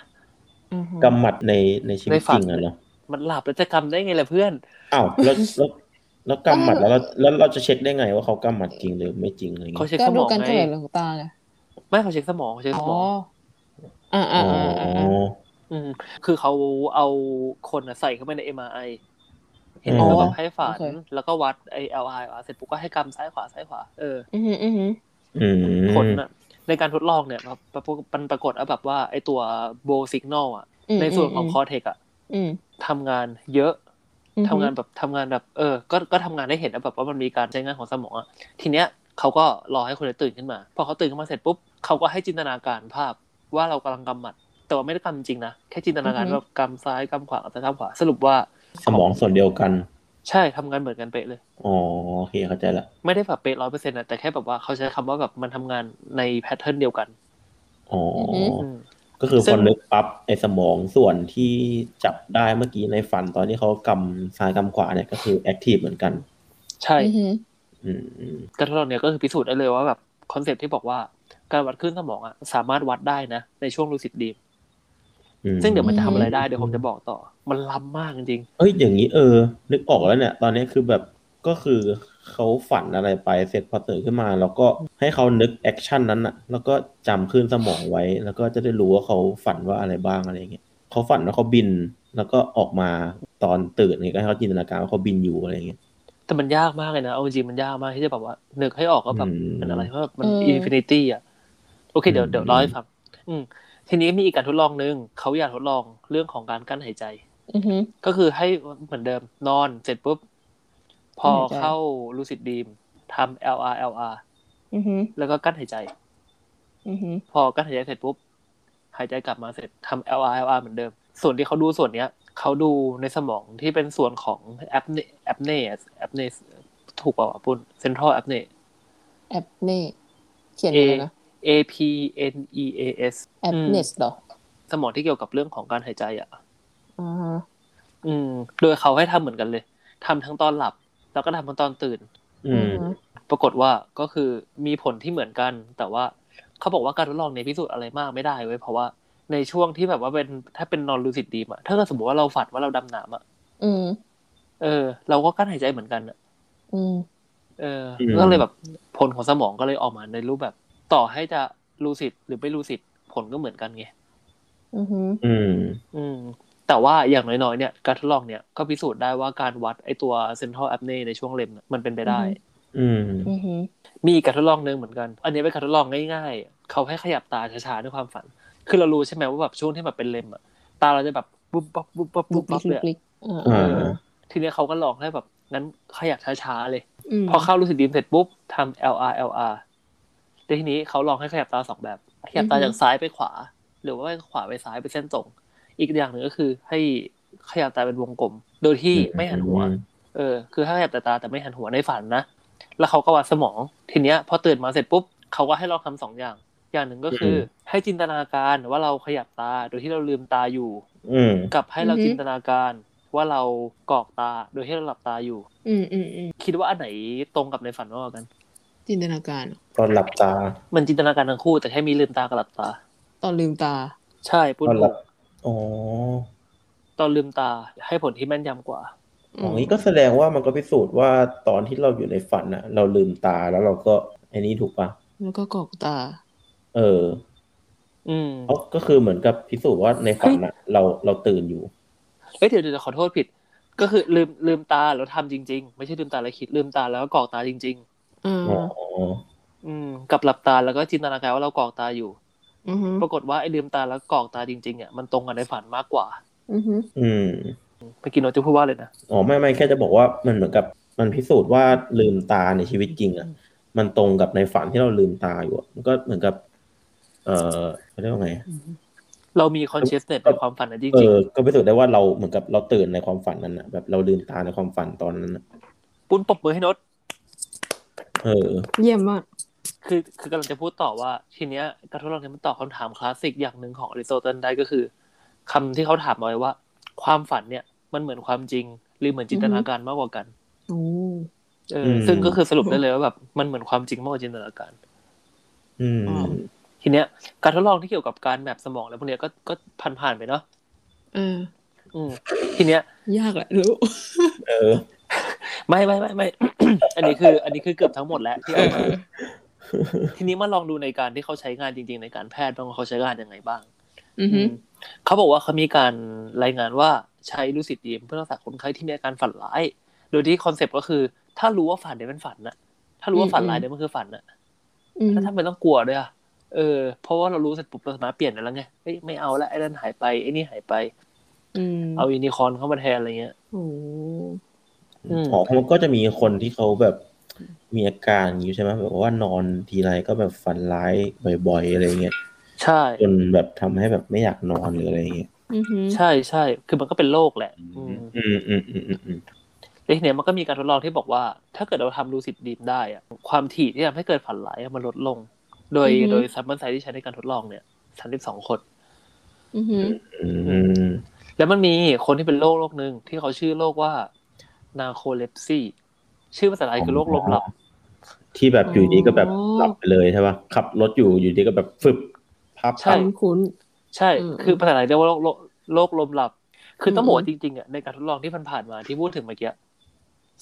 Speaker 2: อือฮึ
Speaker 3: กำหมัดในในชีวิต
Speaker 1: ในฝั
Speaker 3: จ
Speaker 1: น
Speaker 3: ริงอะเนาะ
Speaker 1: มันหลับแล้วจะกำได้ไงล่ะเพื่อน
Speaker 3: อ้าวแล้วแล้วแล้วกำหมัดแล้วเราแล้วเราจะเช็คได้ไงว่าเขากำหมัดจริงหรือไม่จริงอะไร
Speaker 1: เขา
Speaker 3: เงี้ย
Speaker 1: เช็ค
Speaker 2: ก็
Speaker 1: สม
Speaker 2: ดู
Speaker 1: อง
Speaker 2: การ
Speaker 1: ไง
Speaker 2: เฉลยของตาไง
Speaker 1: ไม่เขาเช็คสมองเขาเช็คส
Speaker 2: อ๋อ
Speaker 1: มอง
Speaker 2: อ่า
Speaker 3: อ๋
Speaker 2: อ่า
Speaker 3: อ
Speaker 2: อ่าอ่า
Speaker 1: อืมคือเขาเอาคนอะใส่เข้าไปใน MRI เห็น
Speaker 2: อ๋อ
Speaker 1: เขาบอกให้ฝัน
Speaker 2: โอเค
Speaker 1: แล้วก็วัดไอ LI เสร็จปุ๊บก็ให้กำซ้ายขวาซ้ายขวาเออ
Speaker 2: อือหืออือหือ
Speaker 3: อืม
Speaker 1: ผลอะในการทดลองเนี่ยแบบมันปรากฏว่าแบบว่าไอตัวโบสิกนอลอะ
Speaker 2: อืม
Speaker 1: ในส่วนของ
Speaker 2: ม
Speaker 1: คอเทกอะ
Speaker 2: อืม
Speaker 1: ทำงานเยอะ
Speaker 2: อือหือ
Speaker 1: ทำงานแบบทำงานแบบ เออ ก็ก็ทำงานได้เห็นนะแบบว่ามันมีการใช้งานของสมองอะทีเนี้ยเขาก็รอให้คนเนี่ยตื่นขึ้นมา พอเขาตื่นขึ้นมาเสร็จปุ๊บเขาก็ให้จินตนาการภาพว่าเรากำลังกำหมัด แต่ว่าไม่ได้กำจริงนะแค่จินตนาการว่ากำซ้ายกำขวากำซ้ายกำขวาสรุปว่า
Speaker 3: สมองส่วนเดียวกัน
Speaker 1: ใช่ทำงานเหมือนกันเป๊ะเลย
Speaker 3: อ๋อโอเคเข้าใจละ
Speaker 1: ไม่ได้แบบเป๊ะร้อยเปอร์เซ็นต์ะแต่แค่แบบว่าเขาใช้คำว่าแบบมันทำงานในแพทเทิร์นเดียวกัน
Speaker 3: อ๋ออ
Speaker 1: อืม
Speaker 3: ก็คือ
Speaker 1: ซึ่
Speaker 3: พอง นึกปั๊บไอ้สมองส่วนที่จับได้เมื่อกี้ในฝันตอนที่เขากำซ้ายกำขวาเนี่ยก็คือแอคทีฟเหมือนกัน
Speaker 1: ใช่
Speaker 2: อือหือ
Speaker 3: อืมอืม
Speaker 1: การทดลองเนี้ยก็คือพิสูจน์ได้เลยว่าแบบคอนเซปต์ที่บอกว่าการวัดคลื่นสมองอ่ะสามารถวัดได้นะ ในช่วงลูซิดดีม
Speaker 3: อื
Speaker 1: ซึ่งเดี๋ยวมันจะทำอะไรได้เดี๋ยวผมจะบอกต่อ มันล้ำมากจริง
Speaker 3: เอ้ยอย่างนี้เออ นึกออกแล้วเนี่ย ตอนนี้คือแบบก็คือเขาฝันอะไรไปเสร็จพอตื่นขึ้นมา แล้วก็ให้เขานึกแอคชั่นนั้นอะแล้วก็จำขึ้นสมองไว้ แล้วก็จะได้รู้ว่าเขาฝันว่าอะไรบ้างอะไรอย่างเงี้ยเขาฝันว่าเขาบิน แล้วก็ออกมาตอนตื่นเนี่ยก็ให้เขาจินตนาการว่าเขาบินอยู่อะไรอย่างเงี้ย
Speaker 1: ๆแต่มันยากมากเลยนะเอาจริงๆมันยากมากที่จะแบบว่านึกให้ออกก็แบบ
Speaker 3: อืม
Speaker 1: เป็นอะไรเพราะแบบมัน
Speaker 2: เอออิ
Speaker 1: อินฟินิตี้อ่ะโอเคเดี๋ยว
Speaker 3: อืม
Speaker 1: เดี๋ยวเล่าให้ฟังอืมทีนี้มีอีกการทดลองหนึ่งเขาอยากทดลองเรื่องของการกั้นหายใจ
Speaker 2: อือหือ
Speaker 1: ก็คือให้เหมือนเดิมนอนเสร็จปุ๊บ พอ
Speaker 2: หายใจ
Speaker 1: เข้าลูซิดดีมทำ LR LR
Speaker 2: อือหือ
Speaker 1: แล้วก็กั้นหายใจ
Speaker 2: อือหือ
Speaker 1: พอกั้นหายใจเสร็จปุ๊บ หายใจกลับมาเสร็จทำ LR LR เหมือนเดิม ส่วนที่เขาดูส่วนเนี้ยเขาดูในสมองที่เป็นส่วนของแอปเนแอปเนสแอปเนสถูกเปล่าวะปุ่นเซนทรัลแอปเน
Speaker 2: แอปเน่เขียนอะไรนะ
Speaker 1: A P N E A S
Speaker 2: แอปเนสเหรอ
Speaker 1: สมองที่เกี่ยวกับเรื่องของการหายใจอ่ะ
Speaker 2: อ่าฮะ
Speaker 1: อืม โดยเขาให้ทำเหมือนกันเลยทำทั้งตอนหลับ แล้วก็ทำทั้งตอนตื่น
Speaker 3: อืม
Speaker 2: อือหือ
Speaker 1: ปรากฏว่าก็คือมีผลที่เหมือนกัน แต่ว่าเขาบอกว่าการทดลองเนี่ยพิสูจน์อะไรมากไม่ได้เว้ยเพราะว่าในช่วงที่แบบว่าเป็นถ้าเป็นนอนลูซิดดีมอะถ้าเกิดสมมติว่าเราฝันว่าเราดำน้ำอะ
Speaker 2: อืม
Speaker 1: เออเราก็กั้นหายใจเหมือนกันอะ
Speaker 2: อืม
Speaker 1: เออ
Speaker 3: อืม
Speaker 1: ก็เลยแบบผลของสมองก็เลยออกมาในรูปแบบต่อให้จะลูซิดหรือไม่ลูซิดผลก็เหมือนกันไง
Speaker 2: อือหือ
Speaker 3: อืม
Speaker 1: อืม แต่ว่าอย่างน้อยๆเนี่ยการทดลองเนี่ยก็พิสูจน์ได้ว่าการวัดไอตัวเซนทรัลแอปเนในช่วงเลมเนี่ยมันเป็นไปได้
Speaker 3: อืม
Speaker 2: อือหือ
Speaker 1: มีอีกการทดลองหนึ่งเหมือนกัน อันนี้เป็นการทดลองง่ายๆ เขาให้ขยับตาช้าๆด้วยความฝัน คือเรารู้ใช่ไหมว่าแบบช่วงที่แบบเป็นเลมอะตาเราจะแบบปุ๊บปั๊บปุ๊บปั๊บ
Speaker 2: ลุ
Speaker 1: ปุ๊
Speaker 2: ก
Speaker 1: บปั๊บเล
Speaker 2: ลิก
Speaker 1: ย
Speaker 2: ลิ
Speaker 1: อะ
Speaker 2: กอ่า
Speaker 3: อ่า
Speaker 1: ทีเนี้ยเขาก็ลองให้แบบงั้นขยับช้าๆเลย
Speaker 2: ม
Speaker 1: พอเข้ารู้สึกดีมเสร็จปุ๊บทำ LR LR แต่ทีนี้เขาลองให้ขยับตาสองแบบ ขยับตาจากซ้ายไปขวา หรือว่าขวาไปซ้ายเป็นเส้นตรง อีกอย่างหนึ่งก็คือให้ขยับตาเป็นวงกลม โดยที่ไม่หันหัว เออคือถ้าขยับแต่ตาแต่ไม่หันหัวในฝันนะ แล้วเขาก็วัดสมองทีเนี้ย พอตื่นมาเสร็จปุ๊บเขาก็ให้เราทำสองอย่าง อย่างหนึ่งก็คืออให้จินตนาการว่าเราขยับตาโดยที่เราลืมตาอยู่
Speaker 3: อืม
Speaker 1: กับให้เราจินตนาการว่าเรากรอกตาโดยที่เราหลับตาอยู่
Speaker 2: อืมอืมอืม
Speaker 1: คิดว่าอันไหนตรงกับในฝันมากกว่ากัน
Speaker 2: จินตนาการ
Speaker 3: ตอนหลับตา
Speaker 1: มันจินตนาการทั้งคู่แต่แค่มีลืมตากับหลับตา
Speaker 2: ตอนลืมตา
Speaker 1: ใช่ปุ้น
Speaker 3: ตอนห
Speaker 1: ถู
Speaker 3: ลับ
Speaker 1: ก
Speaker 3: อ๋อ
Speaker 1: ตอนลืมตาให้ผลที่แม่นยำกว่า
Speaker 3: อ๋อนี้ก็แสดงว่ามันก็พิสูจน์ว่าตอนที่เราอยู่ในฝันอะเราลืมตาแล้วเราก็ไอ้นี้ถูกปะ
Speaker 2: แล้วก็กรอกตา
Speaker 3: เออ
Speaker 1: อืม
Speaker 3: เอาก็คือเหมือนกับพิสูจน์ว่าในฝันอะเราเราตื่นอยู่
Speaker 1: เอ้ยเดี๋ยวเดี๋ยวขอโทษผิด ก็คือลืมลืมตาแล้วทำจริง ๆ ไม่ใช่ลืมตาแล้วคิดลืมตาแล้วก็กรอกตาจริง
Speaker 2: อ่า
Speaker 3: อ๋อ
Speaker 1: ๆ อืมกับหลับตาแล้วก็จินตนาการว่าเรากรอกตาอยู่
Speaker 2: อือฮึ
Speaker 1: ปรากฏว่าไอ้ลืมตาแล้วกรอกตาจริงๆอ่ะมันตรงกันในฝันมากกว่า
Speaker 2: อือฮึ
Speaker 3: อืม
Speaker 1: เมื่อกี้โน้ตจะพูดว่าเลยนะ
Speaker 3: อ๋อไม่ไม่แค่จะบอกว่ามันเหมือนกับมันพิสูจน์ว่าลืมตาในชีวิตจริงอะ มันตรงกับในฝันที่เราลืมตาอยู่อะมันก็เหมือนกับ เออเขาเรียกว่าไง
Speaker 1: เรามีคอนเชสเนตในความฝันนั้นจ
Speaker 3: เอ
Speaker 1: ริง
Speaker 3: อ ก็พิสูจน์ได้ว่าเราเหมือนกับเราตื่นในความฝันนั้นนะแบบเราลืมตาในความฝันตอนนั้นนะ
Speaker 1: ๆปุ้นปรบมือให้นด
Speaker 3: เออ
Speaker 2: เยี่ยมมาก
Speaker 1: คือคือกำลังจะพูดต่อว่าทีเนี้ยการทดลองเนี้มันตอบคำถามคลาสสิกอย่างหนึ่งของอริสโตเติลได้ก็คือคำที่เขาถามเอาไว้ว่า ความฝันเนี่ยมันเหมือนความจริง หรือเหมือนจินตนาการมากกว่ากัน
Speaker 2: โอ้
Speaker 1: เอออ
Speaker 3: ม
Speaker 1: ซึ่งก็คือสรุปได้เลยว่าแบบมันเหมือนความจริงมากกว่าจินตนาการ
Speaker 3: อืม
Speaker 2: อ๋อ
Speaker 1: ทีเนี้ยการทดลองที่เกี่ยวกับการแมปสมองแล้วพวกเนี้ยก็ก็ผ่านๆไปเนาะ
Speaker 2: เออ
Speaker 1: อืมทีเนี้ย
Speaker 2: ยากแหละรู้
Speaker 3: เออ
Speaker 1: ไม่ไม่ไม่ไม่ อันนี้คือ อันนี้คือเกือบทั้งหมดแล้วที่
Speaker 2: เอ
Speaker 1: เอา
Speaker 2: อ
Speaker 1: มาทีนี้มาลองดูในการที่เขาใช้งานจริง ๆ ในการแพทย์บ้างว่าเขาใช้งานยังไงบ้าง
Speaker 2: อือหือ
Speaker 1: เขาบอกว่าเขามีการรายงานว่าใช้ลูซิดดีมเพื่อรักษาคนไข้ที่มีอาการฝันร้าย โดยที่คอนเซปต์ก็คือ ถ้ารู้ว่าฝันเนี่ยมันฝันนะถ้ารู้ว่าฝันร้ายเนี่ยมันคือฝันนะ
Speaker 2: อืม
Speaker 1: แล้วทำไมต้องกลัวด้วยอะเออ เพราะว่าเรารู้เสร็จปุ๊บเราสามารถเปลี่ยนได้แล้วไงเฮ้ยไม่เอาละไอ้นั่นหายไปไอ้นี่หายไป
Speaker 2: อืม
Speaker 1: เอายูนิคอร์นเข้ามาแทนอะไรเงี้ย
Speaker 2: โอ้
Speaker 1: อืม
Speaker 3: อ๋อมันก็จะมีคนที่เขาแบบมีอาการอย่างนี้ใช่ไหมแบบว่านอนทีไรก็แบบฝันร้ายบ่อยๆอะไรเงี้ย
Speaker 1: ใช่
Speaker 3: จนแบบทำให้แบบไม่อยากนอนหรืออะไรเงี้ย
Speaker 2: อือหือ
Speaker 1: ใช่ใช่คือมันก็เป็นโรคแหละ อืม
Speaker 3: อืมอืมอืมอืมอืม
Speaker 1: แล้วทีเนี้ยมันก็มีการทดลองที่บอกว่า ถ้าเกิดเราทำลูซิดดีมได้อะความถี่ที่ทำให้เกิดฝันร้ายอะมันลดลง โดยโดยซัมเมอร์ไซที่ใช้ในการทดลองเนี่ยสามสิบสองคน
Speaker 2: อือหือ
Speaker 3: อืม
Speaker 1: แล้วมันมีคนที่เป็นโรคโรคหนึ่งที่เขาชื่อโรคว่านาโคเลปซีชื่อภาษาไทยคือโรคลมหลับ
Speaker 3: ที่แบบอยู่ดีก็แบบหลับไปเลยใช่ป่ะขับรถอยู่อยู่ดีก็แบบฟึบพับ
Speaker 1: ใช่
Speaker 3: พับ
Speaker 2: คุ้นคุ้น
Speaker 1: ใช่
Speaker 2: อืม
Speaker 1: คือภาษาไทยเรียกว่าโรคโรคโรคลมหลับ คือต้อง
Speaker 2: อื
Speaker 1: บ
Speaker 2: ม
Speaker 1: อกว่าจริงๆอ่ะในการทดลองที่ผ่านๆมาที่พูดถึงเมื่อกี้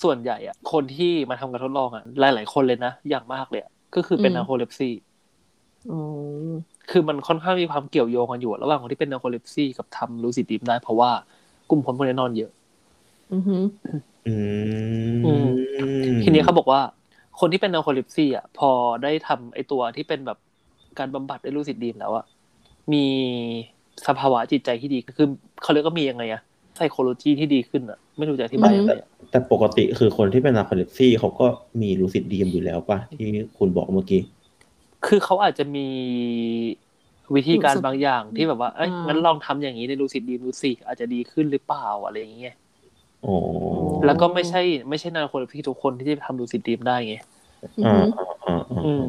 Speaker 1: ส่วนใหญ่อ่ะ คนที่มาทำการทดลองอ่ะหลายๆคนเลยนะอย่างมากเลยอะก็คือเป็นนาโคเลปซี
Speaker 2: ๆอ๋อ
Speaker 1: คือมันค่อนข้างมีความเกี่ยวโยงกันอยู่ ระหว่างคนที่เป็นนาโคเลปซีกับทำลูซิดดีมได้เพราะว่ากลุ่มคนพวกนี้นอนเยอะ
Speaker 2: อือหือ
Speaker 3: อืม
Speaker 1: อื ทีนี้เขาบอกว่าคนที่เป็นนาโคลิปซี่อ่ะพอได้ทำไอตัวที่เป็นแบบการบำบัดไอ้ลูซิดดีมแล้วอ่ะมีสภาวะจิตใจที่ดีคือเขาเรียกก็มียังไงอะไซโคโลจีที่ดีขึ้นอ่ะ ไม่รู้จะอธิบายยังไงอะ
Speaker 3: แต่ปกติคือคนที่เป็นนาคาลิปซี่เขาก็มีลูซิดดีมอยู่แล้วป่ะ ที่คุณบอกเมื่อกี้
Speaker 1: คือเขาอาจจะมีวิธีการ
Speaker 2: รู้สึก
Speaker 1: บางอย่างที่แบบว่าเอ้ย
Speaker 2: อ่างั้
Speaker 1: งั้นลองทำอย่างนี้ในลูซิดดีมดูสิอาจจะดีขึ้นหรือเปล่าอะไรอย่างเงี้ย
Speaker 3: อ๋อ
Speaker 1: แล้วก็ไม่ใช่ไม่ใช่นาโคลิปซี่ทุกคนที่จะทำลูซิดดีมได้ไง
Speaker 2: อือหือ
Speaker 3: อ่าอ่าอ่าอ่า
Speaker 1: อืม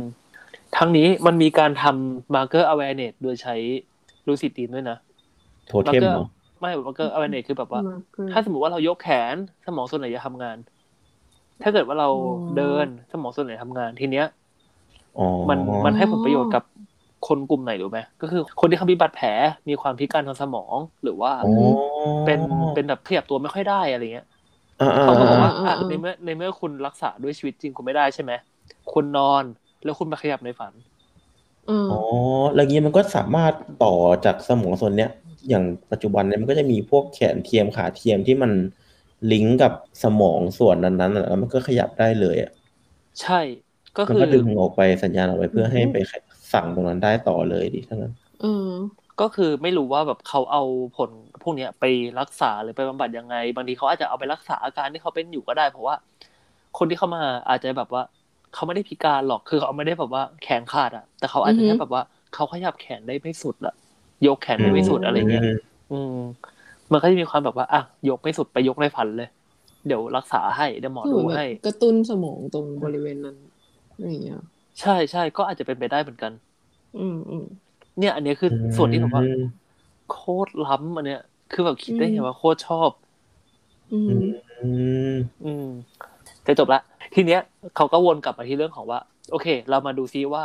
Speaker 1: ทั้งนี้มันมีการทำ marker awareness โดยใช้ lucid dream ด้วยนะ
Speaker 3: โทเทมเหรอ
Speaker 1: ไม่ marker awareness คือแบบว่า
Speaker 2: มเกิน
Speaker 1: ถ้าสมมติว่าเรายกแขนสมองส่วนไหนจะทำงาน ถ้าเกิดว่าเรา
Speaker 2: อ๋อ
Speaker 1: เดินสมองส่วนไหนทำงาน ทีเนี้ย
Speaker 3: อ๋อ
Speaker 1: มันมันให้ผลประโยชน์กับคนกลุ่มไหนรู้ไหมก็คือคนที่เขามีบาดแผลมีความพิการทางสมอง หรือว่า
Speaker 3: อ๋อ
Speaker 1: เป็นเป็นแบบขยับตัวไม่ค่อยได้อะไรเงี้ย
Speaker 3: อ่ๆๆ
Speaker 1: เขาก็บอกว่า
Speaker 2: อ่า
Speaker 1: อ่ะ
Speaker 2: อ่า
Speaker 1: ในเมื่อในเมื่อคุณรักษาด้วยชีวิตจริงคุณไม่ได้ใช่ไหมคุณนอนแล้วคุณมาขยับในฝัน
Speaker 2: อ๋อ
Speaker 3: อ๋อแล้วอย่างนี้มันก็สามารถต่อจากสมองส่วนเนี้ย อย่างปัจจุบันเนี่ยมันก็จะมีพวกแขนเทียมขาเทียมที่มันลิงก์กับสมองส่วนนั้นๆอะแล้วมันก็ขยับได้เลยอ่ะ
Speaker 1: ใช่ก็
Speaker 3: มัน
Speaker 1: คือ
Speaker 3: ก็ดึงออกไปสัญญาณออกไปเพื่อให้ไปสั่งตรงนั้นได้ต่อเลยดิเท่านั้น
Speaker 2: เออ
Speaker 1: ก็คือไม่รู้ว่าแบบเขาเอาผลพวกเนี้ยไปรักษาหรือไปบำบัดยังไง บางทีเขาอาจจะเอาไปรักษาอาการที่เขาเป็นอยู่ก็ได้ เพราะว่า คนที่เขามาอาจจะแบบว่าเขาไม่ได้พิการหรอกคือเขาไม่ได้แบบว่าแขนขาดอะแต่เขาอาจจะ
Speaker 2: อือฮึ
Speaker 1: แค่แบบว่าเขาขยับแขนได้ไม่สุดละยกแขนได้ไม่สุด
Speaker 2: อืม
Speaker 1: อะไรเงี้ยอืม มันก็จะมีความแบบว่าอ่ะยกไม่สุดไปยกในฝันเลย เดี๋ยวรักษาให้เดี๋ยวหมอ
Speaker 2: ก็เห
Speaker 1: ดู
Speaker 2: มือนแบบ
Speaker 1: ให้
Speaker 2: กระตุ้นสมองตรงบริเวณนั้นอะไรอย่างเงี้ย
Speaker 1: ใช่ใช่ก็อาจจะเป็นไปได้เหมือนกัน
Speaker 2: อืมอืม
Speaker 1: เนี่ย อันนี้คือส่วนที่ผมว่า โคตรล้ำอันเนี้ย คือแบบคิดได้ไง
Speaker 2: อืม
Speaker 1: ว่าโคตรชอบ
Speaker 2: อืม
Speaker 3: อืม
Speaker 1: อืมจะจบละทีเนี้ยเขาก็วนกลับมาที่เรื่องของว่า โอเค เรามาดูซิว่า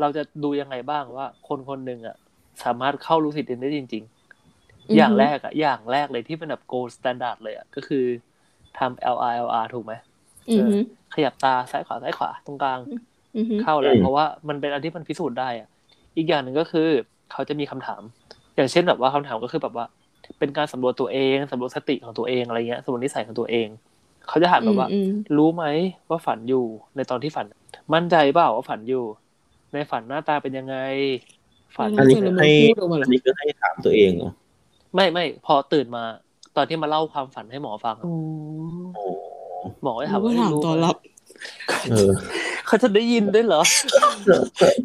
Speaker 1: เราจะดูยังไงบ้างว่า คนคนหนึ่งอ่ะ สามารถเข้ารู้สิทธิ์ได้จริง
Speaker 2: อือฮึ
Speaker 1: ๆ อย่างแรกอ่ะ อย่างแรกเลยที่เป็นแบบ gold standard เลยอ่ะ ก็คือทำ LR LR ถูกไหม
Speaker 2: อืม
Speaker 1: ขยับตาซ้ายขวาซ้ายขวาตรงกลาง
Speaker 2: อืมอืม
Speaker 1: เข้าแล้วเพราะว่ามันเป็นอันที่มันพิสูจน์ได้อะอีกอย่างหนึ่งก็คือเขาจะมีคำถาม อย่างเช่นแบบว่าคำถามก็คือแบบว่า เป็นการสำรวจตัวเองสำรวจสติของตัวเองอะไรเงี้ยสำรวจนิสัยของตัวเอง เขาจะถามแบบว่า
Speaker 2: อืม
Speaker 1: รู้ไหมว่าฝันอยู่ในตอนที่ฝัน มั่นใจเปล่าว่าฝันอยู่ ในฝันหน้าตาเป็นยังไง ฝัน
Speaker 3: อันนี้คือให้
Speaker 2: พูดออกมาเหรอ
Speaker 3: อั
Speaker 2: อั
Speaker 3: นนี้คือให้ถามตัวเองเหรอ
Speaker 1: ไม่ไม่พอตื่นมา ตอนที่มาเล่าความฝันให้หมอฟังอะ
Speaker 2: โอ้
Speaker 3: อ๋อ
Speaker 1: หมอก็
Speaker 2: ย
Speaker 1: ถาม
Speaker 2: ก็
Speaker 1: ว่า
Speaker 2: ถาม
Speaker 1: รู้
Speaker 2: ตอนรับ
Speaker 3: เออ
Speaker 1: เขาจะได้ยินด้วยเหรอ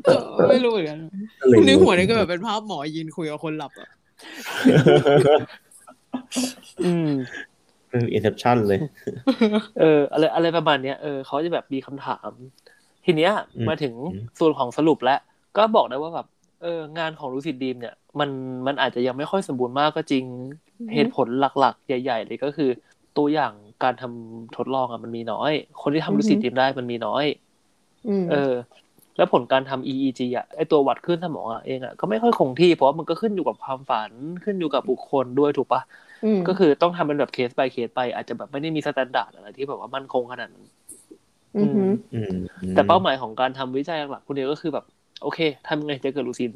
Speaker 2: เออไม่รู้เหมือนกันในหัวนี่ก็แบบเป็นภาพหมอยืนคุยกับคนหลับอะ
Speaker 1: อืม
Speaker 3: อินเซปชั่นเลย
Speaker 1: เอออะไรอะไรประมาณเนี้ยเออเขาจะแบบมีคำถาม ทีเนี้ย
Speaker 3: อืม
Speaker 1: มาถึง
Speaker 3: อืม
Speaker 1: ส่วนของสรุปแล้ว ก็บอกได้ว่าแบบเอองานของลูซิดดีมเนี่ย มันมันอาจจะยังไม่ค่อยสมบูรณ์มากก็จริง เหตุผลหลักๆ ใหญ่ ๆ เลยก็คือ ตัวอย่างการทำทดลองอ่ะมันมีน้อย คนที่ทำลูซิดดีมได้มันมีน้อย
Speaker 2: อืม
Speaker 1: เออ แล้วผลการทำ EEG อ่ะไอตัววัดขึ้นสมองอ่ะเองอ่ะก็ไม่ค่อยคงที่เพราะว่ามันก็ขึ้นอยู่กับความฝันขึ้นอยู่กับบุคคลด้วยถูกปะ
Speaker 2: ม
Speaker 1: ก็คือต้องทำเป็นแบบเคส by เคสไป อาจจะแบบไม่ได้มีสแตนดาร์ดอะไรที่แบบว่ามั่นคงขนาดนั้น
Speaker 2: อือหือ
Speaker 3: อืม
Speaker 1: แต่เป้าหมายของการทำวิจัยหลักๆคุณเดียวก็คือแบบ โอเคทำยังไงจะเกิดลูซิน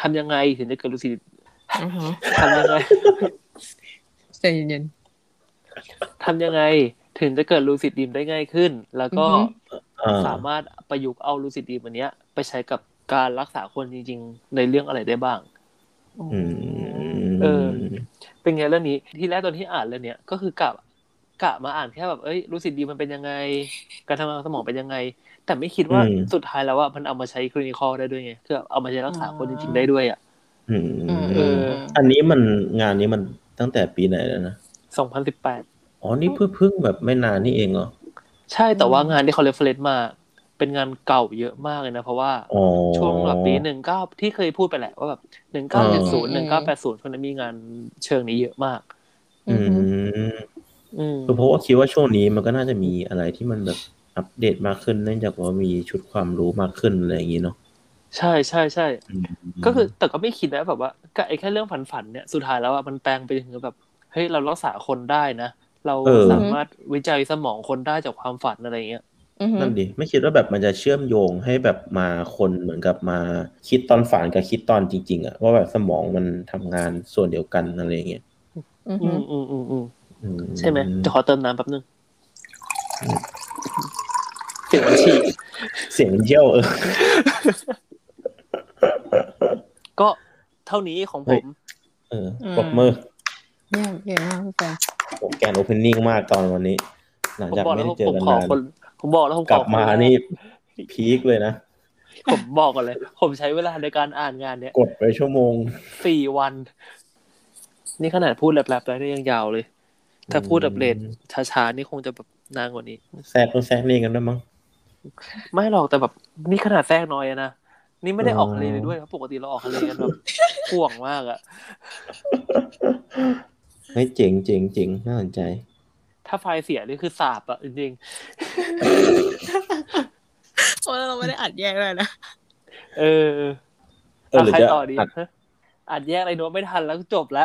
Speaker 1: ทำยังไงถึงจะเกิดลูซิน
Speaker 2: อ่าฮะ
Speaker 1: ทำยังไง
Speaker 2: ใจเย็น
Speaker 1: ทำยังไงถึงจะเกิดลูซิดดีมได้ง่ายขึ้น แล้วก็
Speaker 2: อือฮึ
Speaker 3: อ่
Speaker 1: สามารถประยุกต์เอาลูซิดดีมอันเนี้ย ไปใช้กับการรักษาคนจริง ๆ ในเรื่องอะไรได้บ้าง
Speaker 2: ๆอ๋ออ
Speaker 3: อืม
Speaker 1: เออ เป็นไงเรื่องนี้ที่แรกตอนที่อ่านเรื่องเนี้ยก็คือกะกะมาอ่านแค่แบบเอ้ยรู้สึกดีมันเป็นยังไง การทำงานของสมองเป็นยังไง แต่ไม่คิดว่าสุดท้ายแล้วว่ามันเอามาใช้คลินิคอลได้ด้วยไงคือเอามาใช้รักษาคนจริงๆได้ด้วยอ่ะ
Speaker 3: อืม
Speaker 2: อืม
Speaker 1: เออ
Speaker 3: อันนี้มันงานนี้มันตั้งแต่ปีไหนแล้วนะ
Speaker 1: 2018
Speaker 3: อ๋อ นี่เพิ่งเพิ่งแบบไม่นานนี่เองเหรอ
Speaker 1: ใช่แต่ว่างานที่เขาเรฟเลตมา เป็นงานเก่าเยอะมากเลยนะ เพราะว่า
Speaker 3: อ๋อ
Speaker 1: ช่วงแบบปีหนึ่งเก้าที่เคยพูดไปแหละว่าแบบหนึ่งเก้าเจ็ดศูนย์หนึ่งเก้าแปดศูนย์คนนั้นมีงานเชิงนี้เยอะมาก
Speaker 3: อืม
Speaker 1: อืม
Speaker 3: คือเพราะว่าคิดว่าช่วงนี้มันก็น่าจะมีอะไรที่มันแบบอัปเดตมากขึ้นเนื่องจากว่ามีชุดความรู้มากขึ้นอะไรอย่างนี้เนาะ
Speaker 1: ใช่ใช่ใช่
Speaker 3: อืม
Speaker 1: ก็คือแต่ก็ไม่คิดนะแบบว่าก็ไอ้แค่เรื่องฝันฝันๆเนี่ยสุดท้ายแล้วอะมันแปลงไปถึงแบบเฮ้ยเรารักษาคนได้นะเราสามารถวิจัยสมองคนได้จากความฝันอะไรเงี้ย
Speaker 2: อือหือ
Speaker 3: นั่นดิ ไม่คิดว่าแบบมันจะเชื่อมโยงให้แบบมาคนเหมือนกับมาคิดตอนฝันกับคิดตอนจริง ๆอะว่าแบบสมองมันทำงานส่วนเดียวกันอะไรอย่างเงี้ย
Speaker 2: อือ
Speaker 1: อื
Speaker 2: หือ
Speaker 1: มอืมอืมอืม
Speaker 3: อื
Speaker 1: ใช่ไหมจะขอเติมน้ำแป๊บนึงเสียงบัญชีก
Speaker 3: เสียงเยี่ยวเออ
Speaker 1: ก็เท่านี้ของผม
Speaker 3: เออปรบมือ
Speaker 2: เยี่ยมเยี่ยมมากพี่แฟน
Speaker 3: ผมแกนโอเพนนิ่งมากตอนวันนี้ หลัง
Speaker 1: ผม
Speaker 3: จาก
Speaker 1: บอก
Speaker 3: ไม่
Speaker 1: แล้วว่า
Speaker 3: ได้เจอ
Speaker 1: ผม
Speaker 3: กั
Speaker 1: ขอน
Speaker 3: นาน
Speaker 1: คน ผมบอกแล้วผมข
Speaker 3: ก
Speaker 1: อ
Speaker 3: ลับมานี่พีคเลยนะ
Speaker 1: ผมบอกก่อนเลย ผมใช้เวลาในการอ่านงานเนี่ย
Speaker 3: กดไปชั่วโมง
Speaker 1: สี่วัน นี่ขนาดพูดแลบๆแล้วเนี่ยยังยาวเลย ถ้าพูดแบบเลทช้าๆนี่คงจะแบบนานกว่านี้
Speaker 3: แซกต้องแซกนี่กันด้วยมั้ง
Speaker 1: ไม่หรอกแต่แบบนี่ขนาดแทรกน้อยอะนะนี่ไม่ได้ออก
Speaker 3: อ๋อ
Speaker 1: ทะเลเลยด้วยเพราะปกติเราออกทะเลกันแบบ ห่วงมากอะ
Speaker 3: เฮ้ยเจ๋งเจ๋งเจ๋งน่าสนใจ
Speaker 1: ถ้าไฟล์เสียนี่คือสาบอะจริง
Speaker 2: โอ้ยเราไม่ได้อัดแยกเลยนะ
Speaker 1: ๆเออ
Speaker 3: เออ
Speaker 1: เอา
Speaker 3: หรือ
Speaker 1: ใคร
Speaker 3: จะ
Speaker 1: ต่อดี
Speaker 3: อัด
Speaker 1: ฮะอัดแยกอะไรโน้ตไม่ทันแล้วจบละ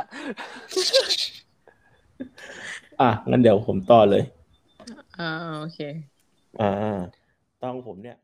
Speaker 3: อ่ะงั้นเดี๋ยวผมต่อเลย
Speaker 2: อ่าโอเค
Speaker 3: อ่าต้องผมเนี่ย